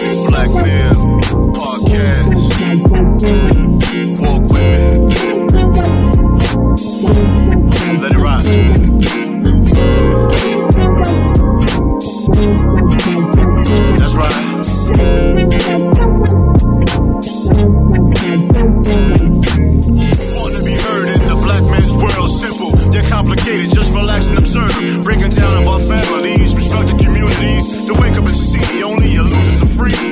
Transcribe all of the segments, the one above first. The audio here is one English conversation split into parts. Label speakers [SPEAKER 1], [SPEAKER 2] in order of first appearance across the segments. [SPEAKER 1] Blackmail Podcast. Walk with me. Let it rock. That's right. Want to be heard in the black man's world? Simple, yet complicated. Just relax and observe. Breaking down of our families, restructured communities. To wake up and see, only your losers are free.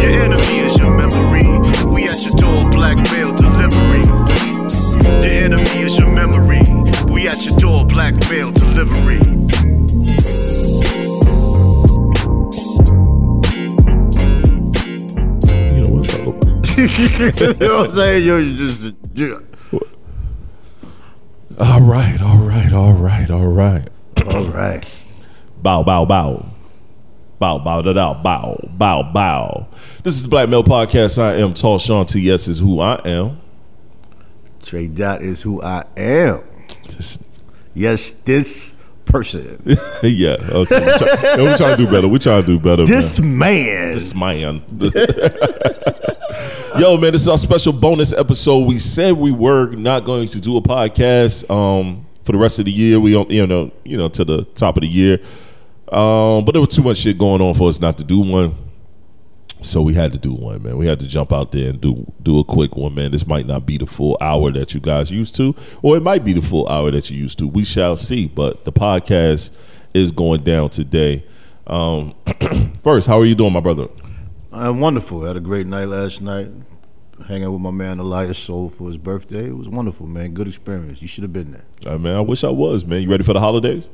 [SPEAKER 1] Your enemy is your memory. We at your door, black mail delivery. Your enemy is your memory. We at your door, black mail delivery.
[SPEAKER 2] You know what though?
[SPEAKER 1] you know what I'm saying? Yo, you just. You,
[SPEAKER 2] All right, all right, all right, all right.
[SPEAKER 1] all right.
[SPEAKER 2] Bow, bow, bow. Bow, bow, da, da, bow, bow, bow. This is the Black Male Podcast. I am Tall Sean TS is who I am.
[SPEAKER 1] Trey Dot is who I am.
[SPEAKER 2] This-
[SPEAKER 1] Yes, this person.
[SPEAKER 2] yeah, okay. We're trying, no, we trying to do better. We're trying to do better. man.
[SPEAKER 1] This man.
[SPEAKER 2] This man. Yo, man, this is our special bonus episode. We said we were not going to do a podcast um, for the rest of the year. We don't, you know, you know, to the top of the year. Um, but there was too much shit going on for us not to do one. So we had to do one, man. We had to jump out there and do do a quick one, man. This might not be the full hour that you guys used to, or it might be the full hour that you used to. We shall see. But the podcast is going down today. Um, first, how are you doing, my brother?
[SPEAKER 1] I'm wonderful. had a great night last night. Hanging with my man Elias Soul for his birthday. It was wonderful, man. Good experience. You should have been there.
[SPEAKER 2] Uh, man, I wish I was, man. You ready for the holidays?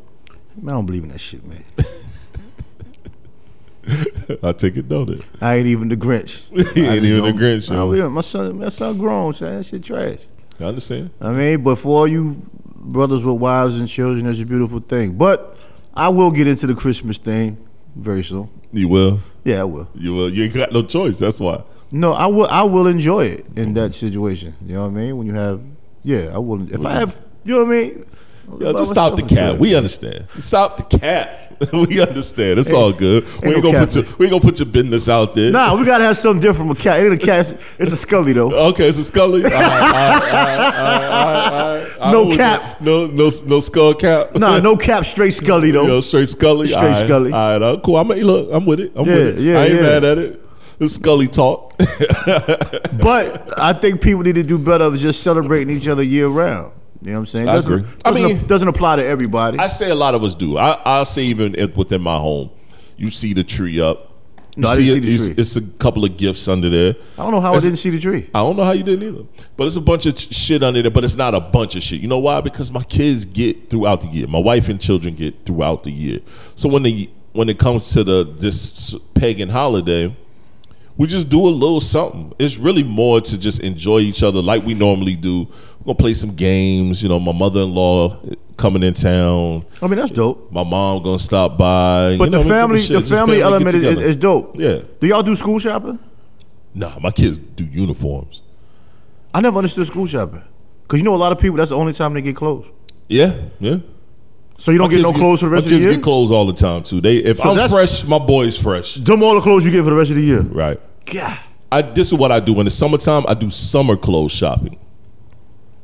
[SPEAKER 1] Man, I don't believe in that shit, man.
[SPEAKER 2] I take it, though. Then.
[SPEAKER 1] I ain't even the Grinch.
[SPEAKER 2] He
[SPEAKER 1] I
[SPEAKER 2] ain't
[SPEAKER 1] just
[SPEAKER 2] even the
[SPEAKER 1] don't-
[SPEAKER 2] Grinch, yo.
[SPEAKER 1] I don't even- my son, my son grown. Son. That shit trash.
[SPEAKER 2] I understand.
[SPEAKER 1] I mean, but for all you brothers with wives and children, that's a beautiful thing. But I will get into the Christmas thing very soon.
[SPEAKER 2] You will.
[SPEAKER 1] Yeah, I will.
[SPEAKER 2] You will. You ain't got no choice. That's why.
[SPEAKER 1] No, I will. I will enjoy it in that situation. You know what I mean? When you have, yeah, I will. If I have, you know what I mean?
[SPEAKER 2] Yo, just stop the cap. We understand. Stop the cap. we understand. It's all good. We
[SPEAKER 1] ain't
[SPEAKER 2] ain't
[SPEAKER 1] no
[SPEAKER 2] gonna
[SPEAKER 1] cap.
[SPEAKER 2] put your we ain't gonna put your business out there.
[SPEAKER 1] nah, we gotta have something different. With cat. It ain't a cat. It's a Scully though.
[SPEAKER 2] Okay, so Scully. All right, all right, all right, all right, all right.
[SPEAKER 1] No
[SPEAKER 2] I was-
[SPEAKER 1] cap.
[SPEAKER 2] No, no, no skull cap.
[SPEAKER 1] Nah, no cap. Straight Scully
[SPEAKER 2] Yo,
[SPEAKER 1] though.
[SPEAKER 2] straight Scully.
[SPEAKER 1] Straight
[SPEAKER 2] All right,
[SPEAKER 1] Scully.
[SPEAKER 2] All right, uh, cool. I'm look. I'm with it. I'm
[SPEAKER 1] Yeah,
[SPEAKER 2] with it.
[SPEAKER 1] yeah,
[SPEAKER 2] I ain't
[SPEAKER 1] yeah.
[SPEAKER 2] mad at it. It's Scully talk.
[SPEAKER 1] But I think people need to do better of just celebrating each other year round. You know what I'm saying?
[SPEAKER 2] I
[SPEAKER 1] Doesn't,
[SPEAKER 2] agree. I
[SPEAKER 1] Doesn't,
[SPEAKER 2] mean-
[SPEAKER 1] doesn't apply to everybody.
[SPEAKER 2] I say a lot of us do. I, I say even if within my home, you see the tree up. You
[SPEAKER 1] No, I didn't see
[SPEAKER 2] it,
[SPEAKER 1] the
[SPEAKER 2] it's,
[SPEAKER 1] tree.
[SPEAKER 2] It's a couple of gifts under there.
[SPEAKER 1] I don't know how I didn't see the tree.
[SPEAKER 2] I don't know how you didn't either, but it's a bunch of ch- shit under there. But it's not a bunch of shit. You know why? Because my kids get throughout the year. My wife and children get throughout the year. So when they when it comes to the this pagan holiday, we just do a little something. It's really more to just enjoy each other like we normally do. We're gonna play some games. You know, my mother in law coming in town.
[SPEAKER 1] I mean, that's dope.
[SPEAKER 2] My mom gonna stop by.
[SPEAKER 1] But
[SPEAKER 2] You
[SPEAKER 1] the
[SPEAKER 2] know, we give a
[SPEAKER 1] family,
[SPEAKER 2] shit.
[SPEAKER 1] the
[SPEAKER 2] Just
[SPEAKER 1] family
[SPEAKER 2] get
[SPEAKER 1] element is,
[SPEAKER 2] together.
[SPEAKER 1] is dope.
[SPEAKER 2] Yeah.
[SPEAKER 1] Do y'all do school shopping?
[SPEAKER 2] Nah, my kids do uniforms.
[SPEAKER 1] I never understood school shopping. Cause you know a lot of people. That's the only time they get clothes.
[SPEAKER 2] Yeah, yeah.
[SPEAKER 1] So you don't get no clothes for the rest
[SPEAKER 2] my
[SPEAKER 1] of the
[SPEAKER 2] kids
[SPEAKER 1] year.
[SPEAKER 2] get clothes all the time too. They if
[SPEAKER 1] So
[SPEAKER 2] I'm
[SPEAKER 1] that's-
[SPEAKER 2] fresh, my boy's fresh.
[SPEAKER 1] Dumb all the clothes you get for the rest of the year.
[SPEAKER 2] Right.
[SPEAKER 1] God.
[SPEAKER 2] I this is what I do in the summertime. I do summer clothes shopping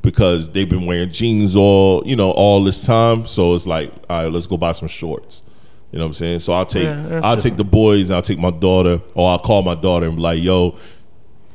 [SPEAKER 2] because they've been wearing jeans all you know all this time. So it's like, all right, let's go buy some shorts. You know what I'm saying? So I'll take
[SPEAKER 1] Yeah, that's
[SPEAKER 2] I'll take the boys. and I'll take my daughter, or I'll call my daughter and be like, yo.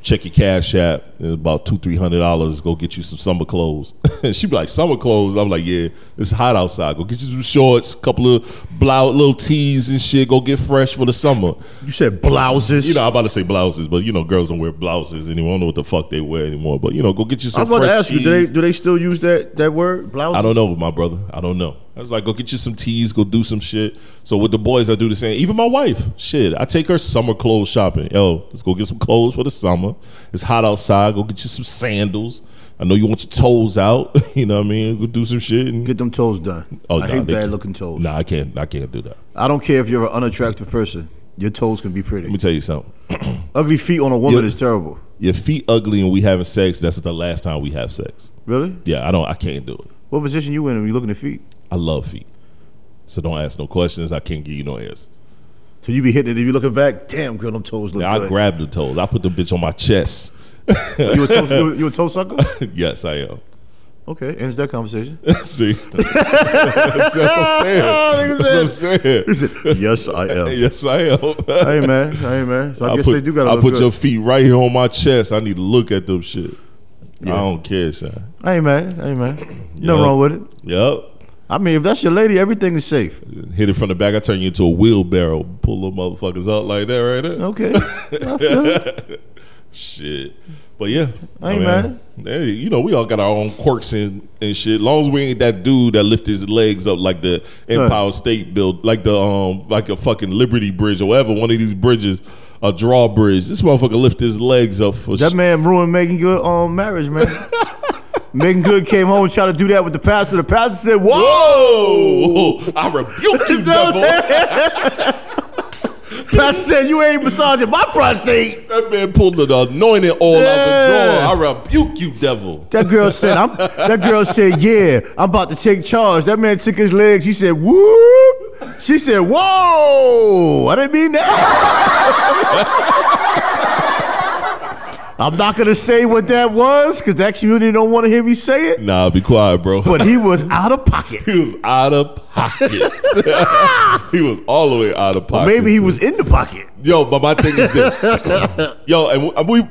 [SPEAKER 2] Check your cash app. It's about two, three hundred dollars. Go get you some summer clothes. And she be like, summer clothes. I'm like, yeah, it's hot outside. Go get you some shorts, couple of blouse, little tees and shit. Go get fresh for the summer.
[SPEAKER 1] You said blouses.
[SPEAKER 2] You know, I'm about to say blouses, but you know, girls don't wear blouses anymore. I don't know what the fuck they wear anymore. But you know, go get you
[SPEAKER 1] I
[SPEAKER 2] some.
[SPEAKER 1] was about to
[SPEAKER 2] fresh
[SPEAKER 1] ask you, do
[SPEAKER 2] tees.
[SPEAKER 1] they do they still use that that word blouses?
[SPEAKER 2] I don't know, my brother. I don't know. I was like, go get you some teas, go do some shit. So with the boys, I do the same. Even my wife, shit, I take her summer clothes shopping. Yo, let's go get some clothes for the summer. It's hot outside. Go get you some sandals. I know you want your toes out. You know what I mean? Go do some shit. And,
[SPEAKER 1] Get them toes done.
[SPEAKER 2] Oh,
[SPEAKER 1] I
[SPEAKER 2] nah,
[SPEAKER 1] hate
[SPEAKER 2] they-
[SPEAKER 1] bad looking toes.
[SPEAKER 2] nah, I can't. I can't do that.
[SPEAKER 1] I don't care if you're an unattractive person. Your toes can be
[SPEAKER 2] Let
[SPEAKER 1] pretty.
[SPEAKER 2] me tell you something.
[SPEAKER 1] Ugly feet on a woman
[SPEAKER 2] Mm. Yeah.
[SPEAKER 1] is terrible.
[SPEAKER 2] Your feet ugly and we having sex. That's the last time we have sex.
[SPEAKER 1] Really?
[SPEAKER 2] Yeah, I don't. I can't do it.
[SPEAKER 1] What position you in when you looking at feet?
[SPEAKER 2] I love feet. So don't ask no questions. I can't give you no answers.
[SPEAKER 1] So you be hitting it. If you looking back, damn, girl, them toes look
[SPEAKER 2] Now, I
[SPEAKER 1] good.
[SPEAKER 2] grabbed the toes. I put the bitch on my chest.
[SPEAKER 1] you a toe, you, a- you a toe sucker?
[SPEAKER 2] yes, I am.
[SPEAKER 1] Okay, ends that conversation.
[SPEAKER 2] See, that's what I'm saying. That's what I'm saying.
[SPEAKER 1] He Oh, said, "Yes, I am."
[SPEAKER 2] Yes, I am.
[SPEAKER 1] Hey man, hey man. So I,
[SPEAKER 2] I
[SPEAKER 1] guess
[SPEAKER 2] put,
[SPEAKER 1] they do got.
[SPEAKER 2] I
[SPEAKER 1] to
[SPEAKER 2] put
[SPEAKER 1] good.
[SPEAKER 2] your feet right here on my chest. I need to look at them shit. I don't care, son.
[SPEAKER 1] Hey man, hey man.
[SPEAKER 2] Yeah.
[SPEAKER 1] Nothing wrong with it.
[SPEAKER 2] Yup.
[SPEAKER 1] I mean, if that's your lady, everything is safe.
[SPEAKER 2] Hit it from the back. I turn you into a wheelbarrow. Pull them motherfuckers out like that right there.
[SPEAKER 1] Okay, I feel it.
[SPEAKER 2] Shit. But yeah. I
[SPEAKER 1] Hey,
[SPEAKER 2] mean,
[SPEAKER 1] man.
[SPEAKER 2] Hey, you know, we all got our own quirks and, and shit. Long as we ain't that dude that lift his legs up like the Empire State build, like the um like a fucking Liberty Bridge or whatever, one of these bridges, a drawbridge. This motherfucker lift his legs up for
[SPEAKER 1] That
[SPEAKER 2] shit.
[SPEAKER 1] man ruined Megan Good um marriage, man. Megan Good came home and tried to do that with the pastor. The pastor said, "Whoa!"
[SPEAKER 2] Whoa! Oh, I rebuke you,
[SPEAKER 1] You know what
[SPEAKER 2] devil.
[SPEAKER 1] I'm saying? pastor said, "You ain't massaging my prostate."
[SPEAKER 2] That man pulled the anointed oil
[SPEAKER 1] Yeah.
[SPEAKER 2] out the door. I rebuke you, devil.
[SPEAKER 1] That girl said, "I'm." That girl said, "Yeah, I'm about to take charge." That man took his legs. He said, "Whoop!" She said, "Whoa!" I didn't mean that. I'm not gonna say what that was because that community don't want to hear me say it.
[SPEAKER 2] Nah, be quiet, bro.
[SPEAKER 1] But he was out of pocket.
[SPEAKER 2] he was out of pocket. he was all the way out of pocket.
[SPEAKER 1] Maybe he was in the pocket.
[SPEAKER 2] Yo, but my thing is this. Yo, and we- and we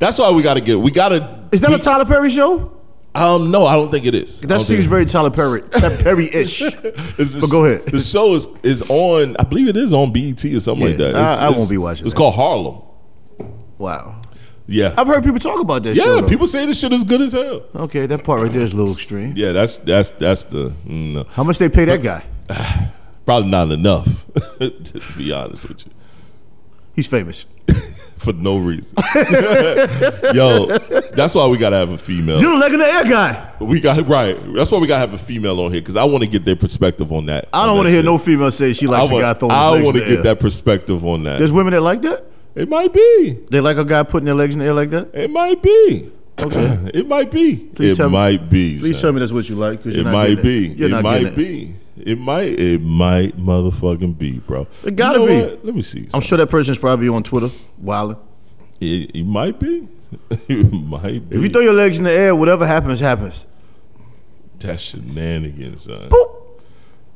[SPEAKER 2] that's why we gotta get we gotta
[SPEAKER 1] Is that a Tyler Perry show?
[SPEAKER 2] um no, I don't think it is.
[SPEAKER 1] That
[SPEAKER 2] I don't think
[SPEAKER 1] seems
[SPEAKER 2] it-
[SPEAKER 1] very Tyler Perry, Perry ish.
[SPEAKER 2] it's-
[SPEAKER 1] but go ahead.
[SPEAKER 2] The show is is on I believe it is on BET or something like
[SPEAKER 1] Yeah,
[SPEAKER 2] that.
[SPEAKER 1] I- I won't
[SPEAKER 2] it's-
[SPEAKER 1] be watching
[SPEAKER 2] It's
[SPEAKER 1] that.
[SPEAKER 2] called Harlem.
[SPEAKER 1] Wow,
[SPEAKER 2] Yeah.
[SPEAKER 1] I've heard people talk about that show.
[SPEAKER 2] yeah,
[SPEAKER 1] though.
[SPEAKER 2] people say this shit is good as hell.
[SPEAKER 1] Okay, that part right there is a little extreme.
[SPEAKER 2] Yeah, that's that's that's the mm, no.
[SPEAKER 1] How much they pay that guy?
[SPEAKER 2] probably not enough. to be honest with you.
[SPEAKER 1] He's famous.
[SPEAKER 2] For no reason. Yo, that's why we gotta have a female.
[SPEAKER 1] You're the leg in the air guy.
[SPEAKER 2] We got right. That's why we gotta have a female on here because I want to get their perspective on that.
[SPEAKER 1] I
[SPEAKER 2] on
[SPEAKER 1] don't
[SPEAKER 2] that
[SPEAKER 1] want to hear
[SPEAKER 2] shit.
[SPEAKER 1] no female say she likes
[SPEAKER 2] I
[SPEAKER 1] a guy
[SPEAKER 2] want,
[SPEAKER 1] throwing his legs in
[SPEAKER 2] to
[SPEAKER 1] the
[SPEAKER 2] get
[SPEAKER 1] air.
[SPEAKER 2] that perspective on that.
[SPEAKER 1] There's women that like that.
[SPEAKER 2] it might be.
[SPEAKER 1] They like a guy putting their legs in the air like that.
[SPEAKER 2] It might be.
[SPEAKER 1] Okay.
[SPEAKER 2] It might be.
[SPEAKER 1] Please
[SPEAKER 2] it
[SPEAKER 1] tell me-
[SPEAKER 2] might be.
[SPEAKER 1] Please
[SPEAKER 2] son.
[SPEAKER 1] tell me that's what you like because
[SPEAKER 2] It
[SPEAKER 1] you're not
[SPEAKER 2] might
[SPEAKER 1] getting
[SPEAKER 2] be.
[SPEAKER 1] It. You're
[SPEAKER 2] It
[SPEAKER 1] not
[SPEAKER 2] might
[SPEAKER 1] getting it.
[SPEAKER 2] be. It might. It might motherfucking be, bro.
[SPEAKER 1] It gotta
[SPEAKER 2] You know
[SPEAKER 1] be.
[SPEAKER 2] what? Let me see.
[SPEAKER 1] I'm sure that person's probably on Twitter wilding.
[SPEAKER 2] It, it might be. it might be.
[SPEAKER 1] If you throw your legs in the air, whatever happens, happens.
[SPEAKER 2] That's shenanigans, son.
[SPEAKER 1] Boop.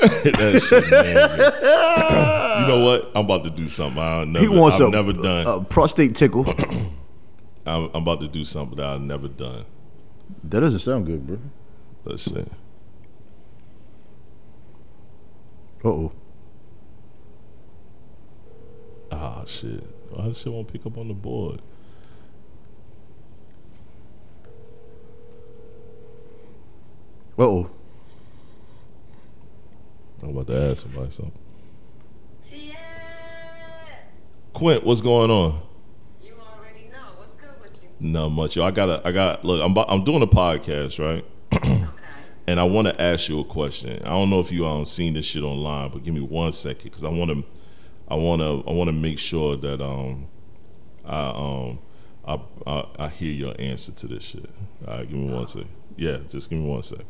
[SPEAKER 2] That's shenanigans. you know what? I'm about to do something I never,
[SPEAKER 1] He wants Uh,
[SPEAKER 2] I've
[SPEAKER 1] a,
[SPEAKER 2] never done.
[SPEAKER 1] a prostate tickle.
[SPEAKER 2] I'm, I'm about to do something that I've never done.
[SPEAKER 1] That doesn't sound good, bro.
[SPEAKER 2] Let's see.
[SPEAKER 1] Uh oh.
[SPEAKER 2] Ah, shit. Why this shit won't pick up on the board?
[SPEAKER 1] Uh oh.
[SPEAKER 2] I'm about to ask somebody something. Quint, what's going on?
[SPEAKER 3] You already know. What's good with you?
[SPEAKER 2] Not much, yo. I gotta, I got. Look, I'm, about- I'm doing a podcast, right?
[SPEAKER 3] Okay.
[SPEAKER 2] And I want to ask you a question. I don't know if you um seen this shit online, but give me one second, cause I want to, I want to, I want to make sure that um, I um, I, I I hear your answer to this shit. All right, give me one second. Yeah, just give me one second.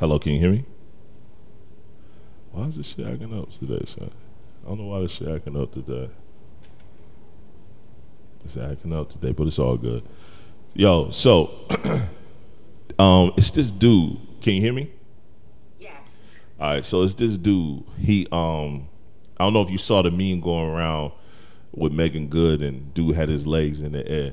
[SPEAKER 2] Hello, can you hear me? Why is this shit acting up today, son? I don't know why this shit acting up today. It's acting up today, but it's all good. Yo, so um, it's this dude. Can you hear me?
[SPEAKER 3] Yes.
[SPEAKER 2] All right, so it's this dude. He um, I don't know if you saw the meme going around with Megan Good and dude had his legs in the air.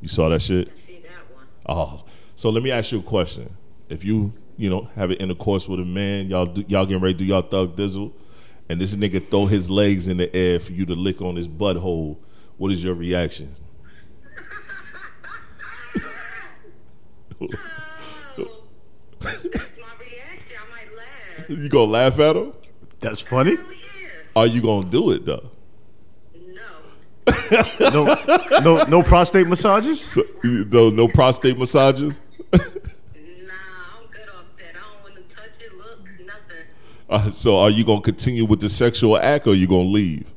[SPEAKER 2] You saw that shit?
[SPEAKER 3] I see that one.
[SPEAKER 2] Oh, so let me ask you a question. If you you know have an intercourse with a man, y'all do, y'all getting ready to do y'all thug dizzle, and this nigga throw his legs in the air for you to lick on his butthole, what is your reaction?
[SPEAKER 3] Oh, that's my reaction. I might laugh.
[SPEAKER 2] You gonna laugh at him?
[SPEAKER 1] That's funny.
[SPEAKER 3] Really is.
[SPEAKER 2] Are you gonna do it though?
[SPEAKER 3] No.
[SPEAKER 1] No, no, no prostate massages.
[SPEAKER 2] So, you- no, no prostate massages.
[SPEAKER 3] Nah, I'm good off that. I don't want to touch it, look, nothing.
[SPEAKER 2] Uh, so are you gonna continue with the sexual act or you gonna leave?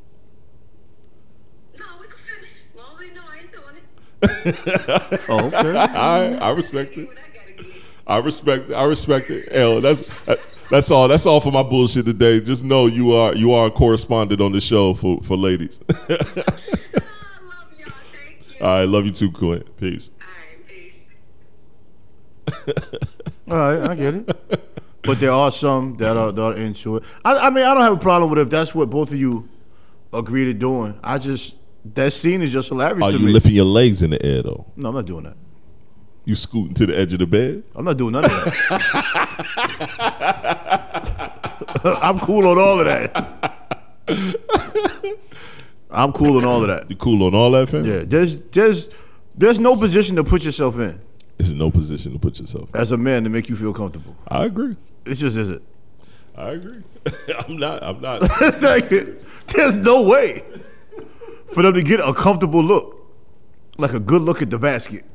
[SPEAKER 3] No, we can finish. As long as you know I ain't doing it.
[SPEAKER 1] Oh, okay.
[SPEAKER 2] I I respect
[SPEAKER 3] Get
[SPEAKER 2] it.
[SPEAKER 3] what I gotta get.
[SPEAKER 2] I respect it. I respect it. L that's uh, That's all. That's all for my bullshit today. Just know you are you are a correspondent on the show for for ladies.
[SPEAKER 3] I love y'all. Thank you.
[SPEAKER 2] All right, love you too, Quinn. Peace.
[SPEAKER 3] All right, peace.
[SPEAKER 1] All right, I get it. But there are some that are, that are into it. I, I mean, I don't have a problem with it if that's what both of you agree to doing. I just that scene is just hilarious
[SPEAKER 2] Are
[SPEAKER 1] to
[SPEAKER 2] you
[SPEAKER 1] me.
[SPEAKER 2] lifting your legs in the air though?
[SPEAKER 1] no, I'm not doing that.
[SPEAKER 2] You scooting to the edge of the bed?
[SPEAKER 1] I'm not doing none of that. I'm cool on all of that. I'm cool on all of that.
[SPEAKER 2] You cool on all that, fam?
[SPEAKER 1] Yeah, there's there's there's no position to put yourself in
[SPEAKER 2] It's no position to put yourself. in.
[SPEAKER 1] as a man to make you feel comfortable.
[SPEAKER 2] I agree.
[SPEAKER 1] It just isn't.
[SPEAKER 2] I agree. I'm not. I'm not.
[SPEAKER 1] Like, there's no way for them to get a comfortable look, like a good look at the basket.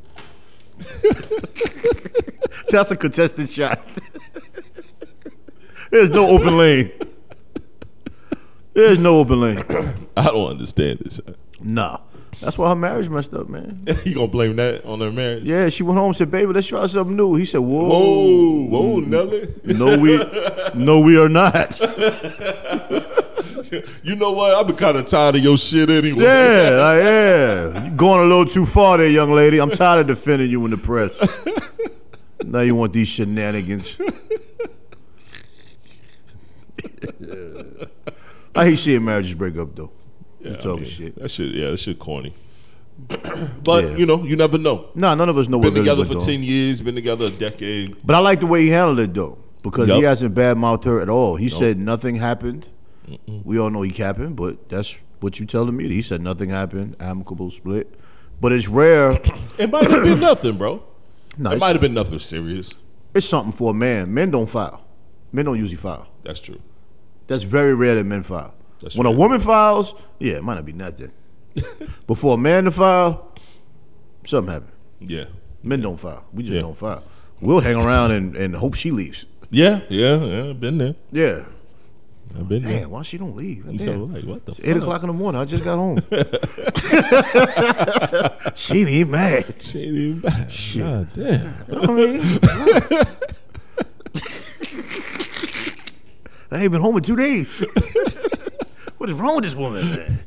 [SPEAKER 1] That's a contested shot. There's no open lane. There's no open lane.
[SPEAKER 2] I don't understand this.
[SPEAKER 1] Nah. That's why her marriage messed up, man.
[SPEAKER 2] you gonna blame that on her marriage?
[SPEAKER 1] Yeah, she went home and said, baby, let's try something new. He said, whoa.
[SPEAKER 2] Whoa, Oh, whoa, Nelly.
[SPEAKER 1] No, we no we are not.
[SPEAKER 2] You know what? I've been kind of tired of your shit anyway.
[SPEAKER 1] Yeah, like, yeah. You going a little too far there, young lady. I'm tired of defending you in the press. now you want these shenanigans. I hate seeing marriages break up though.
[SPEAKER 2] Yeah,
[SPEAKER 1] you
[SPEAKER 2] I
[SPEAKER 1] talking
[SPEAKER 2] mean,
[SPEAKER 1] shit.
[SPEAKER 2] That shit, yeah, that shit corny. but
[SPEAKER 1] Yeah.
[SPEAKER 2] you know, you never know.
[SPEAKER 1] Nah, none of us know what
[SPEAKER 2] Been
[SPEAKER 1] really
[SPEAKER 2] together
[SPEAKER 1] went
[SPEAKER 2] for
[SPEAKER 1] on.
[SPEAKER 2] ten years. Been together a decade.
[SPEAKER 1] But I like the way he handled it though, because
[SPEAKER 2] Yup.
[SPEAKER 1] he hasn't badmouthed her at all. He said nothing happened. We all know he capping, but that's what you telling me. He said nothing happened, amicable split. But it's rare.
[SPEAKER 2] It might have been nothing, bro.
[SPEAKER 1] no,
[SPEAKER 2] It
[SPEAKER 1] it's,
[SPEAKER 2] might have been nothing serious.
[SPEAKER 1] it's something for a man. Men don't file. Men don't usually file.
[SPEAKER 2] That's true.
[SPEAKER 1] That's very rare that men file.
[SPEAKER 2] That's
[SPEAKER 1] when
[SPEAKER 2] rare.
[SPEAKER 1] a woman files, yeah, it might not be nothing. but for a man to file, something happened.
[SPEAKER 2] Yeah.
[SPEAKER 1] Men don't file. We just
[SPEAKER 2] Yeah.
[SPEAKER 1] don't file. We'll hang around and, and hope she leaves.
[SPEAKER 2] Yeah, yeah, yeah. Been there.
[SPEAKER 1] Yeah.
[SPEAKER 2] I've been there.
[SPEAKER 1] Damn, why she don't leave?
[SPEAKER 2] You
[SPEAKER 1] Damn.
[SPEAKER 2] know, like, what the
[SPEAKER 1] It's eight
[SPEAKER 2] fuck?
[SPEAKER 1] o'clock in the morning. I just got home. she ain't even mad.
[SPEAKER 2] She ain't even back.
[SPEAKER 1] Shit.
[SPEAKER 2] God damn.
[SPEAKER 1] You know what I mean? I ain't been home in two days. what is wrong with this woman? man?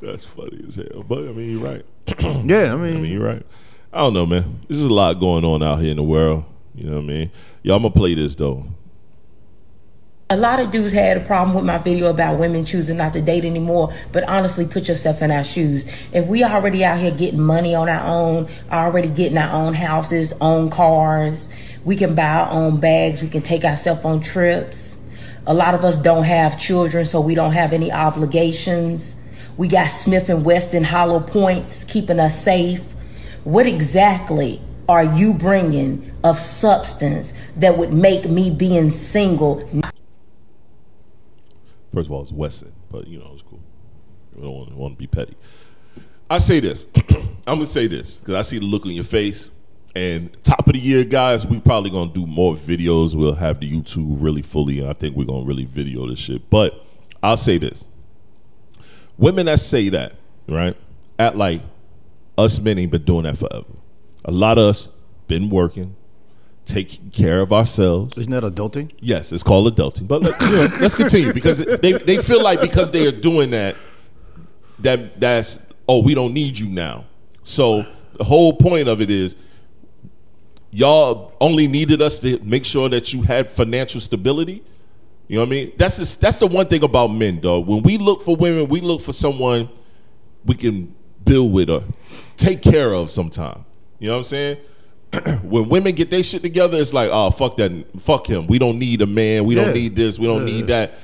[SPEAKER 2] That's funny as hell. But I mean, you're right.
[SPEAKER 1] Yeah, I
[SPEAKER 2] I
[SPEAKER 1] mean,
[SPEAKER 2] mean, you're right. I don't know, man. There's a lot going on out here in the world. You know what I mean? Yo, I'm gonna play this though.
[SPEAKER 4] A lot of dudes had a problem with my video about women choosing not to date anymore, but honestly, put yourself in our shoes. If we already out here getting money on our own, already getting our own houses, own cars, we can buy our own bags, we can take ourselves on trips. A lot of us don't have children, so we don't have any obligations. We got Smith and Weston Hollow Points keeping us safe. What exactly are you bringing of substance that would make me being single
[SPEAKER 2] First of all, it's Wesson, but you know it's cool. I don't want, want to be petty. I say this. I'm gonna say this because I see the look on your face. And top of the year, guys, we probably gonna do more videos. We'll have the YouTube really fully, and I think we're gonna really video this shit. But I'll say this: women that say that, right, act like us men ain't been doing that forever. A lot of us been working, taking care of ourselves.
[SPEAKER 1] isn't that adulting?
[SPEAKER 2] Yes, it's called adulting. But let, us continue because they, they feel like because they are doing that, that that's oh we don't need you now. So the whole point of it is y'all only needed us to make sure that you had financial stability. You know what I mean? That's the, that's the one thing about men, dog. When we look for women, we look for someone we can build with or take care of sometime. You know what I'm saying? when women get their shit together, it's like, oh fuck that, fuck him. We don't need a man. We
[SPEAKER 1] Yeah.
[SPEAKER 2] don't need this. We don't
[SPEAKER 1] Yeah.
[SPEAKER 2] need that.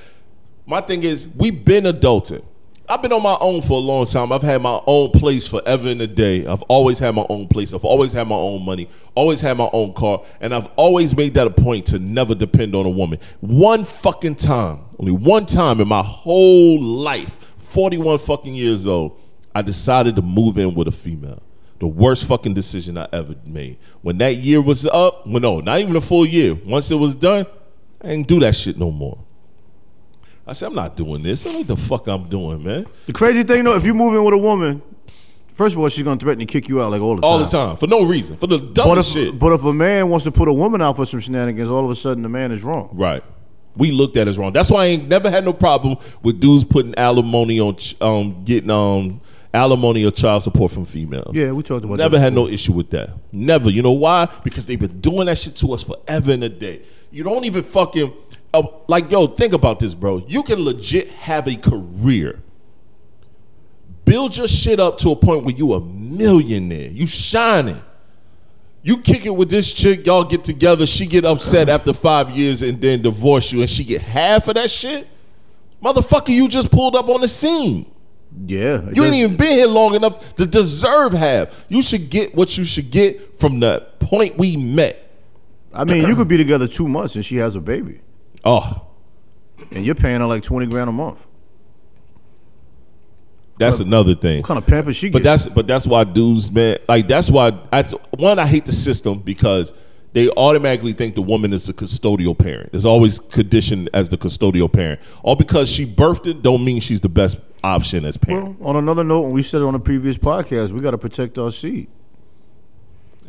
[SPEAKER 2] My thing is, we've been adulting. I've been on my own for a long time. I've had my own place forever and a day. I've always had my own place. I've always had my own money. Always had my own car. And I've always made that a point to never depend on a woman. One fucking time, only one time in my whole life, 41 fucking years old, I decided to move in with a female. The worst fucking decision I ever made. When that year was up, well, no, not even a full year. Once it was done, I didn't do that shit no more. I said, I'm not doing this. I don't know what the fuck I'm doing, man.
[SPEAKER 1] The crazy thing though, if you move in with a woman, first of all, she's gonna threaten to kick you out like all the time.
[SPEAKER 2] All the time. For no reason. For the
[SPEAKER 1] But
[SPEAKER 2] dumbest
[SPEAKER 1] if,
[SPEAKER 2] shit.
[SPEAKER 1] but if a man wants to put a woman out for some shenanigans, all of a sudden the man is wrong.
[SPEAKER 2] Right. we looked at as wrong. That's why I ain't never had no problem with dudes putting alimony on ch- um getting um alimony or child support from females.
[SPEAKER 1] Yeah, we talked about
[SPEAKER 2] Never
[SPEAKER 1] that
[SPEAKER 2] had no issue with that. Never. You know why? Because they've been doing that shit to us forever and a day. You don't even fucking uh, like yo. Think about this, bro. You can legit have a career build your shit up to a point where you a millionaire. You shining. You kick it with this chick, y'all get together, she get upset after five years and then divorce you and she get half of that shit? Motherfucker, you just pulled up on the scene.
[SPEAKER 1] Yeah, it
[SPEAKER 2] You
[SPEAKER 1] does-
[SPEAKER 2] ain't even been here long enough to deserve half. You should get what you should get from the point we met.
[SPEAKER 1] I mean, you could be together two months and she has a baby,
[SPEAKER 2] Oh,
[SPEAKER 1] and you're paying her like twenty grand a month.
[SPEAKER 2] that's another thing.
[SPEAKER 1] What kind of pamper she
[SPEAKER 2] But
[SPEAKER 1] get?
[SPEAKER 2] that's but that's why dudes, man, like that's why I one I hate the system because they automatically think the woman is the custodial parent. It's always conditioned as the custodial parent. All because she birthed it don't mean she's the best option as parent.
[SPEAKER 1] Well, on another note, and we said it on a previous podcast, we got to protect our seed.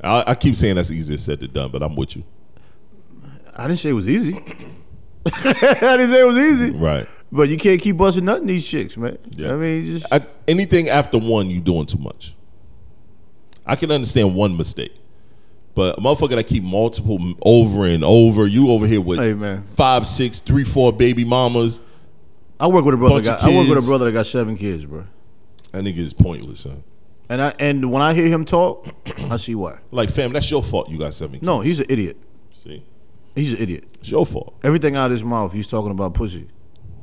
[SPEAKER 2] I, I keep saying that's easier said than done, but I'm with you.
[SPEAKER 1] I didn't say it was easy. I didn't say it was easy,
[SPEAKER 2] Right.
[SPEAKER 1] but you can't keep busting nothing these chicks, man.
[SPEAKER 2] Yeah.
[SPEAKER 1] I mean, just
[SPEAKER 2] I, anything after one, you doing too much. I can understand one mistake, but a motherfucker that keep multiple m- over and over, you over here with
[SPEAKER 1] Hey, man.
[SPEAKER 2] five, six, three, four baby mamas.
[SPEAKER 1] I work with a brother.
[SPEAKER 2] bunch
[SPEAKER 1] That
[SPEAKER 2] of
[SPEAKER 1] got, I work with a
[SPEAKER 2] kids.
[SPEAKER 1] brother that got seven kids, bro.
[SPEAKER 2] That nigga is pointless, son.
[SPEAKER 1] And I and when I hear him talk, I see why.
[SPEAKER 2] Like, fam, that's your fault. You got seven. Kids.
[SPEAKER 1] No, he's an idiot.
[SPEAKER 2] See,
[SPEAKER 1] He's an idiot.
[SPEAKER 2] it's your fault.
[SPEAKER 1] Everything out of his mouth, he's talking about pussy.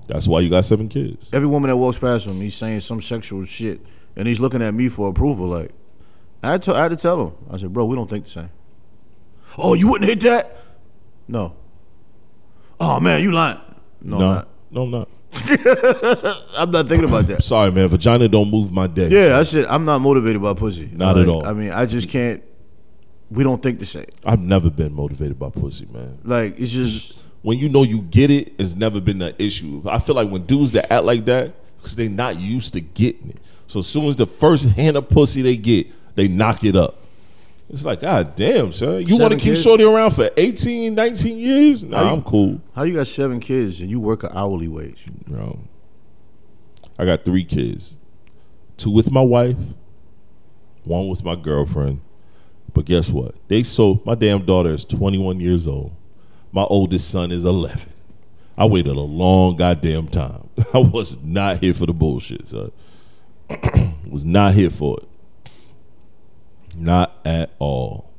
[SPEAKER 2] That's why you got seven kids.
[SPEAKER 1] Every woman that walks past him, he's saying some sexual shit, and he's looking at me for approval. Like, I had to, I had to tell him. I said, bro, we don't think the same. Oh, you wouldn't hit that? No. Oh man, you lying? No, I'm
[SPEAKER 2] No,
[SPEAKER 1] not.
[SPEAKER 2] no, I'm not.
[SPEAKER 1] I'm not thinking about that.
[SPEAKER 2] Sorry, man. Vagina don't move my dick.
[SPEAKER 1] Yeah, I said I'm not motivated by pussy.
[SPEAKER 2] Not at all.
[SPEAKER 1] I mean, I just can't. We don't think the same.
[SPEAKER 2] I've never been motivated by pussy, man.
[SPEAKER 1] Like, it's just.
[SPEAKER 2] when you know you get it, it's never been an issue. I feel like when dudes that act like that, because they not used to getting it. So as soon as the first hand of pussy they get, they knock it up. It's like, God damn, son. You want to
[SPEAKER 1] Seven
[SPEAKER 2] keep
[SPEAKER 1] kids?
[SPEAKER 2] Shorty around for 18, 19 years? Nah, I'm cool.
[SPEAKER 1] How you got seven kids and you work an hourly wage?
[SPEAKER 2] Bro. I got three kids. Two with my wife, one with my girlfriend. But guess what? They so my damn daughter is 21 years old. My oldest son is 11. I waited a long goddamn time. I was not here for the bullshit. Son. was not here for it. Not at all.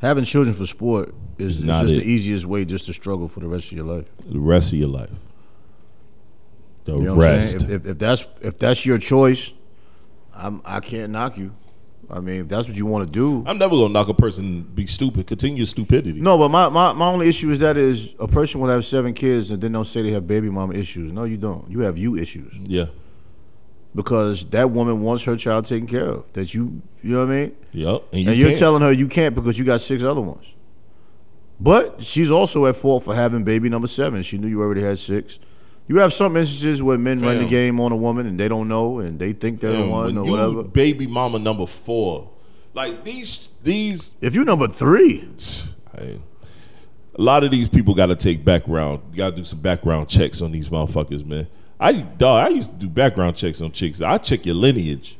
[SPEAKER 1] Having children for sport is, is
[SPEAKER 2] not
[SPEAKER 1] just
[SPEAKER 2] it.
[SPEAKER 1] the easiest way just to struggle for the rest of your life.
[SPEAKER 2] The rest of your life. The
[SPEAKER 1] You know what I'm
[SPEAKER 2] rest.
[SPEAKER 1] saying? If, if, if that's if that's your choice, I'm I can't knock you. I mean, if that's what you want to do.
[SPEAKER 2] I'm never gonna knock a person be stupid. Continue stupidity.
[SPEAKER 1] No, but my, my, my only issue is that is a person will have seven kids and then they'll say they have baby mama issues. No, you don't. You have you issues
[SPEAKER 2] Yeah.
[SPEAKER 1] because that woman wants her child taken care of. That you you know what I mean.
[SPEAKER 2] Yep.
[SPEAKER 1] and you're
[SPEAKER 2] can't.
[SPEAKER 1] telling her you can't because you got six other ones. But she's also at fault for having baby number seven. She knew you already had six. You have some instances where men run the
[SPEAKER 2] Fam.
[SPEAKER 1] game on a woman and they don't know and they think they're the
[SPEAKER 2] Damn,
[SPEAKER 1] one
[SPEAKER 2] when
[SPEAKER 1] or
[SPEAKER 2] you
[SPEAKER 1] whatever.
[SPEAKER 2] Baby mama number four. Like these these
[SPEAKER 1] If you number three,
[SPEAKER 2] I- a lot of these people gotta take background. You gotta do some background checks on these motherfuckers, man. I dog, I used to do background checks on chicks. I check your lineage.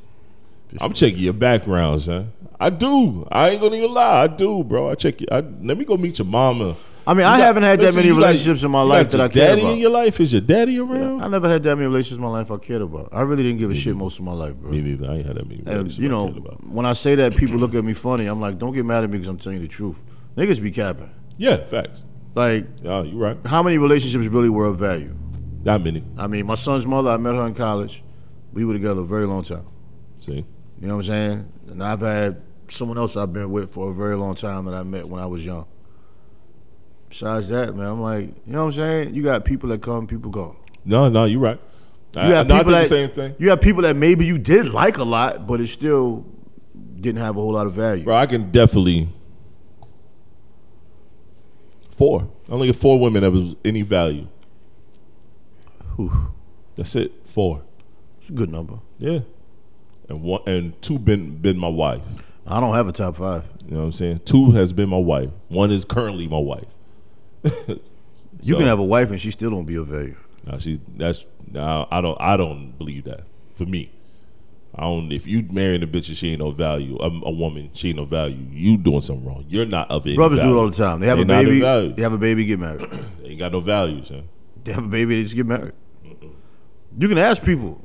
[SPEAKER 2] I'm checking your background, son. I do. I ain't gonna even lie. I do, bro. I check your I, let me go meet your mama.
[SPEAKER 1] I mean,
[SPEAKER 2] You
[SPEAKER 1] I
[SPEAKER 2] got-
[SPEAKER 1] haven't had that many
[SPEAKER 2] you got-
[SPEAKER 1] relationships in my
[SPEAKER 2] you
[SPEAKER 1] life
[SPEAKER 2] got
[SPEAKER 1] that I
[SPEAKER 2] your
[SPEAKER 1] care
[SPEAKER 2] daddy
[SPEAKER 1] about.
[SPEAKER 2] in your life is your daddy around?
[SPEAKER 1] I never had that many relationships in my life I cared about. I really didn't give a shit most of my life, bro.
[SPEAKER 2] Me neither. I ain't had that many.
[SPEAKER 1] And
[SPEAKER 2] relationships
[SPEAKER 1] you
[SPEAKER 2] I
[SPEAKER 1] know,
[SPEAKER 2] cared about.
[SPEAKER 1] when I say that, people look at me funny. I'm like, don't get mad at me because I'm telling you the truth. Niggas be capping.
[SPEAKER 2] yeah, facts.
[SPEAKER 1] Like,
[SPEAKER 2] Yeah, you right.
[SPEAKER 1] how many relationships really were of value?
[SPEAKER 2] Not many.
[SPEAKER 1] I mean, my son's mother, I met her in college. We were together a very long time.
[SPEAKER 2] See.
[SPEAKER 1] You know what I'm saying? And I've had someone else I've been with for a very long time that I met when I was young. Besides that, man, I'm like, you know what I'm saying? You got people that come, people go.
[SPEAKER 2] No, no, you're right. You
[SPEAKER 1] You
[SPEAKER 2] I,
[SPEAKER 1] have
[SPEAKER 2] no, I
[SPEAKER 1] people
[SPEAKER 2] think the
[SPEAKER 1] that
[SPEAKER 2] same thing.
[SPEAKER 1] You have people that maybe you did like a lot, but it still didn't have a whole lot of value.
[SPEAKER 2] Bro, I can definitely four. I only get four women that was any value. That's it. Four.
[SPEAKER 1] It's a good number.
[SPEAKER 2] Yeah. And one and two been been my wife.
[SPEAKER 1] I don't have a top five.
[SPEAKER 2] You know what I'm saying? Two has been my wife. One is currently my wife.
[SPEAKER 1] You
[SPEAKER 2] So-
[SPEAKER 1] can have a wife and she still don't be of value.
[SPEAKER 2] No, she that's no, I don't I don't believe that. For me. I don't if you marrying a bitch and she ain't no value, a, a woman, she ain't no value, you doing something wrong. You're not of it.
[SPEAKER 1] Brothers do it all the time. They have
[SPEAKER 2] They not
[SPEAKER 1] a baby.
[SPEAKER 2] value.
[SPEAKER 1] They have a baby. Get married.
[SPEAKER 2] They ain't got no value, son.
[SPEAKER 1] they have a baby. They just get married. You can ask people.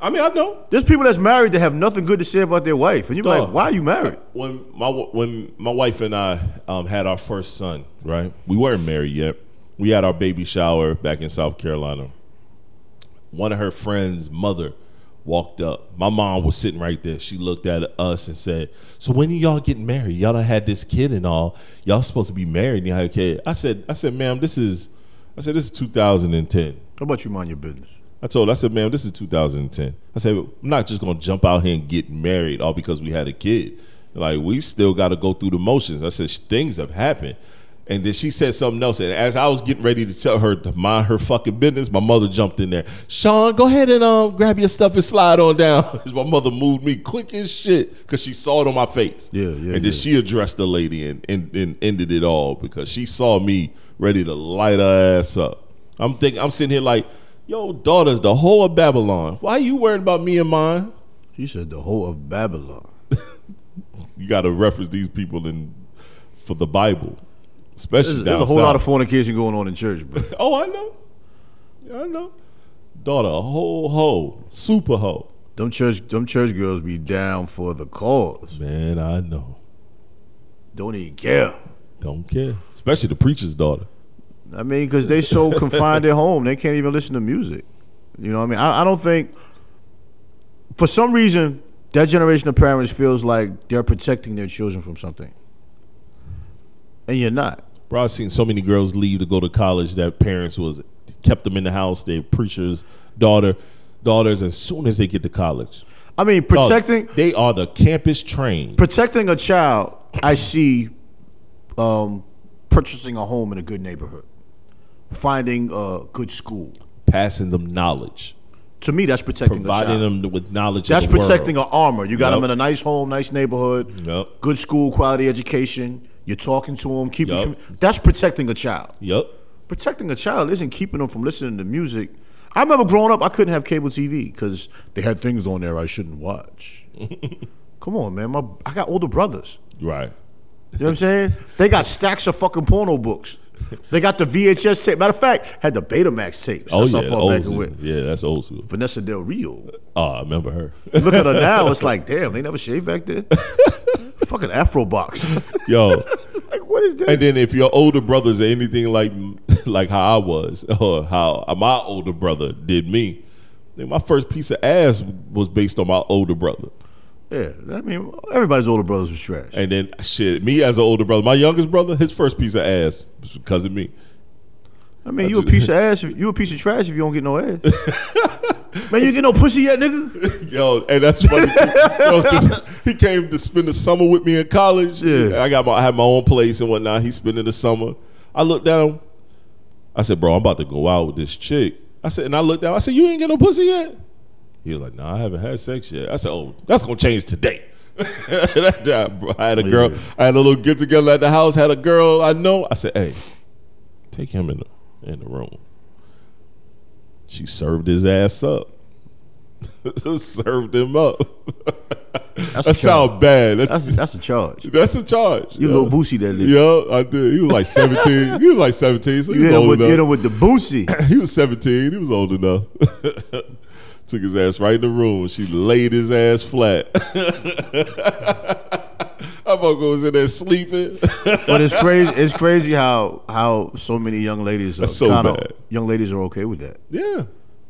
[SPEAKER 2] I mean, I know.
[SPEAKER 1] There's people that's married that have nothing good to say about their wife, and you're
[SPEAKER 2] Dog.
[SPEAKER 1] like, why are you married?
[SPEAKER 2] When my w- when my wife and I um, had our first son, right? We weren't married yet. We had our baby shower back in South Carolina. One of her friends' mother walked up. My mom was sitting right there. She looked at us and said, "So when y'all getting married? Y'all done had this kid and all. Y'all supposed to be married and y'all had a kid." I said, "I said, ma'am, this is, I said, this is 2010."
[SPEAKER 1] How about you mind your business?
[SPEAKER 2] I told her, I said, ma'am, this is 2010. I said, I'm not just gonna jump out here and get married all because we had a kid. Like we still gotta go through the motions. I said, things have happened. And then she said something else. And as I was getting ready to tell her to mind her fucking business, my mother jumped in there. Sean, go ahead and um grab your stuff and slide on down. my mother moved me quick as shit because she saw it on my face.
[SPEAKER 1] Yeah, yeah,
[SPEAKER 2] And then
[SPEAKER 1] yeah.
[SPEAKER 2] she addressed the lady and, and, and ended it all because she saw me ready to light her ass up. I'm thinking, I'm sitting here like, yo, daughter's the whole of Babylon. Why you worrying about me and mine?
[SPEAKER 1] He said the whole of Babylon.
[SPEAKER 2] You got to reference these people in for the Bible, especially
[SPEAKER 1] There's,
[SPEAKER 2] down
[SPEAKER 1] there's a whole
[SPEAKER 2] south.
[SPEAKER 1] lot of fornication going on in church, bro.
[SPEAKER 2] Oh, I know, Yeah, I know. Daughter, a whole hoe, super hoe.
[SPEAKER 1] them church, them church girls be down for the cause.
[SPEAKER 2] Man, I know.
[SPEAKER 1] Don't even care.
[SPEAKER 2] Don't care, especially the preacher's daughter.
[SPEAKER 1] I mean, because they so confined at home, they can't even listen to music. You know what I mean? I, I don't think, for some reason, that generation of parents feels like they're protecting their children from something, and you're not.
[SPEAKER 2] Bro, I've seen so many girls leave to go to college that parents was kept them in the house. They preachers, daughter, daughters. As soon as they get to college,
[SPEAKER 1] I mean,
[SPEAKER 2] Dog,
[SPEAKER 1] protecting
[SPEAKER 2] they are the campus train.
[SPEAKER 1] protecting a child, I see um, purchasing a home in a good neighborhood, finding a good school.
[SPEAKER 2] passing them knowledge,
[SPEAKER 1] To me, that's protecting the
[SPEAKER 2] providing
[SPEAKER 1] child.
[SPEAKER 2] them with knowledge.
[SPEAKER 1] that's
[SPEAKER 2] of the
[SPEAKER 1] protecting
[SPEAKER 2] world.
[SPEAKER 1] an armor. You got
[SPEAKER 2] Yup.
[SPEAKER 1] them in a nice home, nice neighborhood,
[SPEAKER 2] Yup.
[SPEAKER 1] good school, quality education. You're talking to them, keeping.
[SPEAKER 2] Yup.
[SPEAKER 1] commu- That's protecting a child.
[SPEAKER 2] Yep.
[SPEAKER 1] Protecting a child isn't keeping them from listening to music. I remember growing up, I couldn't have cable TV because they had things on there I shouldn't watch. Come on, man. My, I got older brothers.
[SPEAKER 2] Right.
[SPEAKER 1] You know what I'm saying? They got stacks of fucking porno books. They got the VHS tape. Matter of fact, had the Betamax tapes.
[SPEAKER 2] Oh
[SPEAKER 1] That's
[SPEAKER 2] yeah.
[SPEAKER 1] how far
[SPEAKER 2] Old
[SPEAKER 1] back it
[SPEAKER 2] school.
[SPEAKER 1] went.
[SPEAKER 2] Yeah, that's old school.
[SPEAKER 1] Vanessa Del Rio.
[SPEAKER 2] Oh, I remember her.
[SPEAKER 1] Look at her now. It's like, damn, they never shaved back then. fucking Afro box.
[SPEAKER 2] Yo.
[SPEAKER 1] like, what is this?
[SPEAKER 2] And then if your older brothers are anything like like how I was or how my older brother did me, then my first piece of ass was based on my older brother.
[SPEAKER 1] yeah, I mean, everybody's older brothers was trash.
[SPEAKER 2] And then shit, me as an older brother, my youngest brother, his first piece of ass was because of me.
[SPEAKER 1] I mean, you a piece of ass. If, you a piece of trash if you don't get no ass. man, you get no pussy yet, nigga.
[SPEAKER 2] Yo, and that's funny. too. Yo, 'cause he came to spend the summer with me in college.
[SPEAKER 1] Yeah.
[SPEAKER 2] I got my I had my own place and whatnot. He spending the summer. I looked down. I said, "Bro, I'm about to go out with this chick." I said, and I looked down. I said, "You ain't get no pussy yet." He was like, "No, I haven't had sex yet." I said, "Oh, that's gonna change today." That guy, bro, I had a girl.
[SPEAKER 1] Yeah.
[SPEAKER 2] I had a little get together at the house. Had a girl I know. I said, "Hey, take him in the in the room." She served his ass up. served him up.
[SPEAKER 1] That's a
[SPEAKER 2] That
[SPEAKER 1] charge.
[SPEAKER 2] sound bad. That's,
[SPEAKER 1] That's, that's a charge.
[SPEAKER 2] that's a charge.
[SPEAKER 1] You
[SPEAKER 2] yeah.
[SPEAKER 1] little boosie that nigga.
[SPEAKER 2] Yeah, I did. He was like seventeen. he was like seventeen, so he
[SPEAKER 1] You
[SPEAKER 2] was
[SPEAKER 1] hit him,
[SPEAKER 2] old
[SPEAKER 1] with,
[SPEAKER 2] enough.
[SPEAKER 1] hit him with the boosie.
[SPEAKER 2] He was seventeen. He was old enough. Took his ass right in the room. She laid his ass flat. I'm gonna go in there sleeping.
[SPEAKER 1] But it's crazy. It's crazy how how so many young ladies are
[SPEAKER 2] That's so
[SPEAKER 1] kind of
[SPEAKER 2] bad.
[SPEAKER 1] young ladies are okay with that.
[SPEAKER 2] yeah,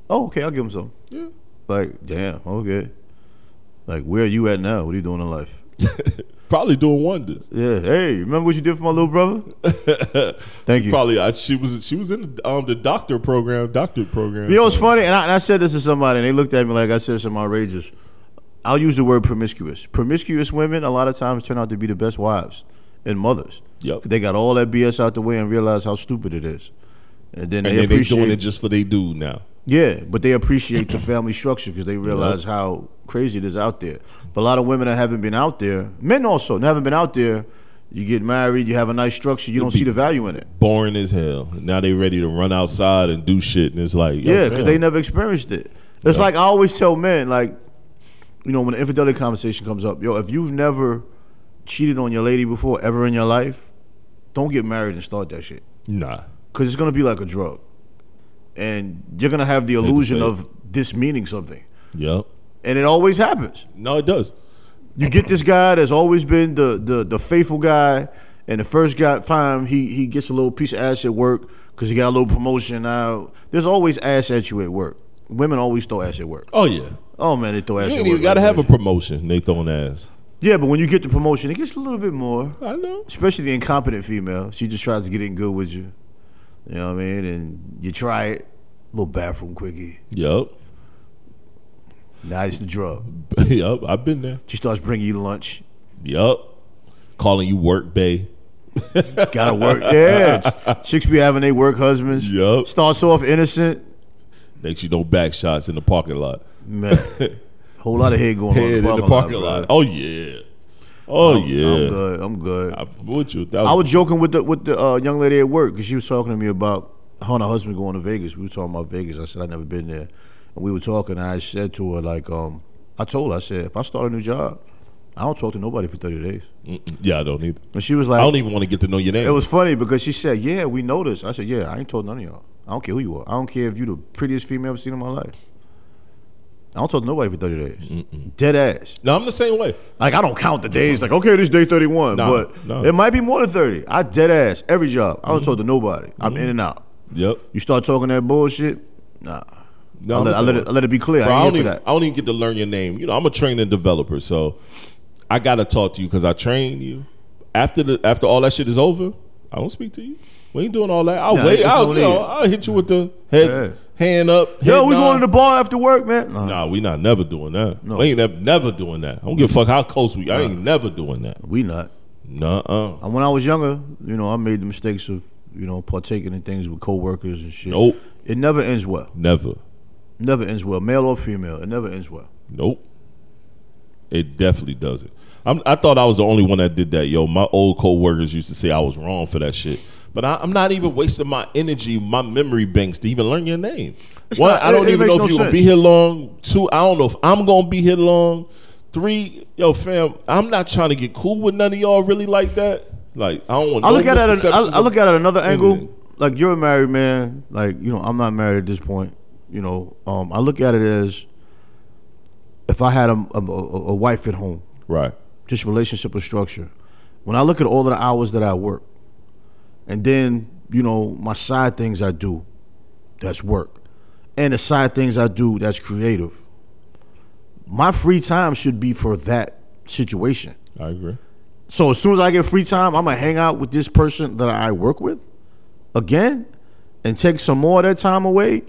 [SPEAKER 1] Oh, okay, I'll give them some.
[SPEAKER 2] yeah.
[SPEAKER 1] Like, damn, okay. Like, where are you at now? What are you doing in life?
[SPEAKER 2] Probably doing wonders.
[SPEAKER 1] Yeah. Hey, remember what you did for my little brother? Thank you.
[SPEAKER 2] Probably I, she was she was in the, um the doctor program, doctorate program.
[SPEAKER 1] You know what's funny? And I, and I said this to somebody, and they looked at me like I said some outrageous. I'll use the word promiscuous. Promiscuous women a lot of times turn out to be the best wives and mothers.
[SPEAKER 2] Yep.
[SPEAKER 1] They got all that BS out the way and realize how stupid it is. And then
[SPEAKER 2] and
[SPEAKER 1] they
[SPEAKER 2] then they
[SPEAKER 1] appreciate
[SPEAKER 2] doing it just for they do now.
[SPEAKER 1] Yeah, but they appreciate the family structure because they realize how crazy it is out there. But a lot of women that haven't been out there, men also, that haven't been out there, You get married, you have a nice structure, you don't see the value in it.
[SPEAKER 2] boring as hell. Now they ready to run outside and do shit, and it's like yo,
[SPEAKER 1] Yeah, because
[SPEAKER 2] fam,
[SPEAKER 1] they never experienced it. It's like I always tell men, like, you know, when the infidelity conversation comes up, yo, if you've never cheated on your lady before ever in your life, don't get married and start that shit.
[SPEAKER 2] nah.
[SPEAKER 1] Because it's going to be like a drug. And you're going to have the illusion
[SPEAKER 2] said.
[SPEAKER 1] of this meaning something.
[SPEAKER 2] Yep.
[SPEAKER 1] And it always happens.
[SPEAKER 2] No, it does.
[SPEAKER 1] You get this guy that's always been the the, the faithful guy, and the first guy time he he gets a little piece of ass at work because he got a little promotion. Now there's always ass at you at work. Women always throw ass at work.
[SPEAKER 2] Oh yeah.
[SPEAKER 1] Oh man, they throw ass
[SPEAKER 2] You
[SPEAKER 1] at
[SPEAKER 2] ain't
[SPEAKER 1] work.
[SPEAKER 2] even gotta
[SPEAKER 1] like
[SPEAKER 2] have a
[SPEAKER 1] crazy.
[SPEAKER 2] promotion. They throwing ass.
[SPEAKER 1] yeah, but when you get the promotion, it gets a little bit more.
[SPEAKER 2] I know.
[SPEAKER 1] Especially the incompetent female, she just tries to get in good with you. You know what I mean? And you try it, little bathroom quickie.
[SPEAKER 2] Yep.
[SPEAKER 1] Now it's the drug.
[SPEAKER 2] yep. I've been there.
[SPEAKER 1] She starts bringing you lunch.
[SPEAKER 2] Yep. Calling you work bay.
[SPEAKER 1] Gotta work. Yeah. Chicks be having they work husbands.
[SPEAKER 2] Yup.
[SPEAKER 1] Starts off innocent.
[SPEAKER 2] Next you know back shots in the parking lot.
[SPEAKER 1] Man. Whole lot of head going
[SPEAKER 2] Head in
[SPEAKER 1] on in
[SPEAKER 2] the parking lot.
[SPEAKER 1] bro.
[SPEAKER 2] Oh yeah. Oh
[SPEAKER 1] I'm
[SPEAKER 2] yeah.
[SPEAKER 1] good. I'm good.
[SPEAKER 2] I'm with you. That
[SPEAKER 1] I
[SPEAKER 2] was,
[SPEAKER 1] was joking with the with the uh, young lady at work because she was talking to me about her and her husband going to Vegas. We were talking about Vegas. I said I never been there, and we were talking. And I said to her like, um, I told her I said if I start a new job, I don't talk to nobody for thirty days.
[SPEAKER 2] yeah, I don't either.
[SPEAKER 1] And she was
[SPEAKER 2] I
[SPEAKER 1] like,
[SPEAKER 2] don't even want to get to know your name.
[SPEAKER 1] It was funny because she said, "Yeah, we know this." I said, "Yeah, I ain't told none of y'all. I don't care who you are. I don't care if you the prettiest female I've seen in my life. I don't talk to nobody for thirty days. Dead ass.
[SPEAKER 2] no, I'm the same way.
[SPEAKER 1] Like I don't count the days. Like okay, this day thirty one,
[SPEAKER 2] Nah,
[SPEAKER 1] but
[SPEAKER 2] nah. Mm-hmm.
[SPEAKER 1] it might be more than thirty. I dead ass every job. I don't talk to nobody. I'm in and out.
[SPEAKER 2] Yep.
[SPEAKER 1] You start talking that bullshit. Nah,
[SPEAKER 2] No,
[SPEAKER 1] I let,
[SPEAKER 2] I'm the
[SPEAKER 1] I
[SPEAKER 2] same
[SPEAKER 1] let
[SPEAKER 2] way.
[SPEAKER 1] it, I let it be clear.
[SPEAKER 2] Bro,
[SPEAKER 1] I
[SPEAKER 2] I,
[SPEAKER 1] ain't
[SPEAKER 2] don't
[SPEAKER 1] here for
[SPEAKER 2] even,
[SPEAKER 1] that.
[SPEAKER 2] I don't even get to learn your name. You know, I'm a trainer and developer, so I gotta talk to you because I train you. After the after all that shit is over, I don't speak to you. We ain't doing all that. I'll
[SPEAKER 1] Nah,
[SPEAKER 2] wait.
[SPEAKER 1] there's
[SPEAKER 2] I'll,
[SPEAKER 1] no
[SPEAKER 2] you know,
[SPEAKER 1] need.
[SPEAKER 2] I'll hit you with the head hand up.
[SPEAKER 1] Yo,
[SPEAKER 2] head
[SPEAKER 1] we
[SPEAKER 2] nod.
[SPEAKER 1] going to the bar after work, man. Nah,
[SPEAKER 2] Nah, we not never doing that. We ain't never, never doing that. I don't give a fuck how close we. I ain't never doing that.
[SPEAKER 1] we not.
[SPEAKER 2] Nuh uh.
[SPEAKER 1] And when I was younger, you know, I made the mistakes of you know partaking in things with coworkers and shit.
[SPEAKER 2] Nope.
[SPEAKER 1] It never ends well.
[SPEAKER 2] Never.
[SPEAKER 1] Never ends well, male or female. It never ends well.
[SPEAKER 2] Nope. It definitely doesn't. I'm, I thought I was the only one that did that. Yo, my old coworkers used to say I was wrong for that shit. But I, I'm not even wasting my energy, my memory banks to even learn your name. One,
[SPEAKER 1] not-
[SPEAKER 2] I don't
[SPEAKER 1] it- it
[SPEAKER 2] even
[SPEAKER 1] makes
[SPEAKER 2] know
[SPEAKER 1] no
[SPEAKER 2] if you're gonna be
[SPEAKER 1] sense.
[SPEAKER 2] here long. Two, I don't know if I'm gonna be here long. Three, yo, fam, I'm not trying to get cool with none of y'all really like that. Like I don't want.
[SPEAKER 1] I
[SPEAKER 2] no
[SPEAKER 1] look at it. At,
[SPEAKER 2] misconceptions
[SPEAKER 1] I, I look at it at another
[SPEAKER 2] anything.
[SPEAKER 1] angle. Like you're a married man. Like you know, I'm not married at this point. You know, um, I look at it as if I had a, a, a a wife at home,
[SPEAKER 2] of- right.
[SPEAKER 1] just relationship or structure. When I look at all of the hours that I work, and then you know my side things I do, that's work, and the side things I do that's creative. My free time should be for that situation.
[SPEAKER 2] I agree.
[SPEAKER 1] So as soon as I get free time, I'm gonna hang out with this person that I work with again and take some more of that time away.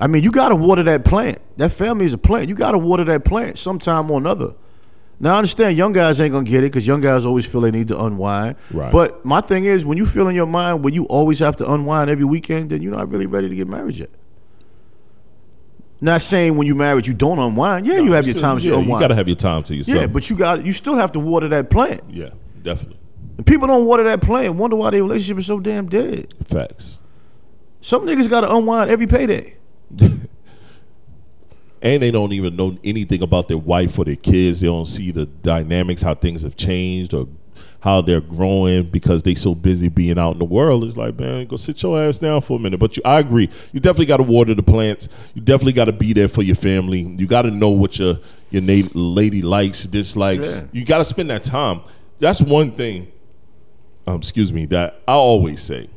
[SPEAKER 1] I mean, you gotta water that plant. That family is a plant. You gotta water that plant sometime or another. Now I understand young guys ain't gonna get it because young guys always feel they need to unwind.
[SPEAKER 2] Right.
[SPEAKER 1] But my thing is, when you feel in your mind where you always have to unwind every weekend, then you're not really ready to get married yet. Not saying when you married you don't unwind. Yeah, you have your
[SPEAKER 2] So,
[SPEAKER 1] times
[SPEAKER 2] yeah,
[SPEAKER 1] you
[SPEAKER 2] you
[SPEAKER 1] unwind.
[SPEAKER 2] gotta have your time to yourself.
[SPEAKER 1] yeah, but you got you still have to water that plant.
[SPEAKER 2] yeah, definitely
[SPEAKER 1] People don't water that plant. Wonder why their relationship is so damn dead.
[SPEAKER 2] facts.
[SPEAKER 1] Some niggas got to unwind every payday.
[SPEAKER 2] and they don't even know anything about their wife or their kids. They don't see the dynamics, how things have changed, or how they're growing because they so busy being out in the world. It's like, man, go sit your ass down for a minute. But you, I agree. You definitely got to water the plants. You definitely got to be there for your family. You got to know what your your na- lady likes, dislikes.
[SPEAKER 1] Yeah.
[SPEAKER 2] You got to spend that time. That's one thing. Um, excuse me. That I always say.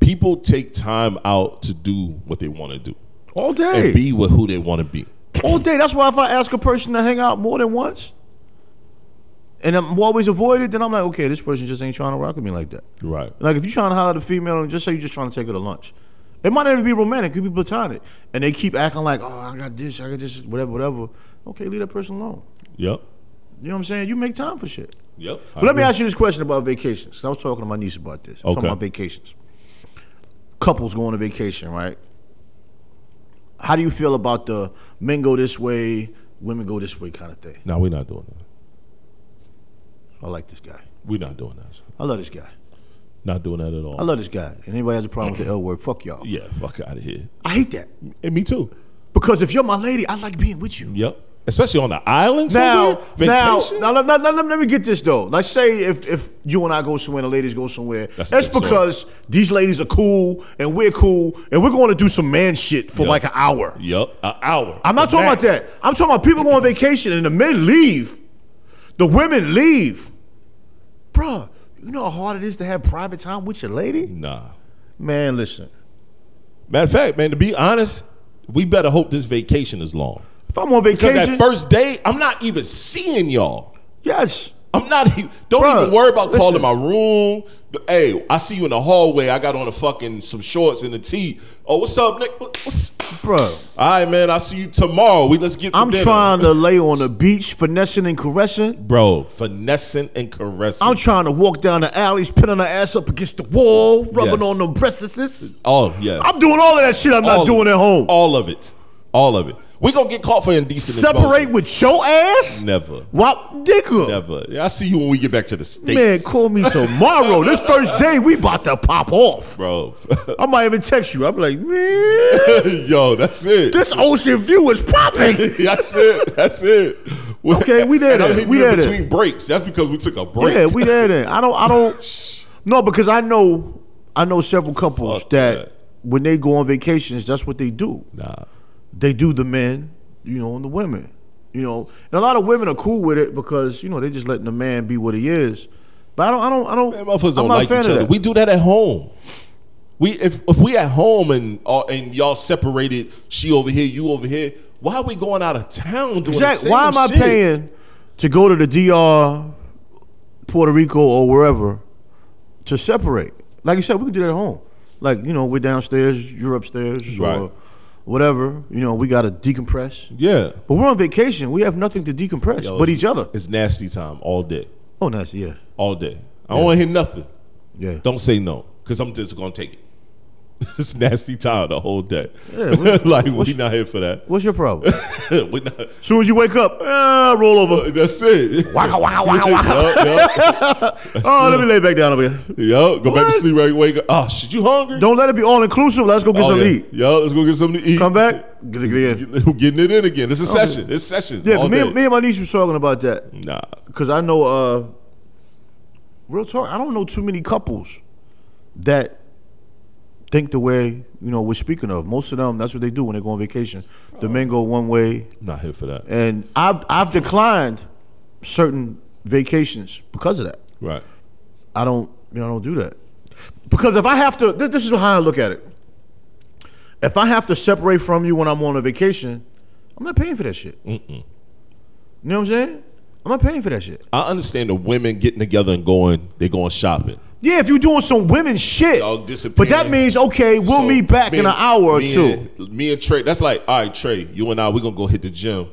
[SPEAKER 2] People take time out to do what they want to do
[SPEAKER 1] All
[SPEAKER 2] and
[SPEAKER 1] day.
[SPEAKER 2] be with who they want to be.
[SPEAKER 1] All day. That's why if I ask a person to hang out more than once and I'm always avoided, then I'm like, okay, this person just ain't trying to rock with me like that.
[SPEAKER 2] Right.
[SPEAKER 1] Like if you trying to holler at a female and just say you're just trying to take her to lunch. It might not even be romantic, it could be platonic. And they keep acting like, oh, I got this, I got this, whatever, whatever. Okay, leave that person alone.
[SPEAKER 2] Yep.
[SPEAKER 1] You know what I'm saying? You make time for shit.
[SPEAKER 2] Yep.
[SPEAKER 1] But let me ask you this question about vacations. 'cause I was talking to my niece about this. I'm
[SPEAKER 2] Okay.
[SPEAKER 1] Talking about vacations. Couples going to vacation, right? How do you feel about the men go this way, women go this way kind of thing?
[SPEAKER 2] No, we're not doing that.
[SPEAKER 1] I like this guy.
[SPEAKER 2] We're not doing that.
[SPEAKER 1] I love this guy.
[SPEAKER 2] Not doing that at all.
[SPEAKER 1] I love this guy. And anybody has a problem with the L word, fuck y'all.
[SPEAKER 2] yeah, fuck out of here.
[SPEAKER 1] I hate that.
[SPEAKER 2] And me too.
[SPEAKER 1] Because if you're my lady, I like being with you.
[SPEAKER 2] Yep. Especially on the island
[SPEAKER 1] Now,
[SPEAKER 2] somewhere.
[SPEAKER 1] now,
[SPEAKER 2] Vacation?
[SPEAKER 1] now, let, let, let, let me get this though. Let's say if, if you and I go somewhere and the ladies go somewhere,
[SPEAKER 2] That's
[SPEAKER 1] that's,
[SPEAKER 2] a good
[SPEAKER 1] because these ladies are cool and we're cool and we're going to do some man shit for
[SPEAKER 2] Yeah.
[SPEAKER 1] like an hour.
[SPEAKER 2] Yep. An hour.
[SPEAKER 1] I'm not
[SPEAKER 2] The
[SPEAKER 1] talking about
[SPEAKER 2] max.
[SPEAKER 1] that. I'm talking about people go on vacation and the men leave, the women leave. Bruh, you know how hard it is to have private time with your lady?
[SPEAKER 2] Nah.
[SPEAKER 1] Man, listen.
[SPEAKER 2] Matter of fact, man, to be honest, we better hope this vacation is long.
[SPEAKER 1] If I'm on
[SPEAKER 2] Because
[SPEAKER 1] vacation,
[SPEAKER 2] that first day, I'm not even seeing y'all.
[SPEAKER 1] yes.
[SPEAKER 2] I'm not. e- Don't
[SPEAKER 1] Bruh,
[SPEAKER 2] even worry about
[SPEAKER 1] listen.
[SPEAKER 2] calling my room. Hey, I see you in the hallway. I got on a fucking some shorts and a tee. Oh, what's up, Nick? What- What's
[SPEAKER 1] Bro,
[SPEAKER 2] all right, man. I will see you tomorrow. We let's get. To
[SPEAKER 1] I'm
[SPEAKER 2] dinner.
[SPEAKER 1] trying to lay on the beach, finessing and caressing.
[SPEAKER 2] bro. Finessing and caressing.
[SPEAKER 1] I'm trying to walk down the alleys, pinning her ass up against the wall, rubbing
[SPEAKER 2] Yes.
[SPEAKER 1] on them breasts.
[SPEAKER 2] oh yeah.
[SPEAKER 1] I'm doing all of that shit I'm
[SPEAKER 2] All
[SPEAKER 1] not
[SPEAKER 2] of
[SPEAKER 1] doing
[SPEAKER 2] it.
[SPEAKER 1] at home.
[SPEAKER 2] All of it. All of it. We gonna get caught for indecent.
[SPEAKER 1] Separate
[SPEAKER 2] exposure.
[SPEAKER 1] with your ass?
[SPEAKER 2] Never.
[SPEAKER 1] Wop, nigga.
[SPEAKER 2] Never. I will see you when we get back to the
[SPEAKER 1] Man,
[SPEAKER 2] states,
[SPEAKER 1] call me tomorrow. this Thursday, we about to pop off.
[SPEAKER 2] bro.
[SPEAKER 1] I might even text you. I'm like, man,
[SPEAKER 2] Yo, that's it.
[SPEAKER 1] this ocean view is popping.
[SPEAKER 2] that's it. That's it.
[SPEAKER 1] Okay, we there
[SPEAKER 2] And I'm
[SPEAKER 1] then.
[SPEAKER 2] hitting
[SPEAKER 1] We
[SPEAKER 2] you in
[SPEAKER 1] there then.
[SPEAKER 2] between breaks. That's because we took a break.
[SPEAKER 1] yeah, we there then. I don't, I don't. No, because I know, I know several couples
[SPEAKER 2] Fuck
[SPEAKER 1] that,
[SPEAKER 2] that.
[SPEAKER 1] when they go on vacations, that's what they do.
[SPEAKER 2] Nah.
[SPEAKER 1] They do the men, you know, and the women, you know. And a lot of women are cool with it because you know they just letting the man be what he is. But I don't, I don't, I don't.
[SPEAKER 2] Man, motherfuckers
[SPEAKER 1] I'm
[SPEAKER 2] don't
[SPEAKER 1] not
[SPEAKER 2] like
[SPEAKER 1] a fan
[SPEAKER 2] each
[SPEAKER 1] of
[SPEAKER 2] other.
[SPEAKER 1] that.
[SPEAKER 2] We do that at home. We if if we at home and uh, and y'all separated, she over here, you over here. Why are we going out of town doing
[SPEAKER 1] Exactly.
[SPEAKER 2] the same
[SPEAKER 1] Why am I
[SPEAKER 2] shit?
[SPEAKER 1] paying to go to the DR, Puerto Rico, or wherever to separate? Like you said, we can do that at home. Like you know, we're downstairs, you're upstairs,
[SPEAKER 2] Right.
[SPEAKER 1] or whatever. You know, we gotta decompress.
[SPEAKER 2] Yeah,
[SPEAKER 1] But we're on vacation. We have nothing to decompress
[SPEAKER 2] Yo,
[SPEAKER 1] but
[SPEAKER 2] it's-
[SPEAKER 1] each other.
[SPEAKER 2] It's nasty time all day,
[SPEAKER 1] Oh, nice. Yeah,
[SPEAKER 2] all day. I don't want to hear nothing.
[SPEAKER 1] yeah.
[SPEAKER 2] Don't say no, cause I'm just gonna take it. it's nasty time the whole day.
[SPEAKER 1] Yeah, what-
[SPEAKER 2] like we
[SPEAKER 1] what's-
[SPEAKER 2] not here for that.
[SPEAKER 1] What's your problem? as
[SPEAKER 2] we not.
[SPEAKER 1] soon as you wake up, eh, roll over.
[SPEAKER 2] That's it.
[SPEAKER 1] Waka waka waka waka.
[SPEAKER 2] Yup, yup,
[SPEAKER 1] Oh, let me lay back down over here.
[SPEAKER 2] yup. Go back to
[SPEAKER 1] What?
[SPEAKER 2] sleep. Right, wake up. Oh, shit, you hungry?
[SPEAKER 1] Don't let it be all inclusive. Let's go get
[SPEAKER 2] oh,
[SPEAKER 1] some
[SPEAKER 2] yeah.
[SPEAKER 1] eat.
[SPEAKER 2] Yo, let's go get something to eat.
[SPEAKER 1] Come back. Get it get it in.
[SPEAKER 2] We're getting it in again. It's a session. It's session.
[SPEAKER 1] Yeah,
[SPEAKER 2] all
[SPEAKER 1] 'cause me,
[SPEAKER 2] day.
[SPEAKER 1] and- me and my niece was talking about that.
[SPEAKER 2] Nah.
[SPEAKER 1] Cause I know, uh, real talk, I don't know too many couples that think the way you know we're speaking of. Most of them, that's what they do when they go on vacation. The men go one way,
[SPEAKER 2] I'm not here for that.
[SPEAKER 1] and I've I've declined certain vacations because of that.
[SPEAKER 2] Right.
[SPEAKER 1] I don't, you know, I don't do that because if I have to, th- this is how I look at it. If I have to separate from you when I'm on a vacation, I'm not paying for that shit. You know what I'm saying? I'm not paying for that shit.
[SPEAKER 2] I understand the women getting together and going, they going shopping.
[SPEAKER 1] Yeah, if you're doing some women shit,
[SPEAKER 2] Y'all disappearing.
[SPEAKER 1] Eh, but that means okay, we'll
[SPEAKER 2] So,
[SPEAKER 1] meet back
[SPEAKER 2] me
[SPEAKER 1] in an
[SPEAKER 2] and-
[SPEAKER 1] hour or
[SPEAKER 2] me
[SPEAKER 1] two.
[SPEAKER 2] and- me and Trey, that's like, all right, Trey, you and I, we're going to go hit the gym.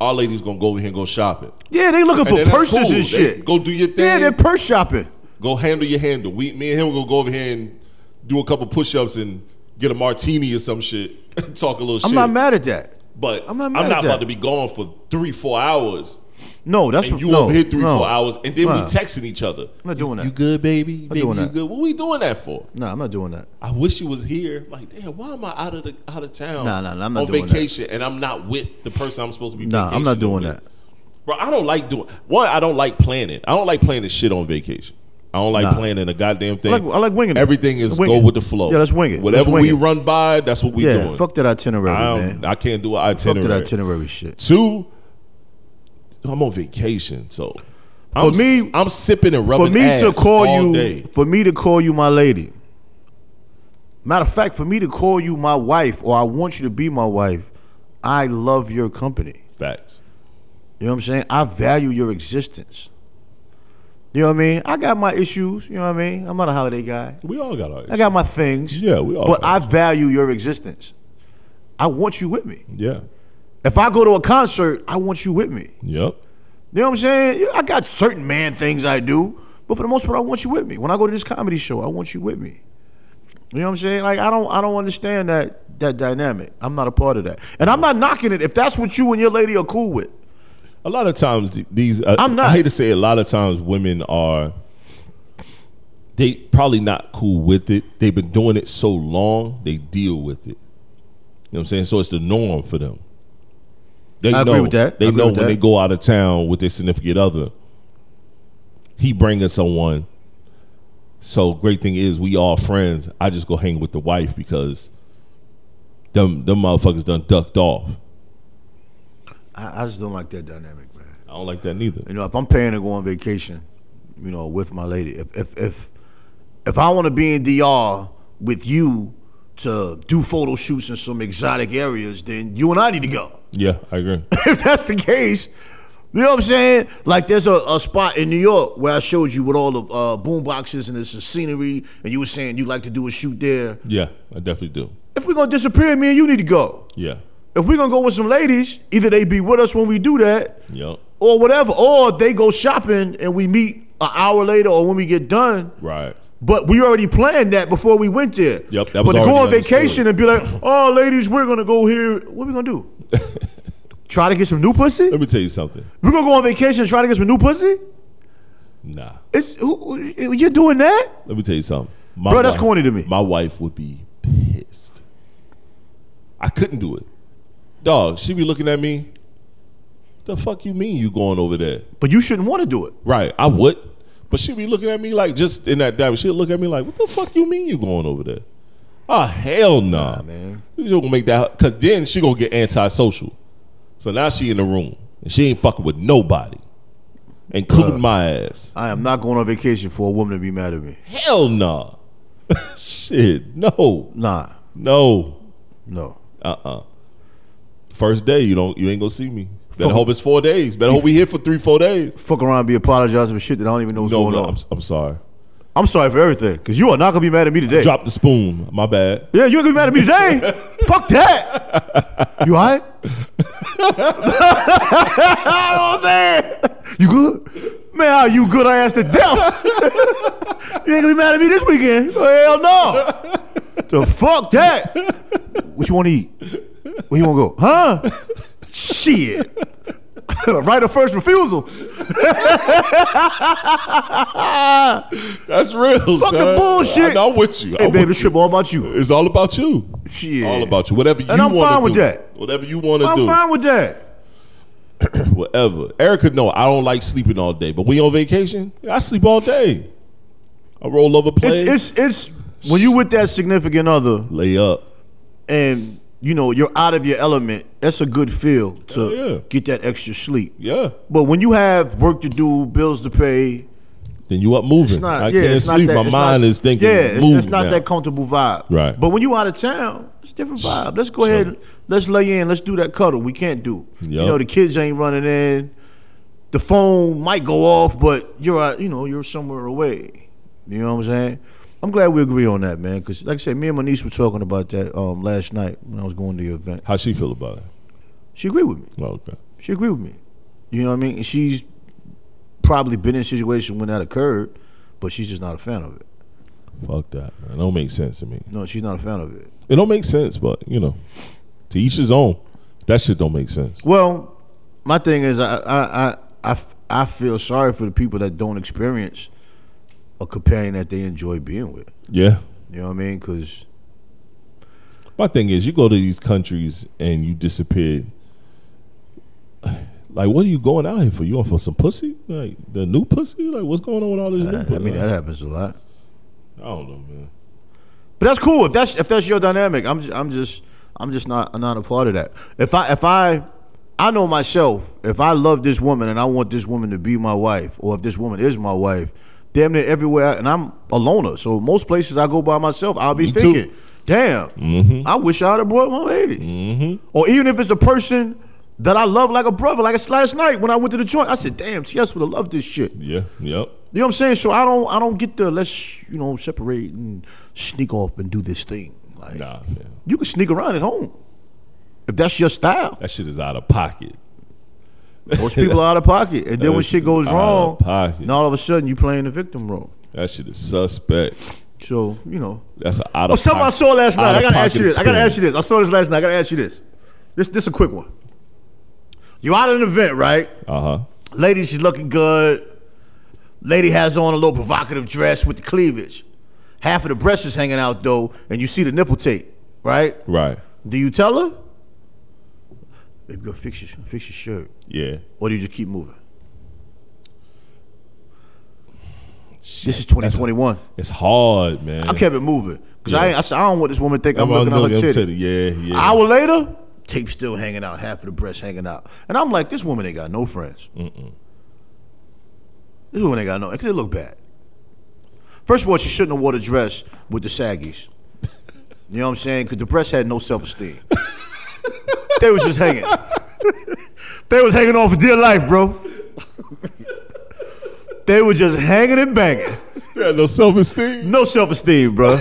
[SPEAKER 2] Our ladies going to go over here and go shopping.
[SPEAKER 1] Yeah, they looking
[SPEAKER 2] And
[SPEAKER 1] for
[SPEAKER 2] then that's
[SPEAKER 1] purses
[SPEAKER 2] cool.
[SPEAKER 1] and
[SPEAKER 2] They
[SPEAKER 1] shit.
[SPEAKER 2] go do your
[SPEAKER 1] Yeah,
[SPEAKER 2] thing.
[SPEAKER 1] they're purse shopping.
[SPEAKER 2] Go handle your handle. We, me and him going to go over here and do a couple push ups and get a martini or some shit. Talk a little shit.
[SPEAKER 1] I'm not mad at that.
[SPEAKER 2] But I'm
[SPEAKER 1] I'm not
[SPEAKER 2] not,
[SPEAKER 1] mad at
[SPEAKER 2] about
[SPEAKER 1] that.
[SPEAKER 2] to be gone for three, four hours.
[SPEAKER 1] No, that's
[SPEAKER 2] And you
[SPEAKER 1] no,
[SPEAKER 2] over here three,
[SPEAKER 1] no.
[SPEAKER 2] four hours, and then we
[SPEAKER 1] Nah.
[SPEAKER 2] texting each other.
[SPEAKER 1] I'm not doing
[SPEAKER 2] You
[SPEAKER 1] that.
[SPEAKER 2] good, baby? baby,
[SPEAKER 1] doing
[SPEAKER 2] you
[SPEAKER 1] that.
[SPEAKER 2] good? What we doing that for?
[SPEAKER 1] No, I'm not doing that.
[SPEAKER 2] I wish you was here. Like, damn, why am I out of the out of town?
[SPEAKER 1] Nah, nah, nah, I'm not
[SPEAKER 2] on
[SPEAKER 1] doing that.
[SPEAKER 2] vacation, and I'm not with the person I'm supposed to be.
[SPEAKER 1] Nah, I'm not
[SPEAKER 2] vacationing
[SPEAKER 1] doing
[SPEAKER 2] with.
[SPEAKER 1] that.
[SPEAKER 2] Bro, I don't like doing. One, I don't like planning. I don't like planning shit on vacation. I don't like
[SPEAKER 1] Nah.
[SPEAKER 2] planning a goddamn thing.
[SPEAKER 1] I like- I like winging it.
[SPEAKER 2] Everything is
[SPEAKER 1] Wing
[SPEAKER 2] go
[SPEAKER 1] it.
[SPEAKER 2] with the flow.
[SPEAKER 1] Yeah, let's wing it. Let's
[SPEAKER 2] Whatever
[SPEAKER 1] wing
[SPEAKER 2] we
[SPEAKER 1] it.
[SPEAKER 2] run by, that's what we
[SPEAKER 1] yeah,
[SPEAKER 2] doing.
[SPEAKER 1] fuck that itinerary,
[SPEAKER 2] I,
[SPEAKER 1] man.
[SPEAKER 2] don't, I can't do an
[SPEAKER 1] Fuck
[SPEAKER 2] itinerary.
[SPEAKER 1] that itinerary shit.
[SPEAKER 2] Two, I'm on vacation, so
[SPEAKER 1] For
[SPEAKER 2] I'm,
[SPEAKER 1] me-
[SPEAKER 2] I'm sipping and rubbing
[SPEAKER 1] For me to
[SPEAKER 2] ass
[SPEAKER 1] call
[SPEAKER 2] all
[SPEAKER 1] you,
[SPEAKER 2] day.
[SPEAKER 1] for me to call you my lady. Matter of fact, for me to call you my wife, or I want you to be my wife, I love your company.
[SPEAKER 2] Facts.
[SPEAKER 1] You know what I'm saying? I value your existence. You know what I mean? I got my issues. You know what I mean? I'm not a holiday guy.
[SPEAKER 2] We all got our
[SPEAKER 1] I got my things.
[SPEAKER 2] Yeah, we all
[SPEAKER 1] But
[SPEAKER 2] got
[SPEAKER 1] I value your existence. I want you with me.
[SPEAKER 2] yeah,
[SPEAKER 1] If I go to a concert, I want you with me.
[SPEAKER 2] yep.
[SPEAKER 1] You know what I'm saying? Yeah, I got certain man things I do, but for the most part, I want you with me. When I go to this comedy show, I want you with me. You know what I'm saying? Like I don't, I don't understand that that dynamic. I'm not a part of that, and I'm not knocking it if that's what you and your lady are cool with.
[SPEAKER 2] a lot of times th- these uh,
[SPEAKER 1] I'm not.
[SPEAKER 2] I hate to say it, a lot of times women are they probably not cool with it. They've been doing it so long, they deal with it. You know what I'm saying? So it's the norm for them. They
[SPEAKER 1] I
[SPEAKER 2] know,
[SPEAKER 1] agree with that. I
[SPEAKER 2] They
[SPEAKER 1] agree
[SPEAKER 2] know
[SPEAKER 1] with
[SPEAKER 2] when
[SPEAKER 1] that.
[SPEAKER 2] they go out of town with their significant other, he bringing someone. So great thing is we all friends. I just go hang with the wife because them them motherfuckers done ducked off.
[SPEAKER 1] I, I just don't like that dynamic, man.
[SPEAKER 2] I don't like that neither.
[SPEAKER 1] You know, if I'm paying to go on vacation, you know, with my lady, if if if if I want to be in DR with you to do photo shoots in some exotic areas, then you and I need to go.
[SPEAKER 2] Yeah, I agree.
[SPEAKER 1] if that's the case, you know what I'm saying? Like there's a, a spot in New York where I showed you with all the uh, boom boxes and there's the scenery, and you were saying you like to do a shoot there.
[SPEAKER 2] Yeah, I definitely do.
[SPEAKER 1] If we're gonna disappear, me and you need to go.
[SPEAKER 2] Yeah.
[SPEAKER 1] If we're gonna go with some ladies, either they be with us when we do that,
[SPEAKER 2] Yep.
[SPEAKER 1] or whatever, or they go shopping and we meet an hour later or when we get done.
[SPEAKER 2] Right.
[SPEAKER 1] But we already planned that before we went there.
[SPEAKER 2] Yep, that was
[SPEAKER 1] but to go on
[SPEAKER 2] already understood.
[SPEAKER 1] vacation and be like, "Oh, ladies, we're gonna go here. What we gonna do? try to get some new pussy?
[SPEAKER 2] Let me tell you something.
[SPEAKER 1] We're gonna go on vacation and try to get some new pussy?
[SPEAKER 2] Nah.
[SPEAKER 1] It's who, who- you're doing that?
[SPEAKER 2] Let me tell you something. My
[SPEAKER 1] Bro, that's corny to me.
[SPEAKER 2] My wife would be pissed. I couldn't do it. Dog, she be looking at me. The fuck you mean you going over there?
[SPEAKER 1] But you shouldn't want to do it.
[SPEAKER 2] Right, I would. But she be looking at me like just in that dive. She'll look at me like, what the fuck you mean you going over there? Oh hell nah.
[SPEAKER 1] man.
[SPEAKER 2] You just gonna make that cause then she gonna get antisocial. So now she in the room and she ain't fucking with nobody. Including my ass.
[SPEAKER 1] I am not going on vacation for a woman to be mad at me.
[SPEAKER 2] Hell nah. Shit. No.
[SPEAKER 1] Nah,
[SPEAKER 2] No. uh-uh.
[SPEAKER 1] no.
[SPEAKER 2] First day, you don't you ain't gonna see me. Better
[SPEAKER 1] Fuck.
[SPEAKER 2] hope it's four days. Better hope we here for three, four days.
[SPEAKER 1] Fuck around, and be apologizing for shit that I don't even know what's
[SPEAKER 2] No,
[SPEAKER 1] going
[SPEAKER 2] no,
[SPEAKER 1] on.
[SPEAKER 2] I'm, I'm sorry.
[SPEAKER 1] I'm sorry for everything, cause you are not gonna be mad at me today.
[SPEAKER 2] Drop the spoon. My bad.
[SPEAKER 1] Yeah, you ain't gonna be mad at me today. Fuck that. You alright? you know what I'm saying? You good? Man, how you good? I asked to death. you ain't gonna be mad at me this weekend. Hell no. The fuck that. What you wanna eat? Where you wanna go? Huh? Shit. right of first refusal.
[SPEAKER 2] That's real. Fuck
[SPEAKER 1] the bullshit.
[SPEAKER 2] I, am with you.
[SPEAKER 1] Hey,
[SPEAKER 2] I'm
[SPEAKER 1] baby,
[SPEAKER 2] with
[SPEAKER 1] this
[SPEAKER 2] you.
[SPEAKER 1] trip all about you.
[SPEAKER 2] It's all about you.
[SPEAKER 1] Shit.
[SPEAKER 2] All about you. Whatever you
[SPEAKER 1] And I'm
[SPEAKER 2] want to
[SPEAKER 1] fine
[SPEAKER 2] do.
[SPEAKER 1] with that.
[SPEAKER 2] Whatever you want to
[SPEAKER 1] I'm
[SPEAKER 2] do.
[SPEAKER 1] fine with that.
[SPEAKER 2] Whatever. Erica, no, I don't like sleeping all day. But when you on vacation, I sleep all day. I roll over, play,
[SPEAKER 1] It's it's it's when you with that significant other
[SPEAKER 2] lay up.
[SPEAKER 1] and you know you're out of your element. That's a good feel to
[SPEAKER 2] Hell yeah.
[SPEAKER 1] get that extra sleep.
[SPEAKER 2] Yeah.
[SPEAKER 1] But when you have work to do, bills to pay,
[SPEAKER 2] Then you up moving.
[SPEAKER 1] it's not.
[SPEAKER 2] I
[SPEAKER 1] yeah,
[SPEAKER 2] can't
[SPEAKER 1] it's
[SPEAKER 2] sleep.
[SPEAKER 1] not that,
[SPEAKER 2] My
[SPEAKER 1] it's
[SPEAKER 2] mind
[SPEAKER 1] not-
[SPEAKER 2] is thinking.
[SPEAKER 1] Yeah, it's-
[SPEAKER 2] moving
[SPEAKER 1] it's not
[SPEAKER 2] now.
[SPEAKER 1] that comfortable vibe.
[SPEAKER 2] Right.
[SPEAKER 1] But when you out of town, it's a different vibe. Let's go ahead. Let's lay in. Let's do that cuddle. We can't do. You
[SPEAKER 2] Yup.
[SPEAKER 1] know the kids ain't running in. The phone might go off, but you're out. You know you're somewhere away. You know what I'm saying? I'm glad we agree on that, man. Because like I said, me and my niece were talking about that um, last night when I was going to the event.
[SPEAKER 2] How she feel about it?
[SPEAKER 1] She agreed with me.
[SPEAKER 2] Oh, okay.
[SPEAKER 1] She agreed with me. You know what I mean? And she's probably been in a situation when that occurred, but she's just not a fan of it.
[SPEAKER 2] Fuck that. Man. It don't make sense to me.
[SPEAKER 1] No, she's not a fan of it.
[SPEAKER 2] It don't make sense, but you know, to each his own. That shit don't make sense.
[SPEAKER 1] Well, my thing is, I, I, I, I, I feel sorry for the people that don't experience a companion that they enjoy being with.
[SPEAKER 2] Yeah.
[SPEAKER 1] You know what I mean? Because
[SPEAKER 2] My thing is, you go to these countries and you disappear. Like, what are you going out here for? You want for some pussy? Like the new pussy? Like, what's going on with all this new pussy?
[SPEAKER 1] Uh, I mean that happens a lot.
[SPEAKER 2] I don't know, man.
[SPEAKER 1] But that's cool if that's if that's your dynamic. I'm just, I'm just I'm just not not a part of that. If I if I I know myself. If I love this woman and I want this woman to be my wife, or if this woman is my wife, damn near everywhere. I- And I'm a loner, so most places I go by myself, I'll be
[SPEAKER 2] Me too. Mm-hmm.
[SPEAKER 1] thinking, damn, I wish I'd have brought my lady. Or even if it's a person that I love like a brother, like it's last night when I went to the joint, I said, damn, TS would have loved this shit.
[SPEAKER 2] Yeah, yep.
[SPEAKER 1] You know what I'm saying? So I don't I don't get the let's you know separate and sneak off and do this thing. Like
[SPEAKER 2] Nah, man.
[SPEAKER 1] you can sneak around at home if that's your style.
[SPEAKER 2] That shit is out of pocket.
[SPEAKER 1] Most people are out of pocket, and then when shit goes
[SPEAKER 2] Out of
[SPEAKER 1] wrong,
[SPEAKER 2] pocket.
[SPEAKER 1] now all of a sudden you playing the victim role.
[SPEAKER 2] That shit is suspect.
[SPEAKER 1] So you know.
[SPEAKER 2] That's an out of.
[SPEAKER 1] Oh, something I
[SPEAKER 2] pocket-
[SPEAKER 1] saw last night. I gotta
[SPEAKER 2] out-of-pocket
[SPEAKER 1] ask you this. I gotta ask you
[SPEAKER 2] experience.
[SPEAKER 1] this. I saw this last night. I gotta ask you this. This this a quick one. You out at an event, right?
[SPEAKER 2] Uh huh.
[SPEAKER 1] Lady, she's looking good. Lady has on a little provocative dress with the cleavage. Half of the breast is hanging out though, and you see the nipple tape, right?
[SPEAKER 2] Right.
[SPEAKER 1] Do you tell her? Baby girl, fix your fix your shirt.
[SPEAKER 2] Yeah.
[SPEAKER 1] Or do you just keep moving?
[SPEAKER 2] Shit,
[SPEAKER 1] This is
[SPEAKER 2] that's-
[SPEAKER 1] 2021.
[SPEAKER 2] It's hard, man.
[SPEAKER 1] I kept it moving. Cause I ain't, I, said, I don't want this woman to think I'm,
[SPEAKER 2] I'm
[SPEAKER 1] looking
[SPEAKER 2] looking
[SPEAKER 1] at her
[SPEAKER 2] at
[SPEAKER 1] titty.
[SPEAKER 2] titty. Yeah, yeah.
[SPEAKER 1] Hour later, tape still hanging out, half of the breast hanging out, and I'm like, this woman ain't got no friends. This woman ain't got no. Cause it look bad. First of all, she shouldn't have wore the dress with the saggies. You know what I'm saying? Cause the breast had no self esteem. they was just hanging. they was hanging on for dear life, bro. they were just hanging and banging.
[SPEAKER 2] Yeah, no self esteem.
[SPEAKER 1] No self esteem, bro.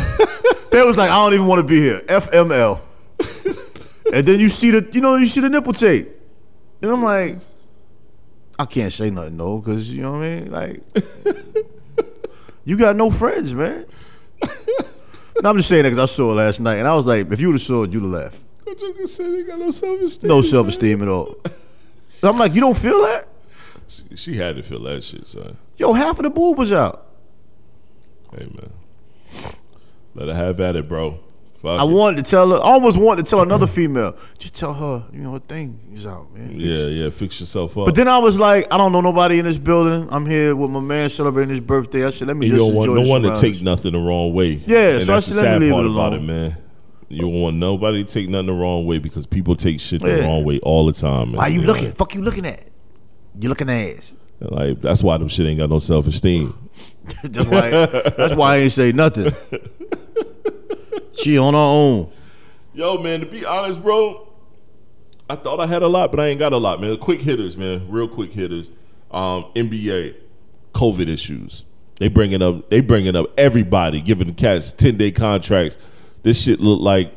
[SPEAKER 1] they was like, I don't even want to be here. FML. and then you see the, you know, you see the nipple tape, and I'm like, I can't say nothing though, because you know what I mean. Like, you got no friends, man. no, I'm just saying that because I saw it last night, and I was like, if you would have saw it, you'd have laughed.
[SPEAKER 2] What you gonna say? They got no self esteem.
[SPEAKER 1] No self esteem at all. And I'm like, you don't feel that?
[SPEAKER 2] She, she had to feel that shit, son.
[SPEAKER 1] Yo, half of the boob was out.
[SPEAKER 2] Hey, man. Let her have at it, bro. Fuck
[SPEAKER 1] I
[SPEAKER 2] it.
[SPEAKER 1] wanted to tell her. I almost wanted to tell another female, just tell her, you know, her thing is out, man. Fix
[SPEAKER 2] Yeah, yeah. Fix yourself up.
[SPEAKER 1] But then I was like, I don't know nobody in this building. I'm here with my man celebrating his birthday. I said, let me
[SPEAKER 2] you
[SPEAKER 1] just
[SPEAKER 2] don't want
[SPEAKER 1] enjoy
[SPEAKER 2] no
[SPEAKER 1] the
[SPEAKER 2] one to
[SPEAKER 1] surroundings.
[SPEAKER 2] take nothing the wrong way.
[SPEAKER 1] Yeah,
[SPEAKER 2] and
[SPEAKER 1] so I
[SPEAKER 2] that's the
[SPEAKER 1] said, let
[SPEAKER 2] sad
[SPEAKER 1] me leave
[SPEAKER 2] part
[SPEAKER 1] it
[SPEAKER 2] about it,
[SPEAKER 1] alone.
[SPEAKER 2] man. You don't want nobody to take nothing the wrong way because people take shit the
[SPEAKER 1] Yeah.
[SPEAKER 2] wrong way all the time.
[SPEAKER 1] Why
[SPEAKER 2] and,
[SPEAKER 1] you
[SPEAKER 2] know,
[SPEAKER 1] looking? Fuck you looking at? You looking at ass.
[SPEAKER 2] Like that's why them shit ain't got no self esteem.
[SPEAKER 1] that's why. that's why I ain't say nothing. she on her own.
[SPEAKER 2] Yo, man, to be honest, bro, I thought I had a lot, but I ain't got a lot, man. Quick hitters, man, real quick hitters. Um, NBA, COVID issues. They bringing up, they bringing up everybody, giving the cats ten day contracts. This shit look like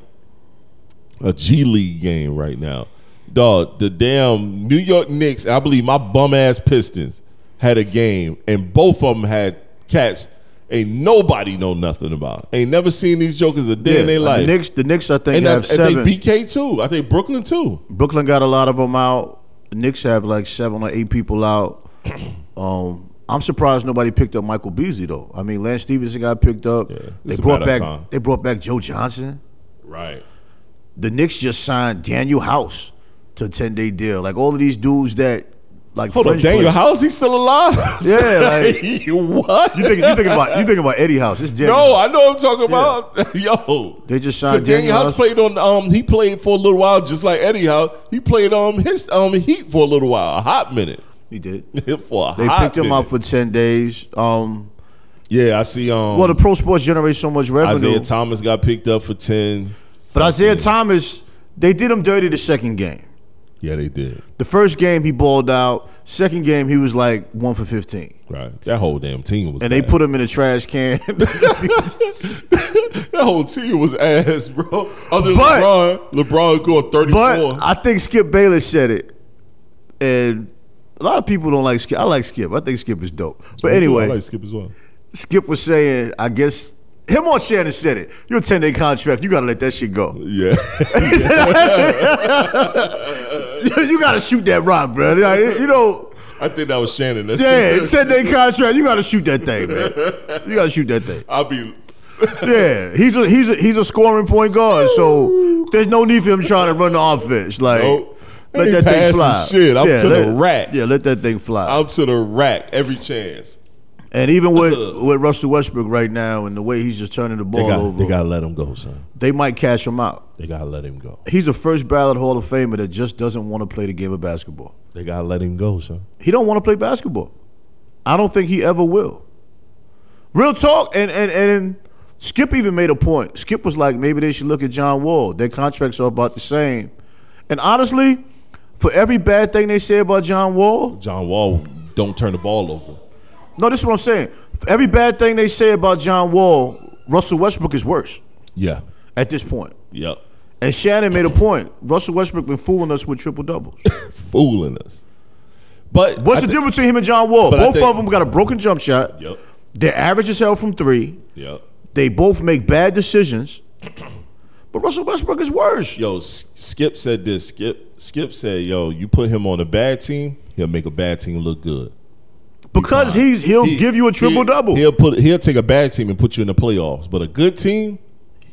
[SPEAKER 2] a G League game right now, dog. The damn New York Knicks, and I believe my bum ass Pistons had a game, and both of them had cats. Ain't nobody know nothing about. Ain't never seen these jokers a day in their
[SPEAKER 1] the
[SPEAKER 2] life.
[SPEAKER 1] Knicks. The Knicks, I think,
[SPEAKER 2] And, I,
[SPEAKER 1] have
[SPEAKER 2] and
[SPEAKER 1] seven.
[SPEAKER 2] they BK too. I think Brooklyn too.
[SPEAKER 1] Brooklyn got a lot of them out. The Knicks have like seven or eight people out. Um, I'm surprised nobody picked up Michael Beasley though. I mean, Lance Stevenson got picked up.
[SPEAKER 2] it's
[SPEAKER 1] They
[SPEAKER 2] a
[SPEAKER 1] brought
[SPEAKER 2] matter of
[SPEAKER 1] back.
[SPEAKER 2] time.
[SPEAKER 1] They brought back Joe Johnson.
[SPEAKER 2] Right.
[SPEAKER 1] the Knicks just signed Daniel House to a 10 day deal. Like all of these dudes that like
[SPEAKER 2] Hold on,
[SPEAKER 1] fringe
[SPEAKER 2] Daniel
[SPEAKER 1] players-
[SPEAKER 2] House, he's still alive.
[SPEAKER 1] Yeah, like-
[SPEAKER 2] what?
[SPEAKER 1] You think you thinking about you thinking about Eddie House. It's Daniel.
[SPEAKER 2] no, I know what I'm talking about. Yo.
[SPEAKER 1] They just signed
[SPEAKER 2] 'Cause Daniel
[SPEAKER 1] Daniel
[SPEAKER 2] House,
[SPEAKER 1] House.
[SPEAKER 2] played on um he played for a little while just like Eddie House. He played um his um heat for a little while, a hot minute.
[SPEAKER 1] he did.
[SPEAKER 2] for a
[SPEAKER 1] They
[SPEAKER 2] hot
[SPEAKER 1] picked him
[SPEAKER 2] minute.
[SPEAKER 1] up for 10 days. Um
[SPEAKER 2] Yeah, I see um
[SPEAKER 1] well the pro sports generates so much revenue.
[SPEAKER 2] Isaiah Thomas got picked up for ten.
[SPEAKER 1] but Isaiah Thomas, they did him dirty the second game.
[SPEAKER 2] Yeah, they did.
[SPEAKER 1] The first game he balled out. Second game he was like one for fifteen,
[SPEAKER 2] Right. That whole damn team was
[SPEAKER 1] and they
[SPEAKER 2] bad.
[SPEAKER 1] put him in a trash can.
[SPEAKER 2] That whole team was ass, bro. Other than
[SPEAKER 1] But-
[SPEAKER 2] LeBron, LeBron going 34.
[SPEAKER 1] But I think Skip Bayless said it, and a lot of people don't like Skip. I like Skip. I think Skip is dope. But anyway,
[SPEAKER 2] I like Skip as well.
[SPEAKER 1] Skip was saying, I guess him or Shannon said it. You're a 10 day contract. You gotta let that shit go.
[SPEAKER 2] Yeah.
[SPEAKER 1] He said, you gotta shoot that rock, bro. Like, you know,
[SPEAKER 2] I think that was Shannon. That's
[SPEAKER 1] yeah, 10 day contract. You gotta shoot that thing, man. You gotta shoot that thing.
[SPEAKER 2] I'll be.
[SPEAKER 1] Yeah, he's a he's a he's a scoring point guard, so there's no need for him trying to run the offense. Like,
[SPEAKER 2] Nope.
[SPEAKER 1] let
[SPEAKER 2] Ain't
[SPEAKER 1] that thing
[SPEAKER 2] oh, passing
[SPEAKER 1] fly.
[SPEAKER 2] shit. I'm to the
[SPEAKER 1] let-
[SPEAKER 2] rack.
[SPEAKER 1] Yeah, let that thing fly.
[SPEAKER 2] I'm to the rack every chance.
[SPEAKER 1] and even with
[SPEAKER 2] Ugh.
[SPEAKER 1] with Russell Westbrook right now and the way he's just turning the ball over, they,
[SPEAKER 2] to let him go, son.
[SPEAKER 1] might cash him out.
[SPEAKER 2] They got to let him go.
[SPEAKER 1] He's a first ballot Hall of Famer that just doesn't want to play the game of basketball.
[SPEAKER 2] They got to let him go, son.
[SPEAKER 1] He don't want to play basketball. I don't think he ever will. Real talk, and and and Skip even made a point. Skip was like, maybe they should look at John Wall. Their contracts are about the same. And honestly, for every bad thing they say about John Wall,
[SPEAKER 2] John Wall don't turn the ball over.
[SPEAKER 1] no, this is what I'm saying. For every bad thing they say about John Wall, Russell Westbrook is worse
[SPEAKER 2] Yeah.
[SPEAKER 1] at this point.
[SPEAKER 2] Yep.
[SPEAKER 1] And Shannon made a point. Russell Westbrook been fooling us with triple doubles.
[SPEAKER 2] Fooling us. But
[SPEAKER 1] What's
[SPEAKER 2] I
[SPEAKER 1] the
[SPEAKER 2] thi-
[SPEAKER 1] difference between him and John Wall?
[SPEAKER 2] But I
[SPEAKER 1] Both
[SPEAKER 2] think-
[SPEAKER 1] of them got a broken jump shot.
[SPEAKER 2] Yep.
[SPEAKER 1] Their average is held from three.
[SPEAKER 2] Yep.
[SPEAKER 1] They both make bad decisions. But Russell Westbrook is worse.
[SPEAKER 2] Yo, S- Skip said this. Skip Skip said, "Yo, you put him on a bad team, he'll make a bad team look good.
[SPEAKER 1] Because he's he'll
[SPEAKER 2] He-
[SPEAKER 1] give you a triple double.
[SPEAKER 2] He, will put he'll take a bad team and put you in the playoffs, but a good team,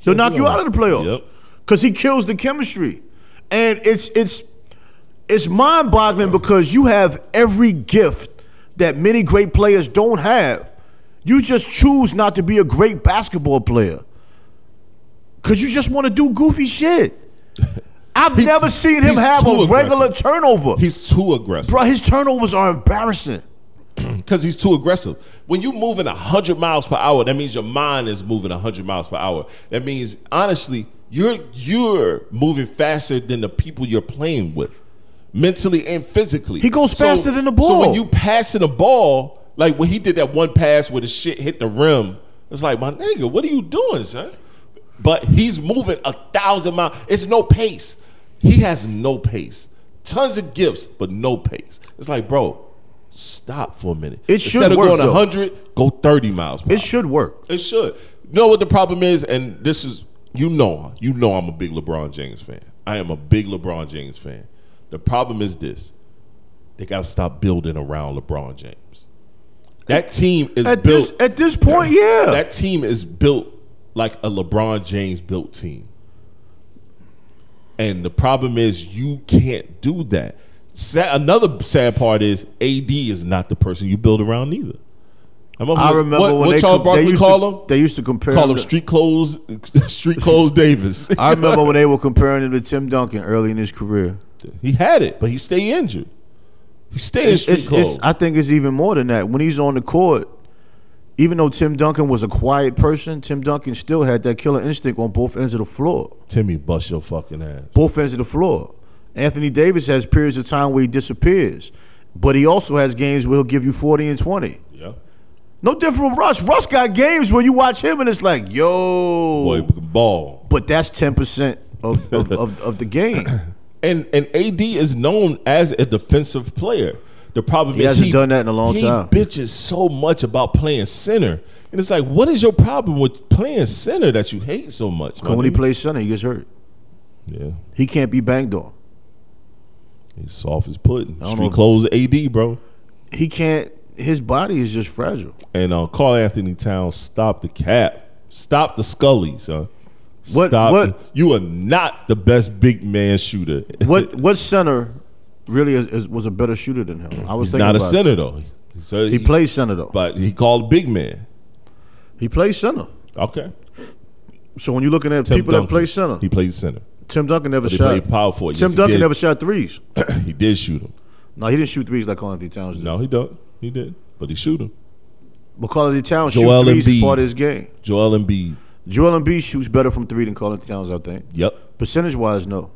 [SPEAKER 1] He'll knock you out of the playoffs
[SPEAKER 2] Yep.
[SPEAKER 1] because he kills the chemistry, and it's it's it's mind boggling because you have every gift that many great players don't have. You just choose not to be a great basketball player because you just want to do goofy shit. I've
[SPEAKER 2] He-
[SPEAKER 1] never seen him
[SPEAKER 2] he's
[SPEAKER 1] have
[SPEAKER 2] too
[SPEAKER 1] a regular
[SPEAKER 2] aggressive.
[SPEAKER 1] turnover.
[SPEAKER 2] he's too aggressive
[SPEAKER 1] Bro, his turnovers are embarrassing.
[SPEAKER 2] because he's too aggressive. When you moving hundred miles per hour, that means your mind is moving hundred miles per hour. That means honestly, you're you're moving faster than the people you're playing with, mentally and physically.
[SPEAKER 1] He goes faster than the
[SPEAKER 2] So when
[SPEAKER 1] ball.
[SPEAKER 2] you passing the ball, like when he did that one pass where the shit hit the rim, it's like my nigga, what are you doing, son? But he's moving a thousand miles. It's no pace. He has no pace. Tons of gifts, but no pace. It's like, bro, stop for a minute.
[SPEAKER 1] It should
[SPEAKER 2] Instead of
[SPEAKER 1] work,
[SPEAKER 2] going
[SPEAKER 1] though.
[SPEAKER 2] 100, go 30 miles. Per
[SPEAKER 1] It should work.
[SPEAKER 2] it should. You know what the problem is, and this is you know you know I'm a big LeBron James fan. I am a big LeBron James fan. The problem is this: they got to stop building around LeBron James. That team is
[SPEAKER 1] At
[SPEAKER 2] built.
[SPEAKER 1] this at this point, yeah.
[SPEAKER 2] that team is built like a LeBron James built team. And the problem is you can't do that. Sa another sad part is AD is not the person you build around either. remember,
[SPEAKER 1] I remember
[SPEAKER 2] what,
[SPEAKER 1] when
[SPEAKER 2] what
[SPEAKER 1] they,
[SPEAKER 2] Charles
[SPEAKER 1] com-
[SPEAKER 2] Barkley
[SPEAKER 1] they used
[SPEAKER 2] call
[SPEAKER 1] to,
[SPEAKER 2] him.
[SPEAKER 1] They used to compare
[SPEAKER 2] Call
[SPEAKER 1] him
[SPEAKER 2] him
[SPEAKER 1] to-
[SPEAKER 2] street clothes, street clothes Davis.
[SPEAKER 1] I remember when they were comparing him to Tim Duncan early in his career.
[SPEAKER 2] he had it, but he stayed injured. He stayed in
[SPEAKER 1] It's,
[SPEAKER 2] street
[SPEAKER 1] it's,
[SPEAKER 2] clothes.
[SPEAKER 1] it's, I think it's even more than that. When he's on the court, even though Tim Duncan was a quiet person, Tim Duncan still had that killer instinct on both ends of the floor.
[SPEAKER 2] Timmy, bust your fucking ass.
[SPEAKER 1] Both ends of the floor. Anthony Davis has periods of time where he disappears, but he also has games where he'll give you 40 and 20.
[SPEAKER 2] Yeah,
[SPEAKER 1] No different from Russ. Russ got games where you watch him and it's like, yo.
[SPEAKER 2] boy, ball.
[SPEAKER 1] But that's 10% of, of, of, of the game.
[SPEAKER 2] And and AD is known as a defensive player. The problem
[SPEAKER 1] He
[SPEAKER 2] is
[SPEAKER 1] hasn't done that in a long
[SPEAKER 2] he
[SPEAKER 1] time.
[SPEAKER 2] bitches so much about playing center, and it's like, what is your problem with playing center that you hate so much? my
[SPEAKER 1] Because when he
[SPEAKER 2] dude?
[SPEAKER 1] plays center, he gets hurt.
[SPEAKER 2] yeah,
[SPEAKER 1] He can't be banged on.
[SPEAKER 2] he's soft as pudding.
[SPEAKER 1] don't
[SPEAKER 2] Street
[SPEAKER 1] know.
[SPEAKER 2] clothes, AD, bro.
[SPEAKER 1] He can't. His body is just fragile.
[SPEAKER 2] And uh, Carl Anthony Towns, stop the cap, stop the Scully, son.
[SPEAKER 1] What-
[SPEAKER 2] Stop.
[SPEAKER 1] what-
[SPEAKER 2] You are not the best big man shooter.
[SPEAKER 1] What what center really is, is, was a better shooter than him? I was
[SPEAKER 2] He's
[SPEAKER 1] thinking
[SPEAKER 2] not a
[SPEAKER 1] about it.
[SPEAKER 2] center though. So
[SPEAKER 1] He plays center though.
[SPEAKER 2] but he called big man.
[SPEAKER 1] He plays center.
[SPEAKER 2] Okay,
[SPEAKER 1] So when you're looking at
[SPEAKER 2] Tim
[SPEAKER 1] people
[SPEAKER 2] Duncan.
[SPEAKER 1] that play center,
[SPEAKER 2] He played center.
[SPEAKER 1] Tim Duncan never
[SPEAKER 2] But he
[SPEAKER 1] shot.
[SPEAKER 2] played power forward.
[SPEAKER 1] Tim
[SPEAKER 2] Yes, he
[SPEAKER 1] Duncan
[SPEAKER 2] did.
[SPEAKER 1] never shot threes.
[SPEAKER 2] he did shoot him.
[SPEAKER 1] No, he didn't shoot threes like Carl Anthony Towns did.
[SPEAKER 2] No, he don't. He did, but he shoot him.
[SPEAKER 1] But Carl Anthony Towns
[SPEAKER 2] Joel
[SPEAKER 1] shoots threes
[SPEAKER 2] Embiid.
[SPEAKER 1] is part of his game.
[SPEAKER 2] Joel Embiid.
[SPEAKER 1] Joel Embiid shoots better from three than Carl Anthony Towns, I think.
[SPEAKER 2] Yep,
[SPEAKER 1] Percentage wise, no.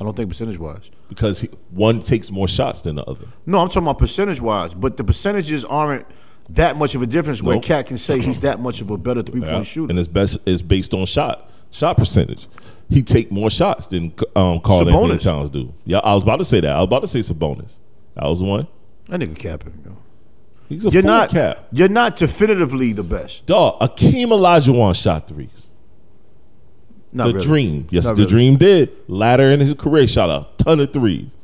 [SPEAKER 1] I don't think percentage wise.
[SPEAKER 2] because he, one takes more shots than the other.
[SPEAKER 1] No, I'm talking about percentage wise, but the percentages aren't that much of a difference where
[SPEAKER 2] Nope.
[SPEAKER 1] Cat can say he's that much of a better three point
[SPEAKER 2] Yeah.
[SPEAKER 1] shooter.
[SPEAKER 2] and his best is based on shot shot percentage. He take more shots than um, Carl Anthony
[SPEAKER 1] Sabonis.
[SPEAKER 2] Towns do. Yeah, I was about to say that. I was about to say Sabonis. That was one.
[SPEAKER 1] That nigga capping, yo.
[SPEAKER 2] He's a
[SPEAKER 1] You're
[SPEAKER 2] full
[SPEAKER 1] not
[SPEAKER 2] cap
[SPEAKER 1] You're not definitively the best.
[SPEAKER 2] dog. Akeem Olajuwon shot threes.
[SPEAKER 1] Not
[SPEAKER 2] the
[SPEAKER 1] really.
[SPEAKER 2] dream, yes,
[SPEAKER 1] Not
[SPEAKER 2] the
[SPEAKER 1] really.
[SPEAKER 2] dream did. Latter in his career, shot a ton of threes.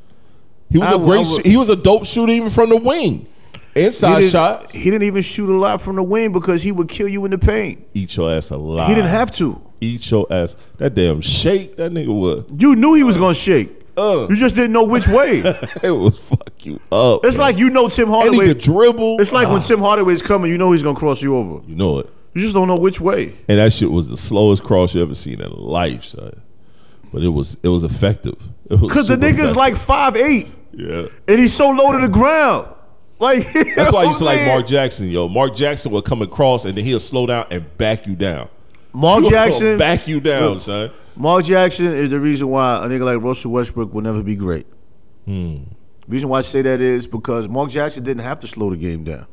[SPEAKER 2] He was
[SPEAKER 1] I
[SPEAKER 2] a
[SPEAKER 1] would-
[SPEAKER 2] great.
[SPEAKER 1] I would-
[SPEAKER 2] shoot- he was a dope shooter even from the wing,
[SPEAKER 1] He
[SPEAKER 2] inside
[SPEAKER 1] didn't,
[SPEAKER 2] shots.
[SPEAKER 1] he didn't even shoot a lot from the wing because he would kill you in the paint.
[SPEAKER 2] eat your ass alive.
[SPEAKER 1] He didn't have to.
[SPEAKER 2] eat your ass. That damn shake, that nigga would.
[SPEAKER 1] You knew he was gonna shake.
[SPEAKER 2] Uh.
[SPEAKER 1] You just didn't know which way.
[SPEAKER 2] It would fuck you up.
[SPEAKER 1] It's
[SPEAKER 2] man.
[SPEAKER 1] like you know Tim
[SPEAKER 2] and he
[SPEAKER 1] Hardaway.
[SPEAKER 2] could dribble.
[SPEAKER 1] It's like
[SPEAKER 2] Ah,
[SPEAKER 1] when Tim Hardaway's coming, you know he's gonna cross you over.
[SPEAKER 2] you know it.
[SPEAKER 1] You just don't know which way.
[SPEAKER 2] And that shit was the slowest cross you ever seen in life, son. But it was it was effective. It was
[SPEAKER 1] Cause the
[SPEAKER 2] super
[SPEAKER 1] nigga's
[SPEAKER 2] effective.
[SPEAKER 1] like five eight.
[SPEAKER 2] yeah.
[SPEAKER 1] and he's so low to the ground. Like
[SPEAKER 2] That's why I
[SPEAKER 1] you
[SPEAKER 2] used to like Mark Jackson, yo. Mark Jackson would come across and then he'll slow down and back you down.
[SPEAKER 1] Mark
[SPEAKER 2] He'll
[SPEAKER 1] Jackson.
[SPEAKER 2] back you down, son.
[SPEAKER 1] Mark Jackson is the reason why a nigga like Russell Westbrook will never be great. Reason why I say that is because Mark Jackson didn't have to slow the game down.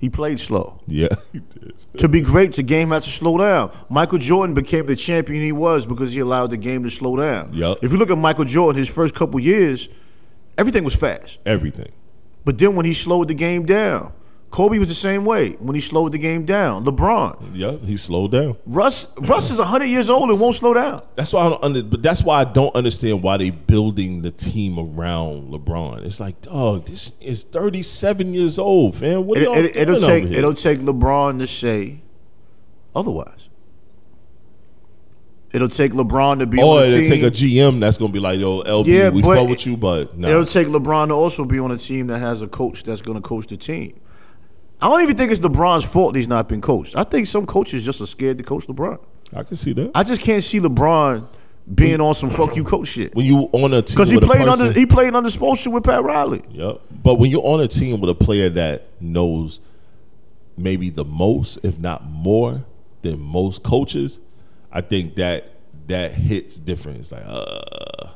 [SPEAKER 1] He played slow.
[SPEAKER 2] Yeah, he did.
[SPEAKER 1] To be great, the game had to slow down. Michael Jordan became the champion he was because he allowed the game to slow down.
[SPEAKER 2] Yup.
[SPEAKER 1] If you look at Michael Jordan, his first couple years, everything was fast.
[SPEAKER 2] Everything.
[SPEAKER 1] But then when he slowed the game down, Kobe was the same way when he slowed the game down. LeBron,
[SPEAKER 2] Yeah, he slowed down.
[SPEAKER 1] Russ, Russ is hundred years old and won't slow down.
[SPEAKER 2] That's why I don't under, but that's why I don't understand why they building the team around LeBron. It's like, dog, this is 37 years old, fam. What are
[SPEAKER 1] It,
[SPEAKER 2] y'all
[SPEAKER 1] it,
[SPEAKER 2] doing
[SPEAKER 1] it'll
[SPEAKER 2] over
[SPEAKER 1] take
[SPEAKER 2] here?
[SPEAKER 1] it'll take LeBron to say otherwise. It'll take LeBron to be on
[SPEAKER 2] or
[SPEAKER 1] the
[SPEAKER 2] Oh, it'll
[SPEAKER 1] team.
[SPEAKER 2] take a GM that's gonna be like, yo, LB,
[SPEAKER 1] Yeah,
[SPEAKER 2] we
[SPEAKER 1] but-
[SPEAKER 2] fuck with you, but nah.
[SPEAKER 1] It'll take LeBron to also be on a team that has a coach that's going to coach the team. I don't even think it's LeBron's fault he's not been coached. I think some coaches just are scared to coach LeBron.
[SPEAKER 2] I can see that.
[SPEAKER 1] I just can't see LeBron being on some fuck you coach shit
[SPEAKER 2] When you on a team
[SPEAKER 1] because
[SPEAKER 2] with
[SPEAKER 1] he
[SPEAKER 2] a
[SPEAKER 1] played
[SPEAKER 2] person,
[SPEAKER 1] under he played under Spoelstra with Pat Riley.
[SPEAKER 2] Yep. But when you're on a team with a player that knows maybe the most, if not more, than most coaches, I think that that hits different. It's like, uh,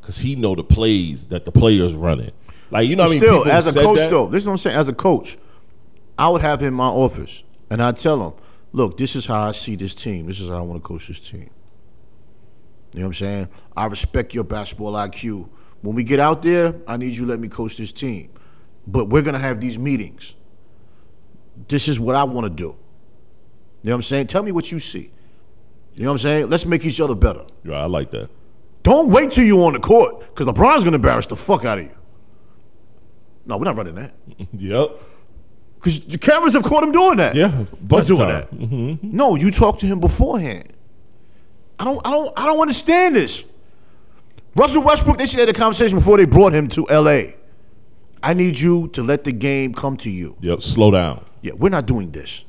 [SPEAKER 2] because he know the plays that the players running. Like you know, what I mean,
[SPEAKER 1] Still,
[SPEAKER 2] People
[SPEAKER 1] as a
[SPEAKER 2] said
[SPEAKER 1] coach
[SPEAKER 2] that.
[SPEAKER 1] though, this is what I'm saying. As a coach, I would have him in my office and I'd tell him, "Look, this is how I see this team. This is how I want to coach this team." You know what I'm saying? I respect your basketball IQ. When we get out there, I need you to let me coach this team. But we're going to have these meetings. This is what I want to do. You know what I'm saying? Tell me what you see. You know what I'm saying? Let's make each other better.
[SPEAKER 2] Yeah, I like that.
[SPEAKER 1] Don't wait till you on the court because LeBron's going to embarrass the fuck out of you. No, we're not running that.
[SPEAKER 2] Yep.
[SPEAKER 1] Because the cameras have caught him doing that.
[SPEAKER 2] Yeah.
[SPEAKER 1] But
[SPEAKER 2] Bunch
[SPEAKER 1] doing
[SPEAKER 2] time.
[SPEAKER 1] that. No, you talk to him beforehand. I don't I don't I don't understand this. Russell Westbrook, they should have had a conversation before they brought him to LA. I need you to let the game come to you.
[SPEAKER 2] Yep. Slow down.
[SPEAKER 1] Yeah, we're not doing this.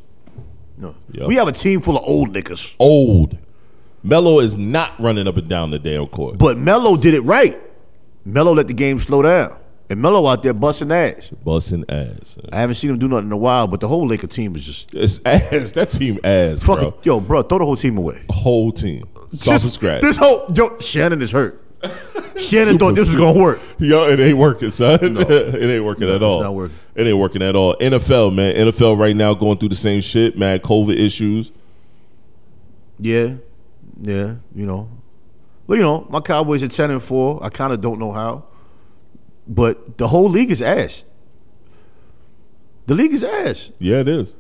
[SPEAKER 1] No.
[SPEAKER 2] Yep.
[SPEAKER 1] We have a team full of old niggas.
[SPEAKER 2] Old. Melo is not running up and down the damn court.
[SPEAKER 1] But Melo did it right. Melo let the game slow down. And Melo out there busting ass.
[SPEAKER 2] Busting ass.
[SPEAKER 1] I haven't seen him do nothing in a while, but the whole Laker team is just
[SPEAKER 2] It's ass. That team ass,
[SPEAKER 1] fucking
[SPEAKER 2] bro.
[SPEAKER 1] yo, bro, throw the whole team away.
[SPEAKER 2] Whole team. Start from
[SPEAKER 1] This-
[SPEAKER 2] scratch.
[SPEAKER 1] This whole yo, Shannon is hurt. Shannon thought this was gonna work.
[SPEAKER 2] Yo, it ain't working, son. it ain't working at all.
[SPEAKER 1] not working.
[SPEAKER 2] It ain't working at all. NFL, man. NFL right now going through the same shit, man. COVID issues.
[SPEAKER 1] Yeah, yeah, you know. Well, you know, my Cowboys are ten and four. I kind of don't know how, but the whole league is ass. The league is ass.
[SPEAKER 2] Yeah, it is.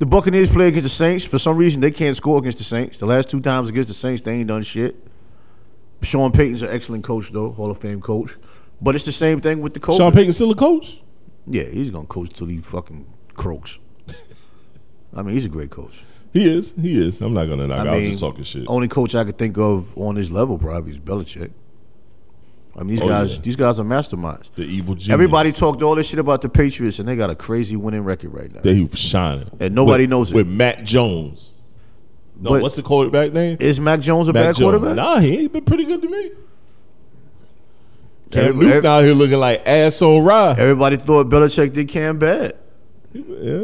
[SPEAKER 1] The Buccaneers play against the Saints. For some reason, they can't score against the Saints. The last two times against the Saints, they ain't done shit. Sean Payton's an excellent coach, though, Hall of Fame coach. But it's the same thing with the coach.
[SPEAKER 2] Sean Payton still a coach?
[SPEAKER 1] Yeah, he's gonna coach till he fucking croaks. I mean, he's a great coach.
[SPEAKER 2] He is. He is. I'm not gonna knock. I,
[SPEAKER 1] I
[SPEAKER 2] I was
[SPEAKER 1] mean, oh,
[SPEAKER 2] just talking shit.
[SPEAKER 1] Only coach I could think of on this level probably is Belichick. I mean, these
[SPEAKER 2] Oh,
[SPEAKER 1] guys,
[SPEAKER 2] yeah.
[SPEAKER 1] these guys are masterminds.
[SPEAKER 2] the evil genius.
[SPEAKER 1] Everybody talked all this shit about the Patriots, and they got a crazy winning record right now.
[SPEAKER 2] that he was shining,
[SPEAKER 1] And nobody
[SPEAKER 2] With-
[SPEAKER 1] knows it.
[SPEAKER 2] With Matt Jones. No,
[SPEAKER 1] But-
[SPEAKER 2] what's the quarterback name?
[SPEAKER 1] Is Mac Jones a
[SPEAKER 2] Matt
[SPEAKER 1] bad
[SPEAKER 2] Jones.
[SPEAKER 1] quarterback?
[SPEAKER 2] Nah, he ain't been pretty good to me. Cam
[SPEAKER 1] Every-
[SPEAKER 2] Newton
[SPEAKER 1] every-
[SPEAKER 2] out here looking like ass on rye.
[SPEAKER 1] Everybody thought Belichick did Cam bad.
[SPEAKER 2] Yeah.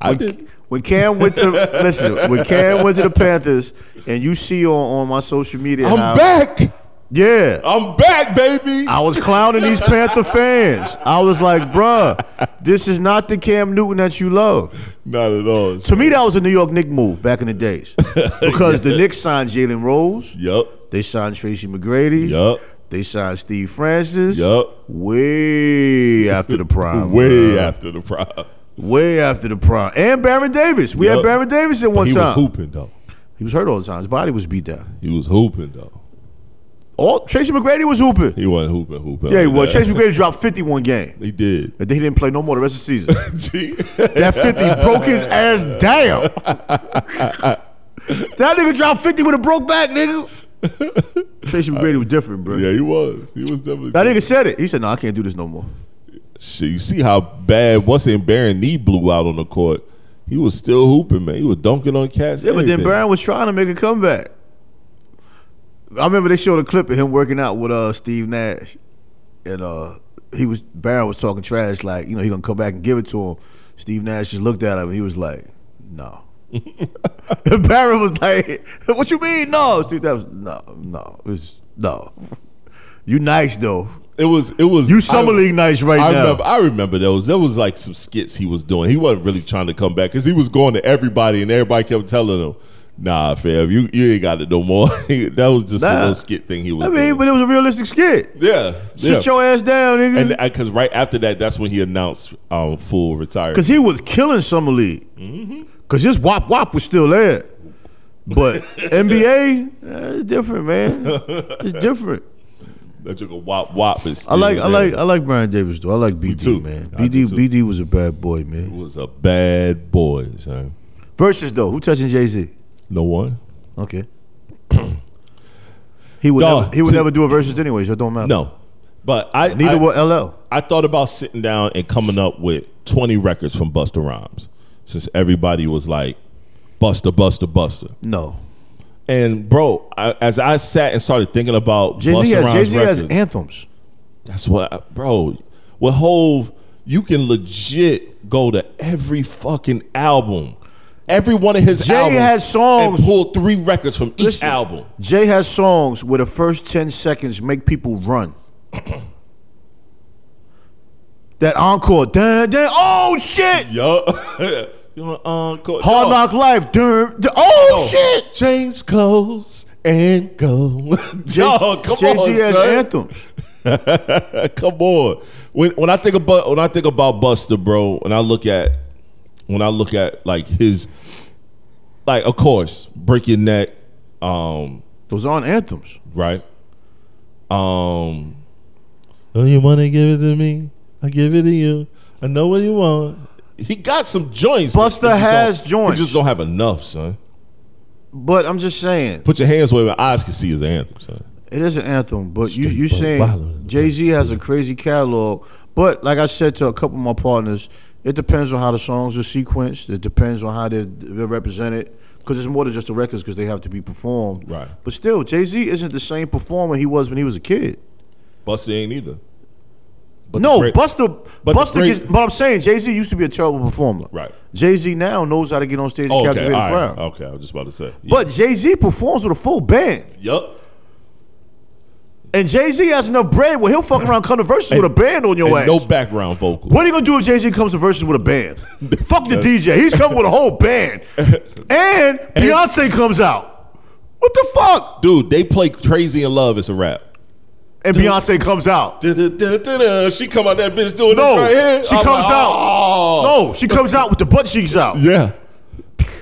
[SPEAKER 2] I
[SPEAKER 1] When,
[SPEAKER 2] did.
[SPEAKER 1] when Cam went to listen, when Cam went to the Panthers, and you see on, on my social media, how-
[SPEAKER 2] I'm back.
[SPEAKER 1] Yeah,
[SPEAKER 2] I'm back, baby.
[SPEAKER 1] I was clowning these Panther fans. I was like, bruh, this is not the Cam Newton that you love.
[SPEAKER 2] Not at all.
[SPEAKER 1] To me, that was a New York Knicks move back in the days. Because the Knicks signed Jalen Rose,
[SPEAKER 2] Yep.
[SPEAKER 1] they signed Tracy McGrady,
[SPEAKER 2] Yup.
[SPEAKER 1] they signed Steve Francis.
[SPEAKER 2] Yup.
[SPEAKER 1] Way after the prime.
[SPEAKER 2] Way
[SPEAKER 1] bruh.
[SPEAKER 2] after the prime.
[SPEAKER 1] Way after the prime. And Baron Davis. We
[SPEAKER 2] Yup.
[SPEAKER 1] had Baron Davis at one
[SPEAKER 2] he
[SPEAKER 1] time.
[SPEAKER 2] was hooping though.
[SPEAKER 1] he was hurt all the time. His body was beat down.
[SPEAKER 2] He was hooping though.
[SPEAKER 1] All Tracy McGrady was hooping.
[SPEAKER 2] He wasn't hooping, hooping.
[SPEAKER 1] Yeah, he
[SPEAKER 2] like
[SPEAKER 1] was.
[SPEAKER 2] that.
[SPEAKER 1] Tracy McGrady dropped 51 game.
[SPEAKER 2] He did.
[SPEAKER 1] And then he didn't play no more the rest of the season.
[SPEAKER 2] Gee.
[SPEAKER 1] That 50 broke his ass down. that nigga dropped 50 with a broke back, nigga. Tracy McGrady was different, bro.
[SPEAKER 2] yeah, he was. He was definitely.
[SPEAKER 1] That nigga said it. He said, no, I can't do this no more.
[SPEAKER 2] Shit, you see how bad what's in Baron knee blew out on the court. He was still hooping, man. He was dunking on cats.
[SPEAKER 1] Yeah, but then
[SPEAKER 2] everything.
[SPEAKER 1] Baron was trying to make a comeback. I remember they showed a clip of him working out with uh Steve Nash. And uh he was Baron was talking trash, like, you know, he gonna come back and give it to him. Steve Nash just looked at him and he was like, No. and Baron was like, What you mean? No, Steve Nash was no, no, it's no. You nice though.
[SPEAKER 2] it was it was
[SPEAKER 1] You summer
[SPEAKER 2] I-
[SPEAKER 1] league nice right
[SPEAKER 2] I
[SPEAKER 1] now.
[SPEAKER 2] remember, I remember those. There was like some skits he was doing. He wasn't really trying to come back because he was going to everybody, and everybody kept telling him, Nah, fam, you you ain't got it no more. that was just a
[SPEAKER 1] Nah.
[SPEAKER 2] little skit thing he was.
[SPEAKER 1] I mean,
[SPEAKER 2] doing.
[SPEAKER 1] but it was a realistic skit.
[SPEAKER 2] yeah, yeah.
[SPEAKER 1] Sit your ass down, nigga.
[SPEAKER 2] and because right after that, that's when he announced um full retirement.
[SPEAKER 1] Cause he was killing summer league.
[SPEAKER 2] Mm-hmm.
[SPEAKER 1] Cause his wop wop was still there, but NBA, eh, it's different, man. It's different.
[SPEAKER 2] That took a wop wop. and
[SPEAKER 1] I
[SPEAKER 2] still
[SPEAKER 1] like, I
[SPEAKER 2] there.
[SPEAKER 1] like, I like Brian Davis though. I like BD,
[SPEAKER 2] too.
[SPEAKER 1] man.
[SPEAKER 2] I do
[SPEAKER 1] BD,
[SPEAKER 2] too.
[SPEAKER 1] BD was a bad boy,
[SPEAKER 2] It
[SPEAKER 1] man.
[SPEAKER 2] was a bad boy, son.
[SPEAKER 1] Versus though, who touching Jay Z?
[SPEAKER 2] No one.
[SPEAKER 1] Okay. he would,
[SPEAKER 2] Dog,
[SPEAKER 1] never, he would
[SPEAKER 2] to-
[SPEAKER 1] never do a versus anyway, so it don't matter.
[SPEAKER 2] No, but I
[SPEAKER 1] Uh, neither
[SPEAKER 2] I,
[SPEAKER 1] will LL.
[SPEAKER 2] I thought about sitting down and coming up with 20 records from Buster Rhymes since everybody was like Buster, Buster, Buster.
[SPEAKER 1] No,
[SPEAKER 2] And bro, I, as I sat and started thinking about
[SPEAKER 1] Jay Z
[SPEAKER 2] Buster
[SPEAKER 1] has Jay
[SPEAKER 2] Rhymes
[SPEAKER 1] Z has
[SPEAKER 2] records,
[SPEAKER 1] anthems.
[SPEAKER 2] that's what, I, bro. With Hove, you can legit go to every fucking album, every one of his
[SPEAKER 1] Jay
[SPEAKER 2] albums,
[SPEAKER 1] has songs.
[SPEAKER 2] and pull three records from each
[SPEAKER 1] Listen,
[SPEAKER 2] album.
[SPEAKER 1] Jay has songs where the first 10 seconds make people run. that encore. Dun, dun, oh, shit.
[SPEAKER 2] Yo, you know, encore.
[SPEAKER 1] Hard
[SPEAKER 2] Yo,
[SPEAKER 1] Knock Life. Dun, dun, oh, shit.
[SPEAKER 2] Change clothes and go.
[SPEAKER 1] Jay-
[SPEAKER 2] Yo, come
[SPEAKER 1] Jay-Z
[SPEAKER 2] on,
[SPEAKER 1] has
[SPEAKER 2] son.
[SPEAKER 1] anthems.
[SPEAKER 2] Come on. When when I think about when I think about Buster, bro, and I look at when I look at like his like of course, break your neck, um,
[SPEAKER 1] Those aren't anthems.
[SPEAKER 2] right? Um Oh, you wanna give it to me? I give it to you. I know what you want. He got some joints. but
[SPEAKER 1] Busta
[SPEAKER 2] he just
[SPEAKER 1] has
[SPEAKER 2] don't-
[SPEAKER 1] joints.
[SPEAKER 2] He just don't have enough, son.
[SPEAKER 1] But I'm just saying,
[SPEAKER 2] Put your hands where your eyes can see is the anthem, son.
[SPEAKER 1] it is an anthem. But you, you
[SPEAKER 2] Straight
[SPEAKER 1] saying
[SPEAKER 2] ballin'.
[SPEAKER 1] Jay Z has a crazy catalog. But like I said to a couple of my partners, it depends on how the songs are sequenced. It depends on how they're, they're represented. Because it's more than just the records because they have to be performed.
[SPEAKER 2] Right.
[SPEAKER 1] But still, Jay Z isn't the same performer he was when he was a kid.
[SPEAKER 2] Buster ain't either. But
[SPEAKER 1] no,
[SPEAKER 2] the great-
[SPEAKER 1] Buster.
[SPEAKER 2] but the
[SPEAKER 1] Buster.
[SPEAKER 2] great-
[SPEAKER 1] gets, but I'm saying Jay Z used to be a terrible performer.
[SPEAKER 2] Right.
[SPEAKER 1] Jay Z now knows how to get on stage and
[SPEAKER 2] Oh, okay,
[SPEAKER 1] captivate the
[SPEAKER 2] all right.
[SPEAKER 1] crowd.
[SPEAKER 2] okay, I was just about to say.
[SPEAKER 1] But Jay Z performs with a full band,
[SPEAKER 2] Yup.
[SPEAKER 1] and Jay Z has enough bread where he'll fuck around come to verses with a band on your
[SPEAKER 2] And
[SPEAKER 1] ass.
[SPEAKER 2] no background vocals.
[SPEAKER 1] what are you gonna do if Jay Z comes to verses with a band? fuck the DJ. He's coming with a whole band, and Beyonce comes out. What the fuck?
[SPEAKER 2] Dude, they play Crazy in Love as a rap.
[SPEAKER 1] And Beyonce comes out.
[SPEAKER 2] Da-da-da-da-da. She come out that bitch doing
[SPEAKER 1] No,
[SPEAKER 2] this right here.
[SPEAKER 1] she
[SPEAKER 2] I'm
[SPEAKER 1] comes
[SPEAKER 2] like,
[SPEAKER 1] out.
[SPEAKER 2] "Oh."
[SPEAKER 1] No, she comes out with the butt cheeks out.
[SPEAKER 2] Yeah.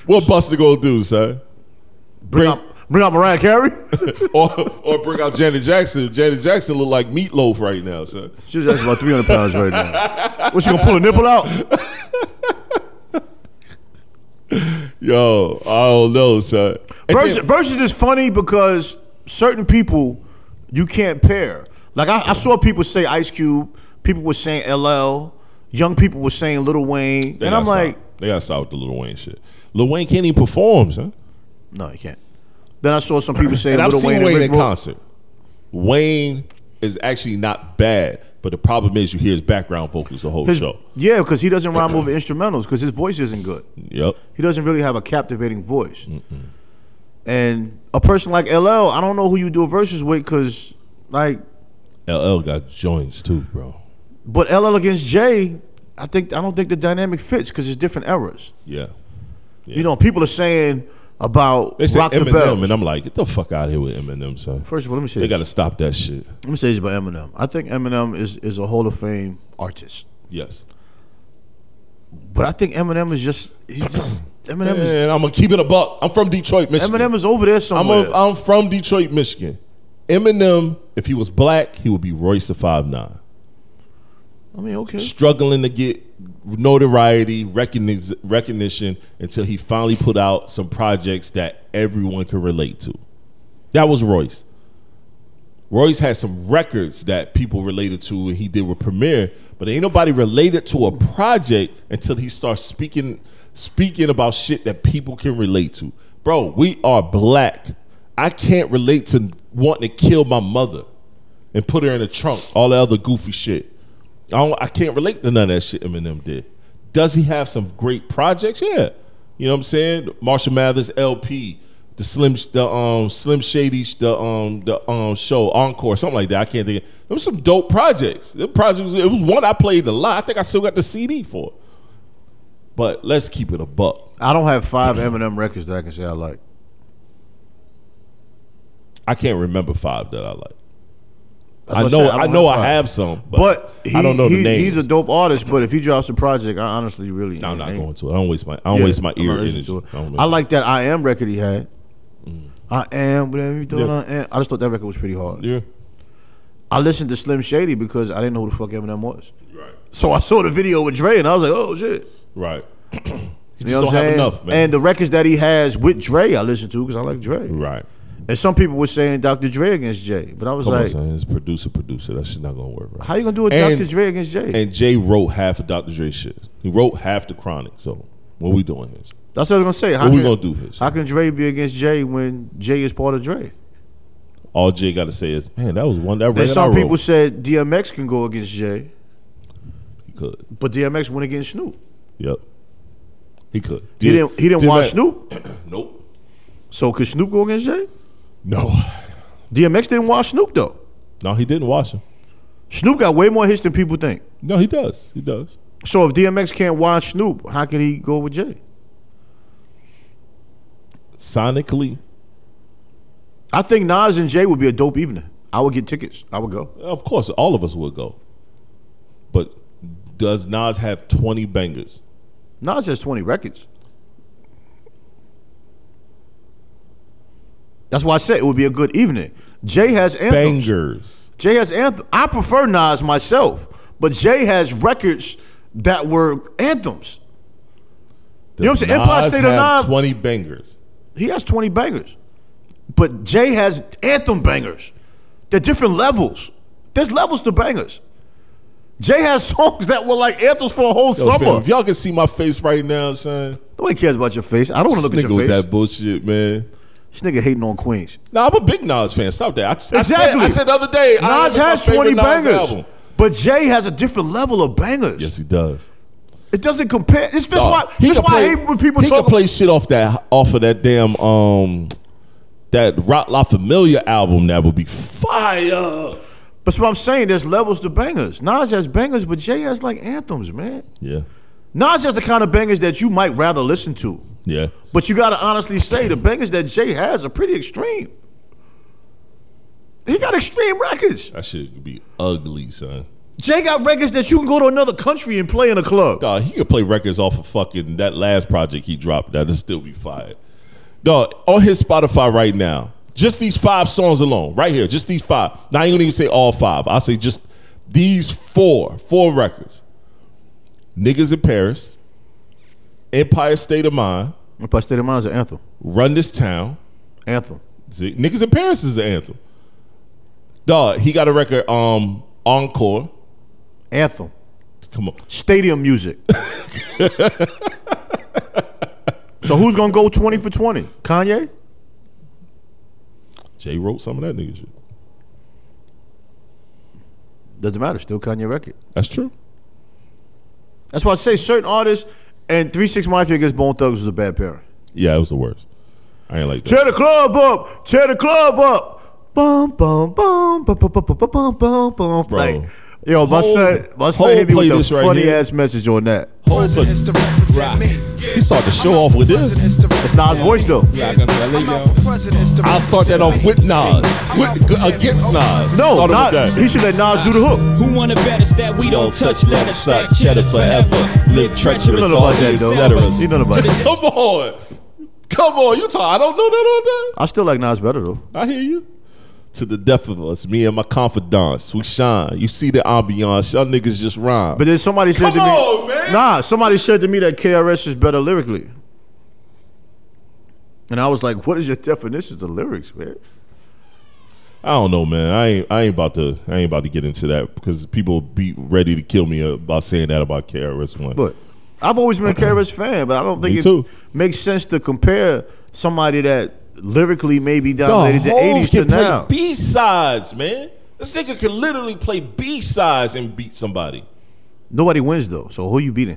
[SPEAKER 2] What Buster gonna do, son?
[SPEAKER 1] Bring out, bring out Mariah Carey.
[SPEAKER 2] or or bring out Janet Jackson. Janet Jackson look like meatloaf right now, son.
[SPEAKER 1] She's actually about 300 pounds right now. What, she gonna pull a nipple out?
[SPEAKER 2] Yo, I don't know, son. And
[SPEAKER 1] Versus,
[SPEAKER 2] then-
[SPEAKER 1] versus is funny because certain people you can't pair. Like, I, I saw people say Ice Cube, people were saying LL, young people were saying Lil Wayne.
[SPEAKER 2] they
[SPEAKER 1] and
[SPEAKER 2] gotta
[SPEAKER 1] I'm
[SPEAKER 2] stop.
[SPEAKER 1] like,
[SPEAKER 2] they gotta stop with the Lil Wayne shit. Lil Wayne can't even perform, son.
[SPEAKER 1] no, you can't. Then I saw some people saying
[SPEAKER 2] And I've
[SPEAKER 1] Lil
[SPEAKER 2] seen
[SPEAKER 1] Wayne,
[SPEAKER 2] Wayne,
[SPEAKER 1] and Rick
[SPEAKER 2] in
[SPEAKER 1] Ross.
[SPEAKER 2] concert. Wayne is actually not bad, but the problem is you hear his background vocals the whole
[SPEAKER 1] His-
[SPEAKER 2] show.
[SPEAKER 1] Yeah, because he doesn't rhyme over instrumentals because his voice isn't good.
[SPEAKER 2] Yep.
[SPEAKER 1] He doesn't really have a captivating voice. And a person like LL, I don't know who you do verses with because, like,
[SPEAKER 2] LL got joints too, bro.
[SPEAKER 1] But LL against Jay, I think I don't think the dynamic fits because it's different eras.
[SPEAKER 2] Yeah.
[SPEAKER 1] You know, people are saying about
[SPEAKER 2] They said
[SPEAKER 1] Rock the
[SPEAKER 2] Eminem,
[SPEAKER 1] Bells.
[SPEAKER 2] and I'm like, get the fuck out of here with Eminem, son.
[SPEAKER 1] First of all, let me say
[SPEAKER 2] They
[SPEAKER 1] this.
[SPEAKER 2] got to stop that shit.
[SPEAKER 1] let me say this about Eminem. I think Eminem is is a Hall of Fame artist,
[SPEAKER 2] Yes.
[SPEAKER 1] but I think Eminem is just he's just Eminem is
[SPEAKER 2] And I'm gonna keep it a buck. I'm from Detroit, Michigan.
[SPEAKER 1] Eminem is over there
[SPEAKER 2] I'm
[SPEAKER 1] somewhere.
[SPEAKER 2] a, I'm from Detroit, Michigan. Eminem, if he was black, he would be Royce the Five Nine,
[SPEAKER 1] I mean, okay,
[SPEAKER 2] struggling to get notoriety, recogniz- recognition until he finally put out some projects that everyone could relate to. That was Royce. Royce had some records that people related to, and he did with Premiere. But ain't nobody related to a project until he starts speaking speaking about shit that people can relate to. Bro, we are black. I can't relate to wanting to kill my mother and put her in a trunk. All the other goofy shit. I don't, I can't relate to none of that shit Eminem did. Does he have some great projects? Yeah, you know what I'm saying. Marshall Mathers LP, the Slim, the um Slim Shady, the um the um show Encore, something like that. I can't think. Of. There was some dope projects. The projects. It was one I played a lot. I think I still got the CD for. it. But let's keep it a buck.
[SPEAKER 1] I don't have five Eminem records that I can say I like.
[SPEAKER 2] I can't remember five that I like.
[SPEAKER 1] That's
[SPEAKER 2] I
[SPEAKER 1] what
[SPEAKER 2] know
[SPEAKER 1] said,
[SPEAKER 2] I,
[SPEAKER 1] don't
[SPEAKER 2] know
[SPEAKER 1] five.
[SPEAKER 2] I have some, but,
[SPEAKER 1] But he,
[SPEAKER 2] I don't know
[SPEAKER 1] he,
[SPEAKER 2] the name.
[SPEAKER 1] He's a dope artist, but if he drops a project, I honestly really
[SPEAKER 2] I'm
[SPEAKER 1] ain't-
[SPEAKER 2] not
[SPEAKER 1] ain't-
[SPEAKER 2] going to it. I don't waste my I don't
[SPEAKER 1] Yeah,
[SPEAKER 2] waste my
[SPEAKER 1] I'm
[SPEAKER 2] ear
[SPEAKER 1] not listening
[SPEAKER 2] energy.
[SPEAKER 1] to it.
[SPEAKER 2] I don't
[SPEAKER 1] I
[SPEAKER 2] know.
[SPEAKER 1] like that I Am record he had. I am whatever you doing.
[SPEAKER 2] Yeah.
[SPEAKER 1] I am. I just thought that record was pretty hard.
[SPEAKER 2] yeah.
[SPEAKER 1] I listened to Slim Shady because I didn't know who the fuck Eminem was.
[SPEAKER 2] Right.
[SPEAKER 1] So I saw the video with Dre and I was like, oh shit.
[SPEAKER 2] Right. you just
[SPEAKER 1] You know
[SPEAKER 2] don't
[SPEAKER 1] what I'm
[SPEAKER 2] have
[SPEAKER 1] saying?
[SPEAKER 2] enough, man.
[SPEAKER 1] And the records that he has with Dre, I listen to because I like Dre.
[SPEAKER 2] right.
[SPEAKER 1] And some people were saying Dr. Dre against Jay, but I was
[SPEAKER 2] Come on,
[SPEAKER 1] like,
[SPEAKER 2] son. It's producer, producer. That shit not gonna work, right?
[SPEAKER 1] how you gonna do a
[SPEAKER 2] And-
[SPEAKER 1] Dr. Dre against Jay?
[SPEAKER 2] And Jay wrote half of Dr. Dre shit. He wrote half the Chronic. So what we doing here?
[SPEAKER 1] That's what I was gonna say. How
[SPEAKER 2] What we
[SPEAKER 1] can,
[SPEAKER 2] gonna do here? son?
[SPEAKER 1] how can Dre be against Jay when Jay is part of Dre?
[SPEAKER 2] All Jay got to say is, man, that was one that
[SPEAKER 1] Then
[SPEAKER 2] record I
[SPEAKER 1] some
[SPEAKER 2] wrote.
[SPEAKER 1] people said DMX can go against Jay,
[SPEAKER 2] he could.
[SPEAKER 1] but DMX went against Snoop.
[SPEAKER 2] Yep. He could.
[SPEAKER 1] He didn't. He didn't
[SPEAKER 2] did
[SPEAKER 1] watch
[SPEAKER 2] that-
[SPEAKER 1] Snoop.
[SPEAKER 2] Nope.
[SPEAKER 1] So could Snoop go against Jay?
[SPEAKER 2] No.
[SPEAKER 1] DMX didn't watch Snoop though.
[SPEAKER 2] No, he didn't watch him.
[SPEAKER 1] Snoop got way more hits than people think.
[SPEAKER 2] No, he does. He does.
[SPEAKER 1] So if DMX can't watch Snoop, how can he go with Jay?
[SPEAKER 2] Sonically,
[SPEAKER 1] I think Nas and Jay would be a dope evening. I would get tickets. I would go.
[SPEAKER 2] of course, all of us would go. But does Nas have 20 bangers?
[SPEAKER 1] Nas has 20 records. That's why I said it would be a good evening. Jay has anthems.
[SPEAKER 2] Bangers.
[SPEAKER 1] Jay has anthems. I prefer Nas myself, but Jay has records that were anthems. You know what I'm saying?
[SPEAKER 2] Does
[SPEAKER 1] Empire
[SPEAKER 2] Nas
[SPEAKER 1] State of
[SPEAKER 2] have
[SPEAKER 1] Nas-
[SPEAKER 2] 20 bangers.
[SPEAKER 1] He has 20 bangers. But Jay has anthem bangers. They're different levels. There's levels to bangers. Jay has songs that were like anthems for a whole
[SPEAKER 2] Yo, fam,
[SPEAKER 1] summer.
[SPEAKER 2] if y'all can see my face right now, son.
[SPEAKER 1] Nobody cares about your face. I don't want to look
[SPEAKER 2] this
[SPEAKER 1] at
[SPEAKER 2] nigga
[SPEAKER 1] your
[SPEAKER 2] with
[SPEAKER 1] face.
[SPEAKER 2] that bullshit, man.
[SPEAKER 1] This nigga hating on Queens.
[SPEAKER 2] Nah, I'm a big Nas fan. Stop that. I, I said,
[SPEAKER 1] Exactly.
[SPEAKER 2] I said the other day, I
[SPEAKER 1] Nas has 20 bangers. But Jay has a different level of bangers.
[SPEAKER 2] Yes, he does.
[SPEAKER 1] It doesn't compare. It's that's
[SPEAKER 2] Dog,
[SPEAKER 1] why,
[SPEAKER 2] he
[SPEAKER 1] that's
[SPEAKER 2] could
[SPEAKER 1] why I hate when people
[SPEAKER 2] he
[SPEAKER 1] talk
[SPEAKER 2] could play shit off that off of that damn um that Rock La Familia album that would be fire.
[SPEAKER 1] But what I'm saying, there's levels to bangers. Nas has bangers, but Jay has like anthems, man.
[SPEAKER 2] Yeah,
[SPEAKER 1] Nas has the kind of bangers that you might rather listen to.
[SPEAKER 2] yeah.
[SPEAKER 1] But you gotta honestly say the bangers that Jay has are pretty extreme. He got extreme records.
[SPEAKER 2] That shit could be ugly, son.
[SPEAKER 1] Jay got records that you can go to another country and play in a club.
[SPEAKER 2] Dog, he could play records off of fucking that last project he dropped. That'd still be fire. Dog, on his Spotify right now, just these five songs alone, right here, just these five. Now I ain't gonna even say all five. I'll say just these four, four records. Niggas in Paris, Empire State of Mind,
[SPEAKER 1] Empire State of Mind's an anthem.
[SPEAKER 2] Run This Town.
[SPEAKER 1] Anthem.
[SPEAKER 2] See, niggas in Paris is the anthem. Dog, he got a record. Um, encore.
[SPEAKER 1] Anthem.
[SPEAKER 2] Come on,
[SPEAKER 1] Stadium music. so who's gonna go 20 for 20? Kanye?
[SPEAKER 2] Jay wrote some of that nigga shit.
[SPEAKER 1] Doesn't matter, still Kanye record.
[SPEAKER 2] That's true.
[SPEAKER 1] That's why I say certain artists and 3 Six Mafia against Bone Thugs was a bad pairing.
[SPEAKER 2] Yeah, it was the worst. I ain't like that.
[SPEAKER 1] Tear the club up. Tear the club up. Bum bum bum bum bum bum bum bum bum bum.
[SPEAKER 2] Bro.
[SPEAKER 1] Like, yo, my
[SPEAKER 2] Whole-
[SPEAKER 1] son, my son
[SPEAKER 2] whole
[SPEAKER 1] hit me
[SPEAKER 2] play
[SPEAKER 1] with
[SPEAKER 2] this
[SPEAKER 1] a
[SPEAKER 2] right
[SPEAKER 1] funny
[SPEAKER 2] here.
[SPEAKER 1] ass message on that.
[SPEAKER 2] Whole
[SPEAKER 5] President is
[SPEAKER 2] bunch-
[SPEAKER 5] to represent
[SPEAKER 6] Rock.
[SPEAKER 5] me.
[SPEAKER 2] He started to show off with this.
[SPEAKER 1] It's Nas' voice though.
[SPEAKER 6] Rock, I'm telling
[SPEAKER 5] I'm out
[SPEAKER 6] y'all.
[SPEAKER 5] for presidents to
[SPEAKER 2] I'll start that off with Nas, with, against Nas.
[SPEAKER 1] No,
[SPEAKER 2] Start it with
[SPEAKER 1] Nas,
[SPEAKER 2] that.
[SPEAKER 1] he should let Nas do the hook.
[SPEAKER 6] Who wanna bet us that we don't touch letters, stack cheddars forever, live
[SPEAKER 1] He
[SPEAKER 6] treacherous,
[SPEAKER 1] don't know
[SPEAKER 6] all
[SPEAKER 1] about
[SPEAKER 6] the
[SPEAKER 1] that
[SPEAKER 6] et
[SPEAKER 1] though.
[SPEAKER 6] ceteras.
[SPEAKER 1] He don't know about that.
[SPEAKER 2] Come on, come on. You talk. I don't know that
[SPEAKER 1] I still like Nas better though.
[SPEAKER 2] on that. I hear you. To the death of us, me and my confidants, we shine. You see the ambiance. Y'all niggas just rhyme.
[SPEAKER 1] But then somebody said
[SPEAKER 2] Come
[SPEAKER 1] to me,
[SPEAKER 2] on, man.
[SPEAKER 1] Nah, somebody said to me that KRS is better lyrically. And I was like, what is your definition of the lyrics, man?
[SPEAKER 2] I don't know, man. I ain't I ain't about to I ain't about to get into that because people be ready to kill me about saying that about KRS One.
[SPEAKER 1] But I've always been a KRS fan, but I don't think
[SPEAKER 2] Me
[SPEAKER 1] it
[SPEAKER 2] too.
[SPEAKER 1] makes sense to compare somebody that lyrically maybe dominated the
[SPEAKER 2] Hov
[SPEAKER 1] eighties to
[SPEAKER 2] can play
[SPEAKER 1] now.
[SPEAKER 2] B sides, man. This nigga can literally play B sides and beat somebody.
[SPEAKER 1] Nobody wins though, so who you beating?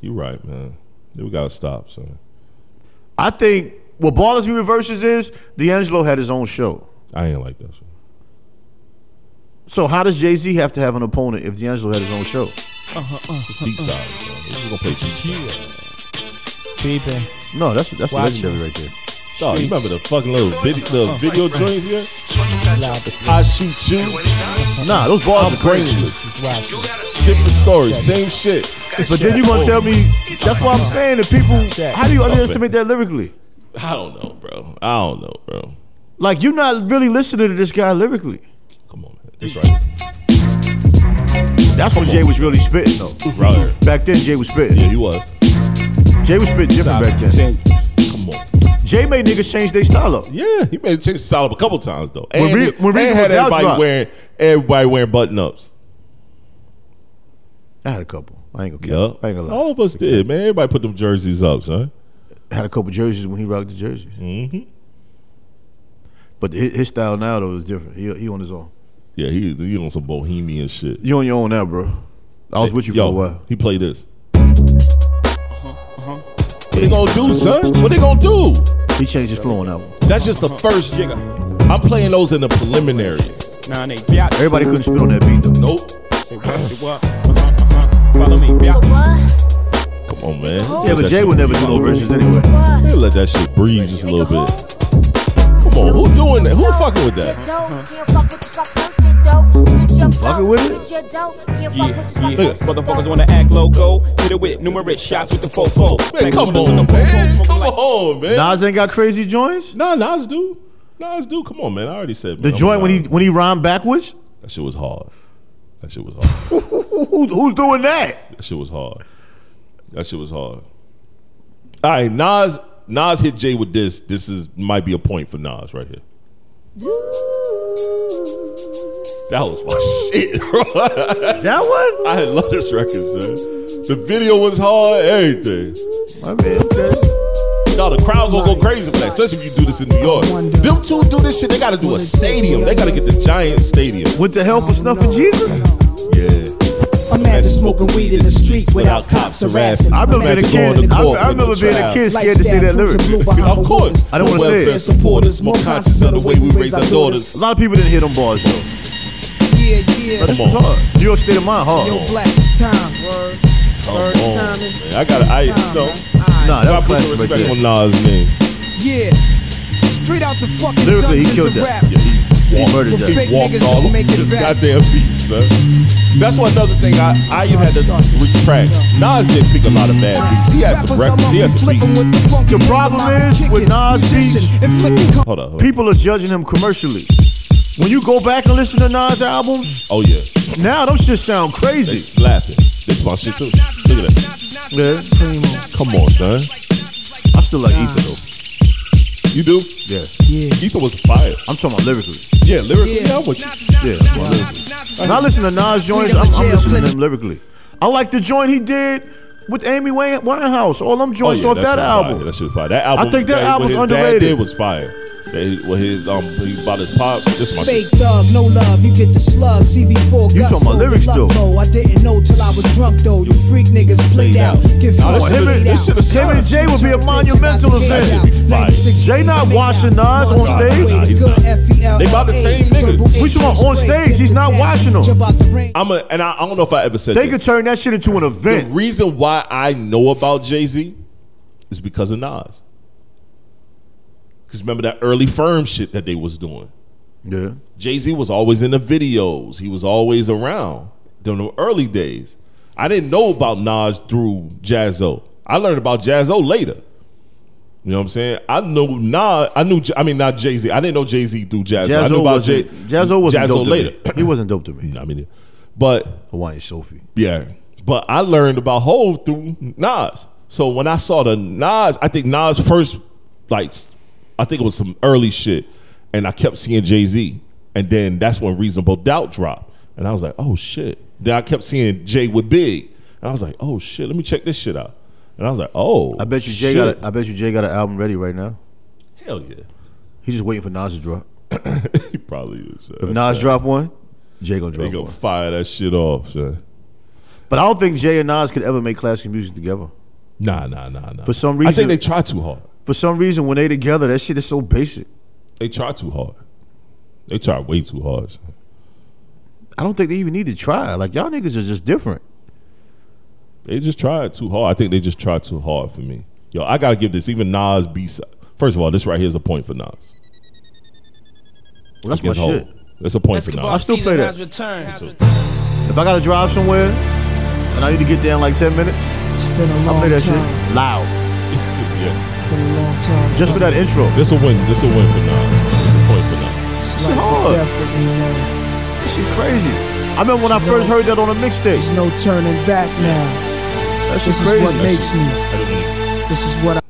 [SPEAKER 2] You right, man. We gotta stop, son.
[SPEAKER 1] I think what Ballers Me Reverses is D'Angelo had his own show.
[SPEAKER 2] I ain't like that. Son.
[SPEAKER 1] So how does Jay Z have to have an opponent if D'Angelo had his own show?
[SPEAKER 2] It's B sides. He's gonna play B sides.
[SPEAKER 6] Baby,
[SPEAKER 1] No, that's that's
[SPEAKER 6] Watch
[SPEAKER 1] legendary right there.
[SPEAKER 2] Dog, you remember the fucking little video, little video joints, man? I shoot you.
[SPEAKER 1] Nah, those bars
[SPEAKER 2] I'm
[SPEAKER 1] are crazy.
[SPEAKER 2] brainless. Different story, same shit.
[SPEAKER 1] But then you want to tell me that's what I'm saying to people. How do you underestimate that lyrically?
[SPEAKER 2] I don't know, bro. I don't know, bro.
[SPEAKER 1] Like you're not really listening to this guy lyrically.
[SPEAKER 2] Come on, man. This right,
[SPEAKER 1] That's when Jay was really spitting though.
[SPEAKER 2] right here.
[SPEAKER 1] Back then Jay was spitting.
[SPEAKER 2] Yeah, he was.
[SPEAKER 1] Jay was spitting different back then.
[SPEAKER 2] Come on.
[SPEAKER 1] Jay made niggas change their style up.
[SPEAKER 2] Yeah, he made change the style up a couple times though. And,
[SPEAKER 1] When Re-
[SPEAKER 2] he-
[SPEAKER 1] when
[SPEAKER 2] and
[SPEAKER 1] Reason
[SPEAKER 2] had
[SPEAKER 1] Without
[SPEAKER 2] everybody
[SPEAKER 1] dropped.
[SPEAKER 2] wearing everybody wearing button ups.
[SPEAKER 1] I had a couple. I ain't gonna
[SPEAKER 2] Yup.
[SPEAKER 1] cap. I ain't gonna lie.
[SPEAKER 2] All of us did, man. Everybody put them jerseys up, son.
[SPEAKER 1] I had a couple jerseys when he rocked the jerseys.
[SPEAKER 2] Mm-hmm.
[SPEAKER 1] But his, his style now though is different. He he on his own.
[SPEAKER 2] Yeah, he he on some bohemian shit.
[SPEAKER 1] You on your own now, bro. I was with you
[SPEAKER 2] Yo,
[SPEAKER 1] for a while.
[SPEAKER 2] He played this. Uh-huh, What they gonna do, son? What they gonna do?
[SPEAKER 1] He changed his flow on that one.
[SPEAKER 2] That's just the first. I'm playing those in the preliminaries.
[SPEAKER 5] Nah, they biatch.
[SPEAKER 1] Everybody couldn't spit on that beat though.
[SPEAKER 2] Nope.
[SPEAKER 5] Say what? Say what? Uh-huh, uh-huh. Follow me, biatch.
[SPEAKER 2] Come on, man.
[SPEAKER 1] Yeah, but Jay would never do no verses anyway.
[SPEAKER 2] They let that shit breathe just a little bit. Come on, who doing that? Who fucking with that?
[SPEAKER 1] Fucking with it?
[SPEAKER 5] Yeah, yeah.
[SPEAKER 2] Look.
[SPEAKER 5] Motherfuckers wanna act loco. Hit it with numerous shots with the fofo.
[SPEAKER 2] Man,
[SPEAKER 5] Black
[SPEAKER 2] come
[SPEAKER 5] women with
[SPEAKER 2] on,
[SPEAKER 5] the fofo,
[SPEAKER 2] man.
[SPEAKER 5] smoking
[SPEAKER 2] Come
[SPEAKER 5] like-
[SPEAKER 2] on, man.
[SPEAKER 1] Nas ain't got crazy joints.
[SPEAKER 2] Nah, Nas do. Nas do. Come on, man. I already said.
[SPEAKER 1] The
[SPEAKER 2] man,
[SPEAKER 1] joint
[SPEAKER 2] I'm
[SPEAKER 1] when he
[SPEAKER 2] not-
[SPEAKER 1] when he rhymed backwards.
[SPEAKER 2] that shit was hard. That shit was hard.
[SPEAKER 1] Who, who's doing that?
[SPEAKER 2] that shit was hard. That shit was hard. All right, Nas. Nas hit Jay with this. This is might be a point for Nas right here. That was my shit, bro.
[SPEAKER 1] That one?
[SPEAKER 2] I love this record, son. The video was hard. Everything.
[SPEAKER 1] I mean, okay.
[SPEAKER 2] No, the crowd gonna go crazy for that, especially if you do this in New York. Them two do this shit, they gotta do a stadium. They gotta get the giant stadium.
[SPEAKER 1] What the hell for snuffing Jesus?
[SPEAKER 2] Yeah.
[SPEAKER 7] Imagine smoking weed in the streets without cops harassing.
[SPEAKER 1] I remember being a
[SPEAKER 2] Imagine going
[SPEAKER 1] kid.
[SPEAKER 2] to
[SPEAKER 1] I,
[SPEAKER 2] court
[SPEAKER 1] I
[SPEAKER 2] with
[SPEAKER 1] remember
[SPEAKER 2] the
[SPEAKER 1] being a
[SPEAKER 2] trial.
[SPEAKER 1] kid scared to say that lyric.
[SPEAKER 2] Of course.
[SPEAKER 1] I don't wanna say it.
[SPEAKER 2] Welfare supporters, more conscious of the way we raise our daughters.
[SPEAKER 1] A lot of people didn't hear them bars though.
[SPEAKER 7] Yeah, yeah.
[SPEAKER 1] But this
[SPEAKER 2] Come
[SPEAKER 1] was
[SPEAKER 2] on.
[SPEAKER 1] hard. New York State of Mind
[SPEAKER 7] Yo,
[SPEAKER 1] hard.
[SPEAKER 7] black, it's time. Word.
[SPEAKER 2] Come
[SPEAKER 7] Third
[SPEAKER 2] on,
[SPEAKER 7] time in-
[SPEAKER 2] man. I gotta, I, you know,
[SPEAKER 1] Nah, that was
[SPEAKER 2] I put some
[SPEAKER 1] classic right
[SPEAKER 2] respect
[SPEAKER 1] there.
[SPEAKER 2] on Nas' name.
[SPEAKER 7] Yeah. Straight out the fucking
[SPEAKER 1] Lyrically, he
[SPEAKER 7] dungeons
[SPEAKER 1] killed
[SPEAKER 7] of
[SPEAKER 1] that.
[SPEAKER 7] rap.
[SPEAKER 2] Yeah, he
[SPEAKER 1] He
[SPEAKER 2] walked,
[SPEAKER 1] murdered
[SPEAKER 7] Well,
[SPEAKER 1] that.
[SPEAKER 7] fake-
[SPEAKER 2] he walked
[SPEAKER 7] niggas
[SPEAKER 2] all
[SPEAKER 7] don't
[SPEAKER 2] over
[SPEAKER 7] make it
[SPEAKER 2] this
[SPEAKER 7] rap.
[SPEAKER 2] goddamn beat, son. That's one other thing I, I even had to retract. Nas did pick a lot of bad beats. He had some records. He had some beats.
[SPEAKER 7] The
[SPEAKER 1] problem is with Nas beats,
[SPEAKER 2] Hold on. Hold on.
[SPEAKER 1] People are judging him commercially. When you go back and listen to Nas albums,
[SPEAKER 2] Oh yeah.
[SPEAKER 1] now them shit sound
[SPEAKER 2] They
[SPEAKER 1] crazy.
[SPEAKER 2] slapping. This my shit too. Look at that.
[SPEAKER 1] Yeah.
[SPEAKER 2] Come on, son.
[SPEAKER 1] I still like Ether though.
[SPEAKER 2] You do?
[SPEAKER 1] Yeah.
[SPEAKER 2] Ether was fire.
[SPEAKER 1] I'm talking about lyrically.
[SPEAKER 2] Yeah, lyrically, yeah, I'm with you.
[SPEAKER 1] Yeah. When I listen to Nas joints, I'm, I'm listening to them lyrically. I like the joint he did with Amy Wine- Winehouse. All them
[SPEAKER 2] Oh,
[SPEAKER 1] joints
[SPEAKER 2] yeah,
[SPEAKER 1] off that
[SPEAKER 2] shit was fire.
[SPEAKER 1] album.
[SPEAKER 2] That shit was fire. That album.
[SPEAKER 1] I think that
[SPEAKER 2] what
[SPEAKER 1] album's
[SPEAKER 2] his
[SPEAKER 1] underrated.
[SPEAKER 2] Dad did was fire. That, what his um, he bought his pop. This is my
[SPEAKER 7] Fake
[SPEAKER 2] shit.
[SPEAKER 7] thug, no love, you get the slug.
[SPEAKER 1] Oh,
[SPEAKER 7] CB4
[SPEAKER 1] You talking about
[SPEAKER 7] gusto,
[SPEAKER 1] lyrics,
[SPEAKER 7] the luck
[SPEAKER 1] though.
[SPEAKER 7] low. I didn't know till I was drunk though. You freak niggas played out. Give
[SPEAKER 2] Nah, this
[SPEAKER 7] fuck,
[SPEAKER 2] shit-
[SPEAKER 7] beat
[SPEAKER 2] this
[SPEAKER 7] out.
[SPEAKER 2] shit is
[SPEAKER 1] Him and Jay would be a monumental
[SPEAKER 2] That
[SPEAKER 1] event.
[SPEAKER 2] shit be fire.
[SPEAKER 7] 96
[SPEAKER 1] Jay not
[SPEAKER 7] years
[SPEAKER 1] washing
[SPEAKER 7] made out.
[SPEAKER 1] Nas on
[SPEAKER 7] Nah,
[SPEAKER 1] stage?
[SPEAKER 2] Nah, he's not.
[SPEAKER 7] F-E-L-L-A.
[SPEAKER 2] They about the same nigga.
[SPEAKER 7] Verbal
[SPEAKER 1] What you want, on
[SPEAKER 7] interest
[SPEAKER 1] stage? He's
[SPEAKER 7] rate,
[SPEAKER 1] not
[SPEAKER 7] get
[SPEAKER 1] washing
[SPEAKER 7] the
[SPEAKER 1] them.
[SPEAKER 7] jump out the ring.
[SPEAKER 2] I'm a, and I, I don't know if I ever said
[SPEAKER 1] They
[SPEAKER 2] this.
[SPEAKER 1] could turn that shit into an
[SPEAKER 2] the
[SPEAKER 1] event.
[SPEAKER 2] reason why I know about Jay Z is because of Nas. Because remember that early firm shit that they was doing.
[SPEAKER 1] Yeah.
[SPEAKER 2] Jay Z was always in the videos. He was always around during the early days. I didn't know about Nas through Jazzo. I learned about Jazzo later. You know what I'm saying? I know Nas. I knew. J- I mean, not Jay Z. I didn't know Jay Z through Jazzo. I knew
[SPEAKER 1] Jazzo
[SPEAKER 2] about Jay.
[SPEAKER 1] wasn't, Jazzo wasn't dope
[SPEAKER 2] Jazzo
[SPEAKER 1] to
[SPEAKER 2] later.
[SPEAKER 1] me. He wasn't dope to me.
[SPEAKER 2] I mean, but
[SPEAKER 1] Hawaiian Sophie.
[SPEAKER 2] yeah. But I learned about Hove through Nas. So when I saw the Nas, I think Nas first, like, I think it was some early shit. And I kept seeing Jay Z. And then that's when Reasonable Doubt dropped. And I was like, oh shit. Then I kept seeing Jay with Big. And I was like, oh shit, let me check this shit out. And I was like, oh.
[SPEAKER 1] I bet you Jay
[SPEAKER 2] shit.
[SPEAKER 1] got. A, I bet you Jay got an album ready right now.
[SPEAKER 2] Hell yeah.
[SPEAKER 1] He's just waiting for Nas to drop.
[SPEAKER 2] he probably is.
[SPEAKER 1] If Nas drop one, Jay gonna
[SPEAKER 2] they
[SPEAKER 1] drop
[SPEAKER 2] gonna
[SPEAKER 1] one.
[SPEAKER 2] fire that shit off, son.
[SPEAKER 1] But I don't think Jay and Nas could ever make classic music together.
[SPEAKER 2] Nah, nah, nah, nah.
[SPEAKER 1] For some
[SPEAKER 2] I think
[SPEAKER 1] reason-
[SPEAKER 2] they try too hard.
[SPEAKER 1] For some reason, when they together, that shit is so basic.
[SPEAKER 2] They try too hard. They try way too hard. son.
[SPEAKER 1] I don't think they even need to try. Like y'all niggas are just different.
[SPEAKER 2] They just tried too hard. I think they just tried too hard for me. Yo, I gotta give this even Nas B side. First of all, this right here is a point for Nas.
[SPEAKER 1] Well,
[SPEAKER 7] Oh,
[SPEAKER 1] that's my
[SPEAKER 2] It's whole.
[SPEAKER 1] shit.
[SPEAKER 2] It's a point for
[SPEAKER 1] I
[SPEAKER 2] Nas.
[SPEAKER 1] still play that. If I gotta drive somewhere and I need to get there in like ten minutes,
[SPEAKER 7] It's been a
[SPEAKER 1] I
[SPEAKER 7] long
[SPEAKER 1] play that
[SPEAKER 7] time.
[SPEAKER 1] shit loud,
[SPEAKER 2] Yeah.
[SPEAKER 7] Been a long time.
[SPEAKER 1] just for that intro.
[SPEAKER 2] This will win. This will win for Nas. It's a point for Nas.
[SPEAKER 7] It's
[SPEAKER 1] shit
[SPEAKER 7] life or
[SPEAKER 1] hard.
[SPEAKER 7] death with me now.
[SPEAKER 1] That shit crazy. I remember when I first heard that on a mixtape.
[SPEAKER 7] There's no turning back now.
[SPEAKER 1] That shit
[SPEAKER 7] This is what
[SPEAKER 1] crazy.
[SPEAKER 7] makes me.
[SPEAKER 2] I don't know.
[SPEAKER 7] This is what I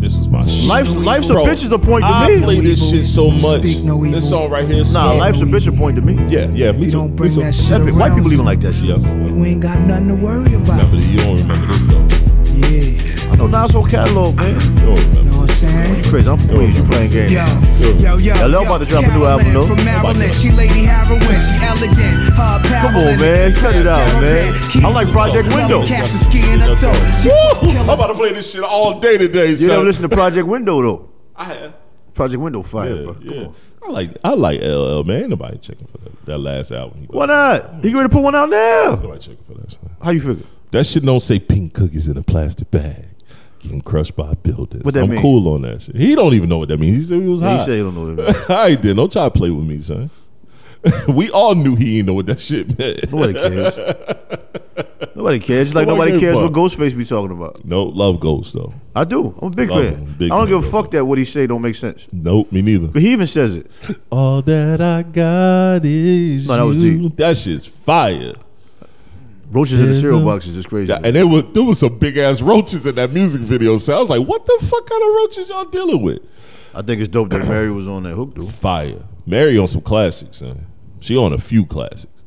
[SPEAKER 2] This is my shit.
[SPEAKER 1] Life's life's a
[SPEAKER 2] Bro,
[SPEAKER 1] bitch's a point to
[SPEAKER 2] I
[SPEAKER 1] me.
[SPEAKER 2] play this shit so much.
[SPEAKER 7] Speak no evil.
[SPEAKER 2] This song right here. is
[SPEAKER 1] Nah,
[SPEAKER 2] so-
[SPEAKER 1] life's a bitch a point to me.
[SPEAKER 2] Yeah, yeah, me
[SPEAKER 7] you
[SPEAKER 2] too.
[SPEAKER 7] don't
[SPEAKER 2] Me
[SPEAKER 7] bring
[SPEAKER 2] too.
[SPEAKER 7] that shit
[SPEAKER 1] That,
[SPEAKER 7] around.
[SPEAKER 1] white people even like that shit.
[SPEAKER 2] Yeah.
[SPEAKER 7] You ain't got nothing to worry
[SPEAKER 2] Remember,
[SPEAKER 7] about.
[SPEAKER 2] you don't remember this though. You
[SPEAKER 7] Yeah.
[SPEAKER 1] I know Nas whole catalog, man.
[SPEAKER 2] don't remember.
[SPEAKER 7] Know what I'm saying?
[SPEAKER 1] Crazy, I'm from Queens. You playing games?
[SPEAKER 8] Yo, yo, yo.
[SPEAKER 1] LL
[SPEAKER 8] yo,
[SPEAKER 1] about to drop a new album,
[SPEAKER 8] Carolyn
[SPEAKER 1] though.
[SPEAKER 8] From
[SPEAKER 2] About
[SPEAKER 8] Maryland,
[SPEAKER 2] to.
[SPEAKER 8] she lady heroin, she elegant. Her
[SPEAKER 1] Come on, man. Cut it out, man. I like Project Window.
[SPEAKER 8] Cap the ski in her throat. She
[SPEAKER 2] Woo! I'm about to play this shit all day today,
[SPEAKER 1] You
[SPEAKER 2] son.
[SPEAKER 1] never listen to Project Window though.
[SPEAKER 2] I have.
[SPEAKER 1] Project Window fire,
[SPEAKER 2] Yeah,
[SPEAKER 1] bro. Come
[SPEAKER 2] yeah.
[SPEAKER 1] on.
[SPEAKER 2] I like I like LL man. Nobody checking for that, that last album.
[SPEAKER 1] Why not? He ready to put one out now.
[SPEAKER 2] Nobody checking for that. Son.
[SPEAKER 1] How you figure?
[SPEAKER 2] That shit don't say pink cookies in a plastic bag. Getting crushed by buildings.
[SPEAKER 1] What that
[SPEAKER 2] I'm
[SPEAKER 1] mean?
[SPEAKER 2] cool on that shit. He don't even know what that means. He said he was
[SPEAKER 1] Yeah,
[SPEAKER 2] high.
[SPEAKER 1] he said he don't know what that
[SPEAKER 2] I did. Don't try to play with me, son. we all knew he ain't know what that shit meant.
[SPEAKER 1] Nobody cares. nobody cares. Just like nobody,
[SPEAKER 2] Nobody gives
[SPEAKER 1] cares
[SPEAKER 2] a
[SPEAKER 1] what
[SPEAKER 2] fuck.
[SPEAKER 1] Ghostface be talking about.
[SPEAKER 2] No love goals though.
[SPEAKER 1] I do. I'm a big
[SPEAKER 2] Love
[SPEAKER 1] fan.
[SPEAKER 2] him. Big
[SPEAKER 1] I don't
[SPEAKER 2] fan,
[SPEAKER 1] give a
[SPEAKER 2] bro.
[SPEAKER 1] fuck that what he say don't make sense.
[SPEAKER 2] Nope, me neither.
[SPEAKER 1] But he even says it.
[SPEAKER 2] All that I got is
[SPEAKER 1] No, that was
[SPEAKER 2] you. That shit's fire.
[SPEAKER 1] Roaches in the cereal boxes is crazy.
[SPEAKER 2] And there was there was some big ass roaches in that music video. So I was like, what the fuck kind of roaches y'all dealing with?
[SPEAKER 1] I think it's dope that Mary was on that hook though.
[SPEAKER 2] Fire. Mary on some classics, son. She on a few classics.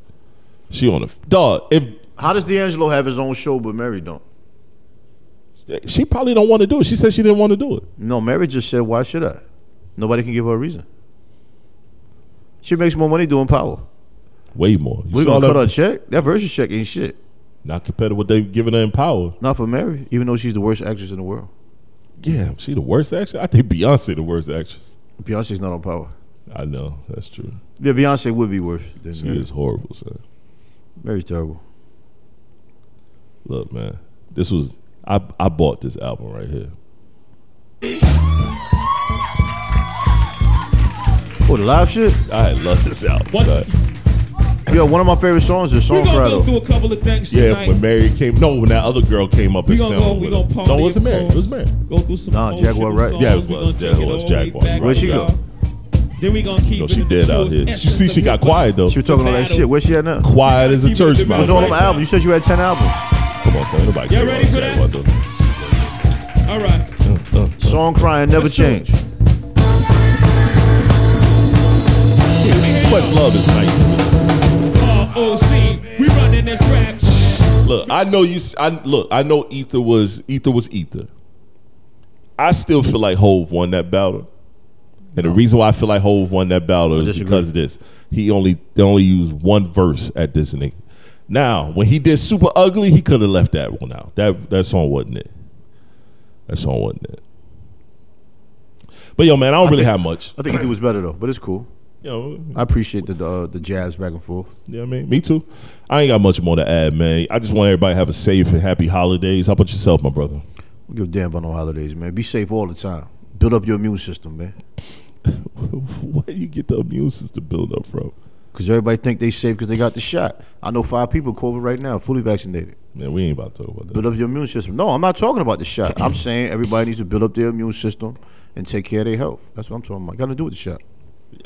[SPEAKER 2] She on a f- dog. If
[SPEAKER 1] How does D'Angelo have his own show but Mary don't?
[SPEAKER 2] she probably don't want to do it. She said she didn't want to do it.
[SPEAKER 1] No, Mary just said, "Why should I?" Nobody can give her a reason. She makes more money doing power.
[SPEAKER 2] Way more. You
[SPEAKER 1] We
[SPEAKER 2] saw
[SPEAKER 1] gonna
[SPEAKER 2] that-
[SPEAKER 1] cut her check? That versus check ain't shit.
[SPEAKER 2] Not compared to what they giving her in power.
[SPEAKER 1] Not for Mary, even though she's the worst actress in the world.
[SPEAKER 2] Yeah, she the worst actress. I think Beyonce the worst actress.
[SPEAKER 1] Beyonce's not on power.
[SPEAKER 2] I know that's true.
[SPEAKER 1] Yeah, Beyonce would be worse than
[SPEAKER 2] She
[SPEAKER 1] Mary.
[SPEAKER 2] is horrible, son.
[SPEAKER 1] Mary's terrible.
[SPEAKER 2] Look, man, this was I. I bought this album right here.
[SPEAKER 1] Oh, the live shit?
[SPEAKER 2] I love this album. son.
[SPEAKER 1] Yo, one of my favorite songs is Song
[SPEAKER 6] We gonna
[SPEAKER 1] Cry
[SPEAKER 6] go
[SPEAKER 1] though.
[SPEAKER 6] through a couple of things
[SPEAKER 2] Yeah,
[SPEAKER 6] tonight.
[SPEAKER 2] when Mary came, no, when that other girl came up
[SPEAKER 6] we
[SPEAKER 2] and
[SPEAKER 6] gonna
[SPEAKER 2] sang.
[SPEAKER 6] go. We gonna party.
[SPEAKER 2] no, it wasn't Mary. It was
[SPEAKER 6] of
[SPEAKER 2] Mary.
[SPEAKER 6] course. Go through some.
[SPEAKER 1] Nah,
[SPEAKER 6] emotional
[SPEAKER 1] Jaguar, right?
[SPEAKER 6] songs.
[SPEAKER 2] Yeah, it
[SPEAKER 6] We
[SPEAKER 2] was.
[SPEAKER 6] gonna take
[SPEAKER 2] Jaguar
[SPEAKER 6] it
[SPEAKER 2] was
[SPEAKER 6] all the way
[SPEAKER 2] Jaguar,
[SPEAKER 6] back
[SPEAKER 2] right?
[SPEAKER 1] Where'd she
[SPEAKER 6] to
[SPEAKER 1] go?
[SPEAKER 6] y'all. Then we gonna keep.
[SPEAKER 2] No,
[SPEAKER 6] it
[SPEAKER 2] she
[SPEAKER 6] in
[SPEAKER 2] dead
[SPEAKER 6] the
[SPEAKER 2] out
[SPEAKER 6] truest
[SPEAKER 2] here. You
[SPEAKER 6] essence
[SPEAKER 2] see,
[SPEAKER 6] of
[SPEAKER 2] she got
[SPEAKER 6] what-
[SPEAKER 2] quiet though.
[SPEAKER 1] She was talking all that shit. Where's she at now? It
[SPEAKER 2] quiet as a church mouse.
[SPEAKER 1] was all on my album. You said you had ten albums.
[SPEAKER 2] Come on, son. Nobody
[SPEAKER 6] Y'all
[SPEAKER 2] cares
[SPEAKER 6] ready
[SPEAKER 2] about
[SPEAKER 6] for
[SPEAKER 2] Jaguar, though.
[SPEAKER 6] All right.
[SPEAKER 1] Song Crying Never
[SPEAKER 6] Let's do it.
[SPEAKER 1] Change.
[SPEAKER 2] What's love is nice.
[SPEAKER 6] ROC. We running this rap.
[SPEAKER 2] Look, I know you. s- I look. I know Ether was Ether was Ether. I still feel like Hove won that battle, and the reason why I feel like Hove won that battle is
[SPEAKER 1] disagree.
[SPEAKER 2] because of this. He only they only used one verse at this nigga. Now, when he did Super Ugly, he could have left that one out. That that song wasn't it. That song wasn't it. But yo, man, I don't really have much.
[SPEAKER 1] I think he was better though, but it's cool.
[SPEAKER 2] You know,
[SPEAKER 1] I appreciate the uh, the jabs back and forth.
[SPEAKER 2] You know what I mean? Me too. I ain't got much more to add, man. I just want everybody to have a safe and happy holidays. How about yourself, my brother?
[SPEAKER 1] Don't give a damn about no holidays, man. Be safe all the time. Build up your immune system, man.
[SPEAKER 2] Where do you get the immune system build up from?
[SPEAKER 1] Cause everybody think they safe because they got the shot. I know five people COVID right now, fully vaccinated.
[SPEAKER 2] Man, we ain't about to talk about that.
[SPEAKER 1] Build up your immune system. No, I'm not talking about the shot. I'm saying everybody needs to build up their immune system and take care of their health. That's what I'm talking about. Got to do with the shot.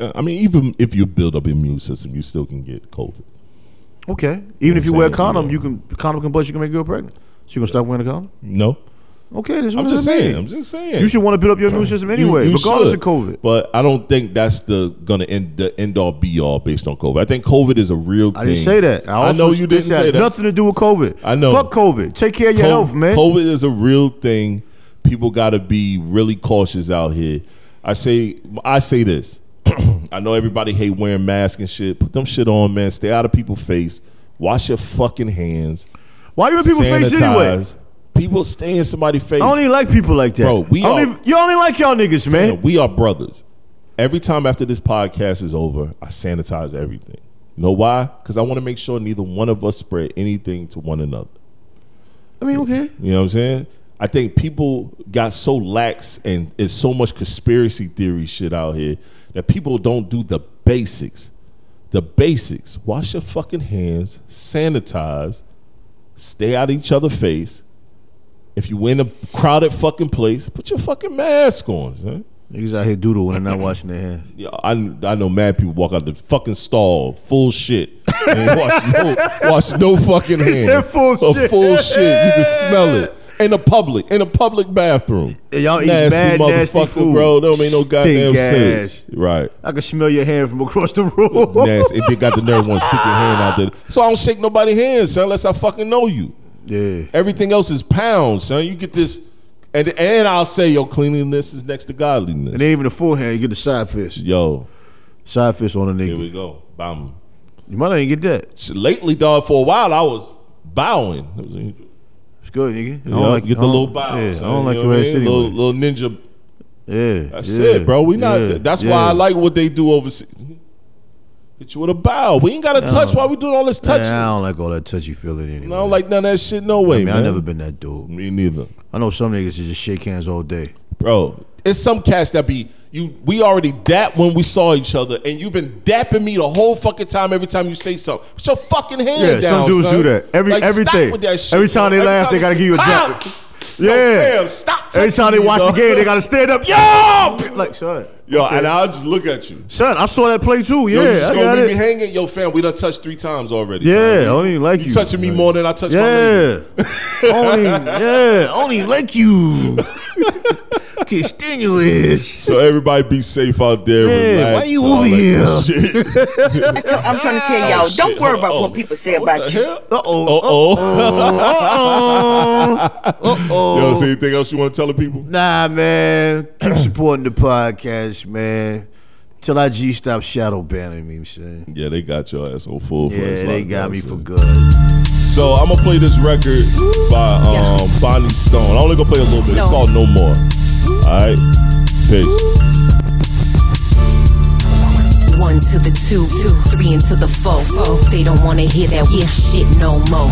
[SPEAKER 2] Uh, I mean, even if you build up immune system, you still can get COVID.
[SPEAKER 1] Okay. Even if you wear a
[SPEAKER 2] saying,
[SPEAKER 1] condom,
[SPEAKER 2] yeah.
[SPEAKER 1] you can condom can bust. You can make a girl pregnant. So you gonna stop wearing a condom?
[SPEAKER 2] No,
[SPEAKER 1] Okay, this is
[SPEAKER 2] I'm
[SPEAKER 1] what
[SPEAKER 2] just
[SPEAKER 1] I mean.
[SPEAKER 2] saying. I'm just saying.
[SPEAKER 1] You should want to build up your immune system
[SPEAKER 2] You-
[SPEAKER 1] anyway,
[SPEAKER 2] you
[SPEAKER 1] regardless
[SPEAKER 2] should.
[SPEAKER 1] of COVID.
[SPEAKER 2] But I don't think that's the gonna end the end all be all based on COVID. I think COVID is a real.
[SPEAKER 1] I didn't
[SPEAKER 2] thing.
[SPEAKER 1] say that. I,
[SPEAKER 2] I,
[SPEAKER 1] also
[SPEAKER 2] know you didn't
[SPEAKER 1] this had
[SPEAKER 2] say that.
[SPEAKER 1] Nothing to do with COVID.
[SPEAKER 2] I know.
[SPEAKER 1] Fuck COVID. Take care of your
[SPEAKER 2] Co-
[SPEAKER 1] health, man.
[SPEAKER 2] COVID is a real thing. People got to be really cautious out here. I say, I say this. I know everybody hate wearing masks and shit. Put them shit on, man. Stay out of people's face. Wash your fucking hands.
[SPEAKER 1] Why you in people's face anyway?
[SPEAKER 2] Sanitize. People stay in somebody's face.
[SPEAKER 1] I don't even like people like that,
[SPEAKER 2] Bro, we
[SPEAKER 1] I don't
[SPEAKER 2] are-
[SPEAKER 1] even, you don't even like y'all niggas,
[SPEAKER 2] You know,
[SPEAKER 1] man.
[SPEAKER 2] we are brothers. Every time after this podcast is over, I sanitize everything. You know why? Because I want to make sure neither one of us spread anything to one another.
[SPEAKER 1] I mean, okay.
[SPEAKER 2] You know what I'm saying? I think people got so lax and it's so much conspiracy theory shit out here that people don't do the basics. The basics. Wash your fucking hands, sanitize, stay out of each other's face. If you in a crowded fucking place, put your fucking mask on, son.
[SPEAKER 1] Niggas out here doodle when they're not washing their hands.
[SPEAKER 2] Yeah, I, I know mad people walk out the fucking stall full shit. And wash, no, wash no fucking hands.
[SPEAKER 1] said full
[SPEAKER 2] Of
[SPEAKER 1] shit.
[SPEAKER 2] full shit. You can smell it. In a public, in a public bathroom.
[SPEAKER 1] Yeah, y'all eat bad, nasty food.
[SPEAKER 2] bro. That don't make no
[SPEAKER 1] Stink
[SPEAKER 2] goddamn
[SPEAKER 1] ass.
[SPEAKER 2] sense. Right.
[SPEAKER 1] I can smell your hand from across the room.
[SPEAKER 2] Nasty. If they got the nerve one stick your hand out there. So I don't shake nobody's hands, son, unless I fucking know you.
[SPEAKER 1] Yeah.
[SPEAKER 2] Everything else is pounds, son. You get this, and and I'll say your cleanliness is next to godliness.
[SPEAKER 1] And then even the full hand, you get the side fist.
[SPEAKER 2] Yo,
[SPEAKER 1] Side fist on a
[SPEAKER 2] here
[SPEAKER 1] nigga.
[SPEAKER 2] we go. Bam.
[SPEAKER 1] You might not even get that.
[SPEAKER 2] So lately, dog, for a while I was bowing. It was- you
[SPEAKER 1] It's good, nigga. I
[SPEAKER 2] know, get
[SPEAKER 1] I
[SPEAKER 2] the
[SPEAKER 1] don't-
[SPEAKER 2] little bow.
[SPEAKER 1] Yeah,
[SPEAKER 2] son,
[SPEAKER 1] I don't
[SPEAKER 2] you
[SPEAKER 1] like
[SPEAKER 2] know
[SPEAKER 1] your
[SPEAKER 2] what I
[SPEAKER 1] ass
[SPEAKER 2] mean?
[SPEAKER 1] anyway.
[SPEAKER 2] Little, little ninja.
[SPEAKER 1] yeah,
[SPEAKER 2] That's
[SPEAKER 1] yeah,
[SPEAKER 2] it, bro. We not.
[SPEAKER 1] yeah,
[SPEAKER 2] that's why I
[SPEAKER 1] yeah.
[SPEAKER 2] like what they do overseas. Hit you with a bow. We ain't got to touch. Why we doing all this touching?
[SPEAKER 1] Nah, I don't like all that touchy feeling anyway.
[SPEAKER 2] I don't like none of that shit. No way,
[SPEAKER 1] I mean,
[SPEAKER 2] man.
[SPEAKER 1] I never been that dude.
[SPEAKER 2] Me neither,
[SPEAKER 1] I know some niggas is just shake hands all day.
[SPEAKER 2] bro. It's some cats that be you. We already dap when we saw each other, and you've been dapping me the whole fucking time. Every time you say something, put your fucking hand
[SPEAKER 1] Yeah, some
[SPEAKER 2] down.
[SPEAKER 1] dudes
[SPEAKER 2] son.
[SPEAKER 1] do that. Every
[SPEAKER 2] Like, stop
[SPEAKER 1] everything.
[SPEAKER 2] with that shit,
[SPEAKER 1] every time
[SPEAKER 2] bro.
[SPEAKER 1] they laugh,
[SPEAKER 2] time
[SPEAKER 1] they gotta
[SPEAKER 2] say,
[SPEAKER 1] give you a
[SPEAKER 2] "Ah!"
[SPEAKER 1] drop. Yeah.
[SPEAKER 2] Fam, stop.
[SPEAKER 1] every time they
[SPEAKER 2] touching me,
[SPEAKER 1] watch the
[SPEAKER 2] dog.
[SPEAKER 1] game, they gotta stand up. Yo, like son,
[SPEAKER 2] Yo, and I'll just look at you.
[SPEAKER 1] son, I saw that play too. Yeah,
[SPEAKER 2] Yo, you just
[SPEAKER 1] I
[SPEAKER 2] gonna
[SPEAKER 1] got
[SPEAKER 2] leave
[SPEAKER 1] it.
[SPEAKER 2] me hanging? Yo, fam, we done touched three times already.
[SPEAKER 1] Yeah, I
[SPEAKER 2] fam.
[SPEAKER 1] don't even like you.
[SPEAKER 2] You touching me
[SPEAKER 1] Like,
[SPEAKER 2] more than I touched my lady.
[SPEAKER 1] Yeah, I don't even, yeah, I don't even like you. Can't stand your ass.
[SPEAKER 2] So everybody be safe out there.
[SPEAKER 1] Yeah,
[SPEAKER 2] relax,
[SPEAKER 1] why you
[SPEAKER 2] all
[SPEAKER 1] over
[SPEAKER 2] that
[SPEAKER 1] here?
[SPEAKER 2] good Shit.
[SPEAKER 9] I'm trying to tell y'all,
[SPEAKER 2] Oh, shit,
[SPEAKER 9] don't worry
[SPEAKER 2] hold
[SPEAKER 9] about
[SPEAKER 2] on. Oh,
[SPEAKER 9] what people say
[SPEAKER 2] What
[SPEAKER 9] about
[SPEAKER 2] the
[SPEAKER 9] you.
[SPEAKER 2] hell?
[SPEAKER 1] Uh
[SPEAKER 2] Uh
[SPEAKER 1] oh.
[SPEAKER 2] oh.
[SPEAKER 1] Uh oh. Uh
[SPEAKER 2] Yo,
[SPEAKER 1] oh.
[SPEAKER 2] is there anything else you want to tell the people?
[SPEAKER 1] Nah, man. Keep supporting the podcast, man. Till I G stop shadow banning me, man.
[SPEAKER 2] Yeah, they got your ass on full.
[SPEAKER 1] Yeah,
[SPEAKER 2] flex
[SPEAKER 1] they
[SPEAKER 2] lockdown,
[SPEAKER 1] got me
[SPEAKER 2] shit.
[SPEAKER 1] for good.
[SPEAKER 2] So I'm gonna play this record by um, Bonnie Stone. I'm only gonna play a little bit. It's called No More. All right, peace.
[SPEAKER 10] One to the two, two, three into the four. They don't wanna hear that weak shit no more.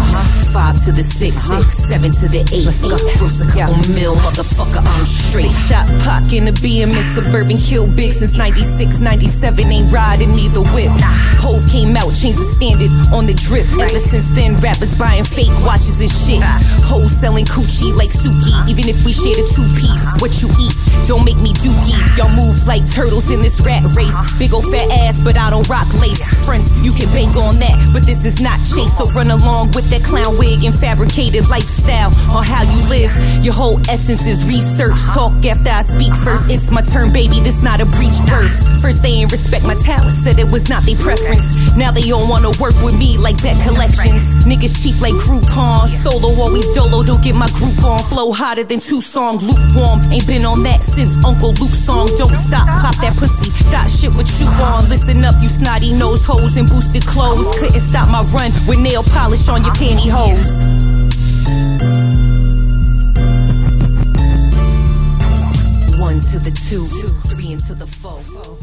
[SPEAKER 10] Five to the six,
[SPEAKER 11] Uh-huh.
[SPEAKER 10] six, seven to the eight. Let's go. Gross a couple mil, motherfucker, I'm straight.
[SPEAKER 11] Shot Pac in the BMS Suburban Kill Big since 96, 97. Ain't riding neither whip. Hove came out, changed the standard on the drip. Ever since then, rappers buying fake watches and shit. Hoes selling coochie like Suki, even if we share the two piece. What you eat, don't make me dookie. Y'all move like turtles in this rat race. Big ol' fat ass, but I don't rock lace. Friends, you can bank on that, but this is not chase. So run along with that clown wig and fabricated lifestyle on how you live. Your whole essence is research. Talk after I speak first. It's my turn, baby. This not a breach first. First they ain't respect my talent, said it was not their preference. Now they all wanna work with me like that collections. Niggas cheap like Groupon. Solo always dolo, don't get my group on. Flow hotter than Tucson, lukewarm. Ain't been on that since Uncle Luke's song. Don't stop, pop that pussy. Dot shit with you on. Listen up, you snotty nose hoes and boosted clothes. Couldn't stop my run with nail polish on your pantyhose.
[SPEAKER 10] One to the two, two, three into the four.